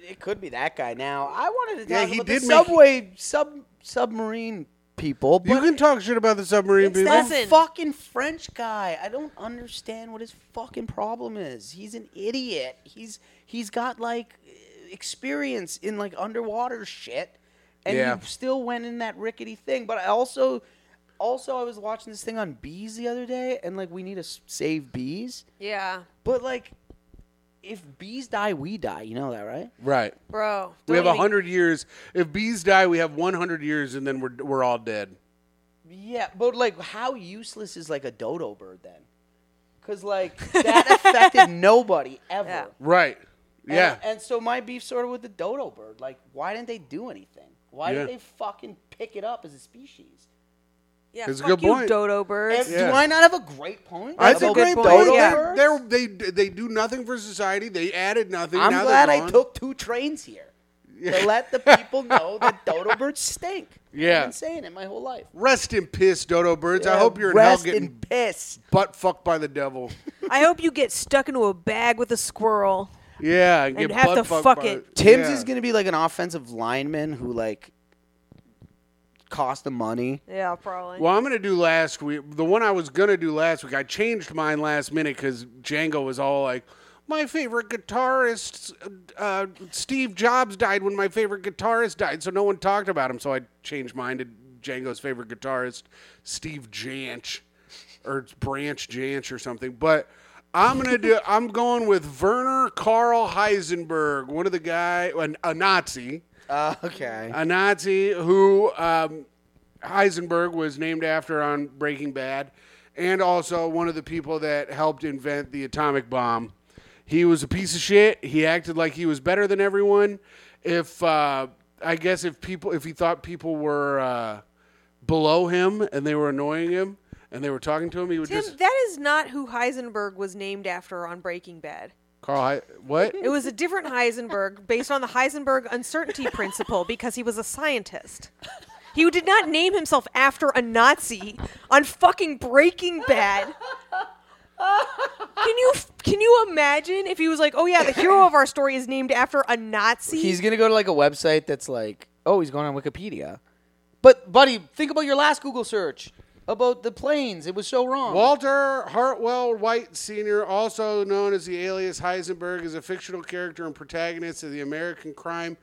[SPEAKER 3] it could be that guy now. I wanted to talk
[SPEAKER 1] Yeah, he
[SPEAKER 3] about
[SPEAKER 1] did
[SPEAKER 3] the
[SPEAKER 1] make-
[SPEAKER 3] subway sub submarine people,
[SPEAKER 1] You
[SPEAKER 3] but
[SPEAKER 1] can talk shit about the submarine
[SPEAKER 2] It's
[SPEAKER 1] people.
[SPEAKER 2] that-
[SPEAKER 3] the
[SPEAKER 2] Listen.
[SPEAKER 3] fucking French guy. I don't understand what his fucking problem is. He's an idiot. He's he's got like experience in like underwater shit, and
[SPEAKER 1] Yeah.
[SPEAKER 3] he still went in that rickety thing. But I also. Also, I was watching this thing on bees the other day, and like we need to s- save bees.
[SPEAKER 2] Yeah,
[SPEAKER 3] But like, if bees die, we die. You know that, right?
[SPEAKER 1] Right.
[SPEAKER 2] bro.
[SPEAKER 1] We
[SPEAKER 2] Don't
[SPEAKER 1] have a
[SPEAKER 2] even-
[SPEAKER 1] hundred years. If bees die, we have one hundred years, and then we're we're all dead.
[SPEAKER 3] Yeah, but like, how useless is like a dodo bird then? Because like that affected nobody ever.
[SPEAKER 2] Yeah.
[SPEAKER 1] Right.
[SPEAKER 3] And-
[SPEAKER 1] Yeah.
[SPEAKER 3] And, so my beef sort of with the dodo bird. Like, why didn't they do anything? Why didn't
[SPEAKER 1] Yeah.
[SPEAKER 3] they fucking pick it up as a species?
[SPEAKER 2] Yeah,
[SPEAKER 1] It's a
[SPEAKER 2] fuck
[SPEAKER 1] good
[SPEAKER 2] you,
[SPEAKER 1] point.
[SPEAKER 2] dodo birds.
[SPEAKER 3] And
[SPEAKER 1] Yeah.
[SPEAKER 3] Do I not have a great point?
[SPEAKER 1] That's a
[SPEAKER 3] about
[SPEAKER 1] great
[SPEAKER 2] good
[SPEAKER 1] point.
[SPEAKER 2] point.
[SPEAKER 3] Dodo
[SPEAKER 2] Yeah.
[SPEAKER 3] birds?
[SPEAKER 1] They're, they they do nothing for society. They added nothing.
[SPEAKER 3] I'm
[SPEAKER 1] now they're
[SPEAKER 3] glad I
[SPEAKER 1] gone.
[SPEAKER 3] took two trains here to let
[SPEAKER 1] <laughs>
[SPEAKER 3] the people know that dodo birds stink.
[SPEAKER 1] Yeah.
[SPEAKER 3] I've been saying it my whole life.
[SPEAKER 1] Rest in piss, dodo birds. I
[SPEAKER 3] Yeah,
[SPEAKER 1] hope you're in hell
[SPEAKER 3] rest
[SPEAKER 1] getting
[SPEAKER 3] in piss.
[SPEAKER 1] butt fucked by the devil.
[SPEAKER 2] I hope you get stuck into a bag with a squirrel.
[SPEAKER 1] Yeah, and,
[SPEAKER 2] And
[SPEAKER 1] get
[SPEAKER 2] have
[SPEAKER 1] butt
[SPEAKER 2] to
[SPEAKER 1] fucked
[SPEAKER 2] fuck
[SPEAKER 1] by
[SPEAKER 2] it.
[SPEAKER 3] Tim's
[SPEAKER 1] yeah.
[SPEAKER 3] is gonna be like an offensive lineman who like cost the money.
[SPEAKER 2] Yeah, probably.
[SPEAKER 1] Well, I'm gonna do last week. The one I was gonna do last week, I changed mine last minute because Django was all like, "My favorite guitarist, uh, Steve Jobs, died when my favorite guitarist died, so no one talked about him." So I changed mine to Django's favorite guitarist, Steve Janch, or it's Branch Janch or something. But I'm gonna do. I'm going with Werner Karl Heisenberg, one of the guy, an, a Nazi
[SPEAKER 3] Uh, okay.
[SPEAKER 1] a Nazi who um, Heisenberg was named after on Breaking Bad, and also one of the people that helped invent the atomic bomb. He was a piece of shit. He acted like he was better than everyone. If uh, I guess if people if he thought people were uh, below him and they were annoying him and they were talking to him, he would
[SPEAKER 2] Tim,
[SPEAKER 1] just
[SPEAKER 2] that is not who Heisenberg was named after on Breaking Bad.
[SPEAKER 1] Carl. Hei- What?
[SPEAKER 2] It was a
[SPEAKER 1] <laughs>
[SPEAKER 2] different Heisenberg based on the Heisenberg uncertainty principle because he was a scientist. He did not name himself after a Nazi on fucking Breaking Bad. Can you can you imagine if he was like, "Oh yeah, the hero of our story is named after a Nazi"?
[SPEAKER 3] He's gonna go to like a website that's like, oh, he's going on Wikipedia. But buddy, think about your last Google search about the planes. It was so wrong.
[SPEAKER 1] Walter Hartwell White Sr., also known as the alias Heisenberg, is a fictional character and protagonist of the American crime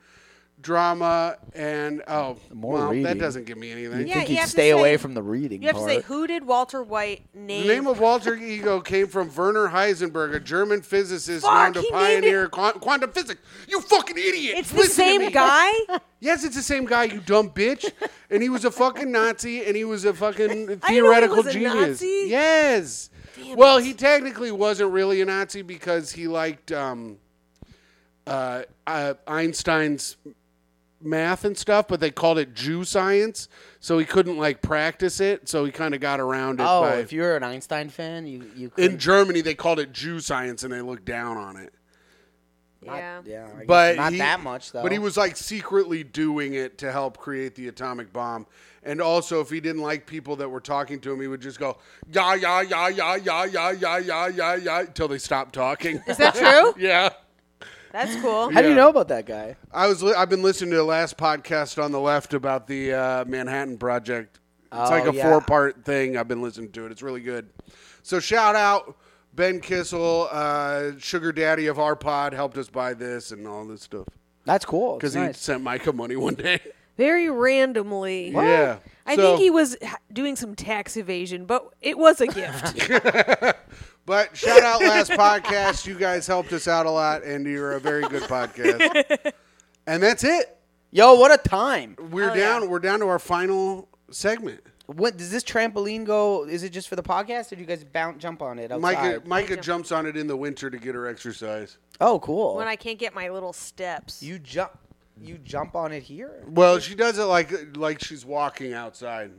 [SPEAKER 1] drama. And oh,
[SPEAKER 3] more
[SPEAKER 1] well, that
[SPEAKER 3] reading.
[SPEAKER 1] doesn't give me anything.
[SPEAKER 2] Yeah,
[SPEAKER 3] I think
[SPEAKER 2] you
[SPEAKER 3] he'd
[SPEAKER 2] have to
[SPEAKER 3] stay away
[SPEAKER 2] say-
[SPEAKER 3] from the reading
[SPEAKER 2] you have
[SPEAKER 3] part.
[SPEAKER 2] to say who did Walter White
[SPEAKER 1] The
[SPEAKER 2] name?
[SPEAKER 1] name of Walter Ego came from Werner Heisenberg, a German physicist
[SPEAKER 2] Fuck,
[SPEAKER 1] known
[SPEAKER 2] he
[SPEAKER 1] to
[SPEAKER 2] named it-
[SPEAKER 1] pioneer quan- quantum physics. You fucking idiot!
[SPEAKER 2] it's the
[SPEAKER 1] Listen to
[SPEAKER 2] same
[SPEAKER 1] me. <laughs>
[SPEAKER 2] guy.
[SPEAKER 1] Yes, it's the same guy. You dumb bitch. and he was a fucking Nazi, and he was a fucking
[SPEAKER 2] <laughs> I didn't know he
[SPEAKER 1] theoretical
[SPEAKER 2] was a
[SPEAKER 1] genius.
[SPEAKER 2] Nazi.
[SPEAKER 1] Yes.
[SPEAKER 2] Damn
[SPEAKER 1] well,
[SPEAKER 2] it.
[SPEAKER 1] he technically wasn't really a Nazi because he liked um, uh, uh, Einstein's math and stuff, but they called it Jew science, so he couldn't like practice it. So he kind of got around it.
[SPEAKER 3] oh,
[SPEAKER 1] by,
[SPEAKER 3] if you're an Einstein fan, you you
[SPEAKER 1] in
[SPEAKER 3] could.
[SPEAKER 1] Germany, they called it Jew science, and they looked down on it.
[SPEAKER 2] yeah.
[SPEAKER 3] yeah, I guess
[SPEAKER 1] but
[SPEAKER 3] not
[SPEAKER 1] he-
[SPEAKER 3] that much though.
[SPEAKER 1] But he was like secretly doing it to help create the atomic bomb. And also, if he didn't like people that were talking to him, he would just go yeah yeah yeah yeah yeah yeah yeah yeah yeah yeah until they stopped talking.
[SPEAKER 2] Is that true?
[SPEAKER 1] <laughs> yeah,
[SPEAKER 2] That's cool.
[SPEAKER 3] How do you
[SPEAKER 1] Yeah.
[SPEAKER 3] know about that guy?
[SPEAKER 1] I was. Li- I've been listening to the last podcast on the left about the uh, Manhattan Project. It's
[SPEAKER 3] Oh,
[SPEAKER 1] like a
[SPEAKER 3] yeah.
[SPEAKER 1] four-part thing. I've been listening to it. It's really good. So shout out Ben Kissel, uh, sugar daddy of our pod, helped us buy this and all this stuff
[SPEAKER 3] That's cool.
[SPEAKER 1] because
[SPEAKER 3] It's
[SPEAKER 1] he
[SPEAKER 3] nice.
[SPEAKER 1] sent Micah money one day. <laughs>
[SPEAKER 2] Very randomly.
[SPEAKER 1] Yeah.
[SPEAKER 2] I
[SPEAKER 1] So-
[SPEAKER 2] think he was h- doing some tax evasion, but it was a
[SPEAKER 3] <laughs>
[SPEAKER 2] gift.
[SPEAKER 1] But shout out last podcast. You guys helped us out a lot, and you're a very good podcast.
[SPEAKER 2] <laughs>
[SPEAKER 1] and that's it.
[SPEAKER 3] Yo, what a time!
[SPEAKER 1] We're
[SPEAKER 2] Hell Oh, yeah.
[SPEAKER 1] down. We're down to our final segment.
[SPEAKER 3] What does this trampoline go? Is it just for the podcast, or do you guys bounce jump on it outside?
[SPEAKER 1] Micah, Micah jumps on it in the winter to get her exercise.
[SPEAKER 3] oh, cool.
[SPEAKER 2] when I can't get my little steps.
[SPEAKER 3] you jump, you jump on it here.
[SPEAKER 1] Well, she does it like like she's walking outside.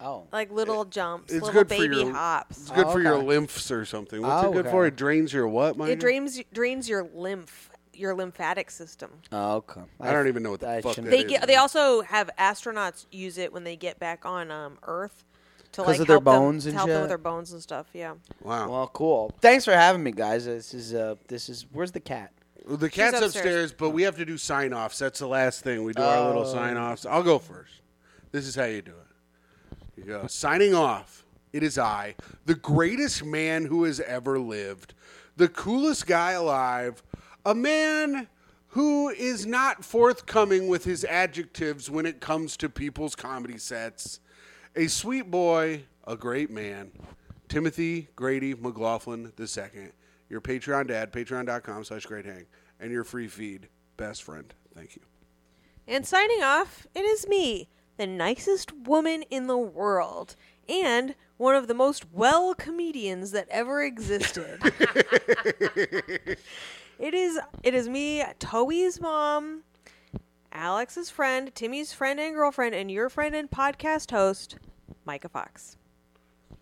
[SPEAKER 3] Oh,
[SPEAKER 2] like little jumps,
[SPEAKER 1] It's
[SPEAKER 2] little
[SPEAKER 1] good for
[SPEAKER 2] baby
[SPEAKER 1] your. It's
[SPEAKER 2] hops.
[SPEAKER 1] good
[SPEAKER 3] Oh,
[SPEAKER 1] for your
[SPEAKER 3] okay.
[SPEAKER 1] lymphs or something. What's
[SPEAKER 3] Oh,
[SPEAKER 1] it good
[SPEAKER 3] okay.
[SPEAKER 1] for? It drains your what, Micah?
[SPEAKER 2] It drains drains your lymph, your lymphatic system.
[SPEAKER 3] oh okay.
[SPEAKER 1] I don't even know what the
[SPEAKER 3] I
[SPEAKER 1] fuck
[SPEAKER 3] shouldn't-
[SPEAKER 1] that
[SPEAKER 2] They
[SPEAKER 1] is,
[SPEAKER 2] get,
[SPEAKER 1] man.
[SPEAKER 2] they also have astronauts use it when they get back on um, Earth to
[SPEAKER 3] 'Cause
[SPEAKER 2] like
[SPEAKER 3] of their
[SPEAKER 2] help them-
[SPEAKER 3] bones
[SPEAKER 2] to
[SPEAKER 3] and
[SPEAKER 2] help them
[SPEAKER 3] shit?
[SPEAKER 2] with their bones and stuff. Yeah,
[SPEAKER 1] Wow.
[SPEAKER 3] Well, cool. Thanks for having me, guys. This is uh, this is where's the cat?
[SPEAKER 1] the cat's upstairs.
[SPEAKER 2] upstairs.
[SPEAKER 1] but we have to do sign offs. That's the last thing. We do our little sign offs. I'll go first. This is how you do it. You go. Signing off. It is I, the greatest man who has ever lived, the coolest guy alive, a man who is not forthcoming with his adjectives when it comes to people's comedy sets, a sweet boy, a great man, Timothy Grady McLaughlin II, your Patreon dad, patreon.com slash great hang, and your free feed, best friend. Thank you.
[SPEAKER 2] and signing off, it is me, the nicest woman in the world, and one of the most well comedians that ever
[SPEAKER 3] <laughs>
[SPEAKER 2] existed. It is it is me, Toey's mom, Alex's friend, Timmy's friend and girlfriend, and your friend and podcast host, Micah Fox.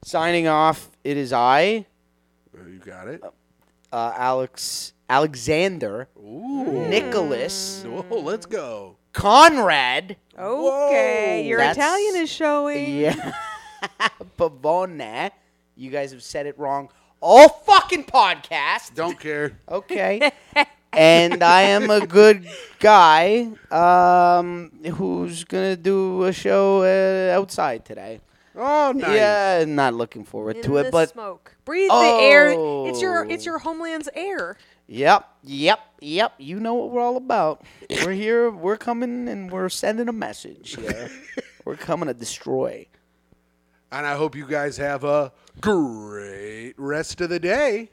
[SPEAKER 3] Signing off. It is I,
[SPEAKER 1] Uh, You got it.
[SPEAKER 3] uh, Alex Alexander Nicholas
[SPEAKER 1] Whoa, let's go.
[SPEAKER 3] Conrad.
[SPEAKER 2] Okay, your
[SPEAKER 3] That's-
[SPEAKER 2] Italian is showing.
[SPEAKER 3] Yeah, <laughs> Pavone. You guys have said it wrong. All fucking podcast.
[SPEAKER 1] Don't care.
[SPEAKER 2] <laughs>
[SPEAKER 3] Okay. and I am a good guy um, who's gonna do a show uh, outside today.
[SPEAKER 1] Oh, nice.
[SPEAKER 3] Yeah, not looking forward
[SPEAKER 2] In
[SPEAKER 3] to
[SPEAKER 2] the
[SPEAKER 3] it, but
[SPEAKER 2] smoke. Breathe the air. It's your
[SPEAKER 3] Oh.
[SPEAKER 2] it's your homeland's air.
[SPEAKER 3] Yep, yep, yep. You know what we're all about. We're here, we're coming, and we're sending a message
[SPEAKER 2] <laughs>
[SPEAKER 3] here. we're coming to destroy.
[SPEAKER 1] And I hope you guys have a great rest of the day.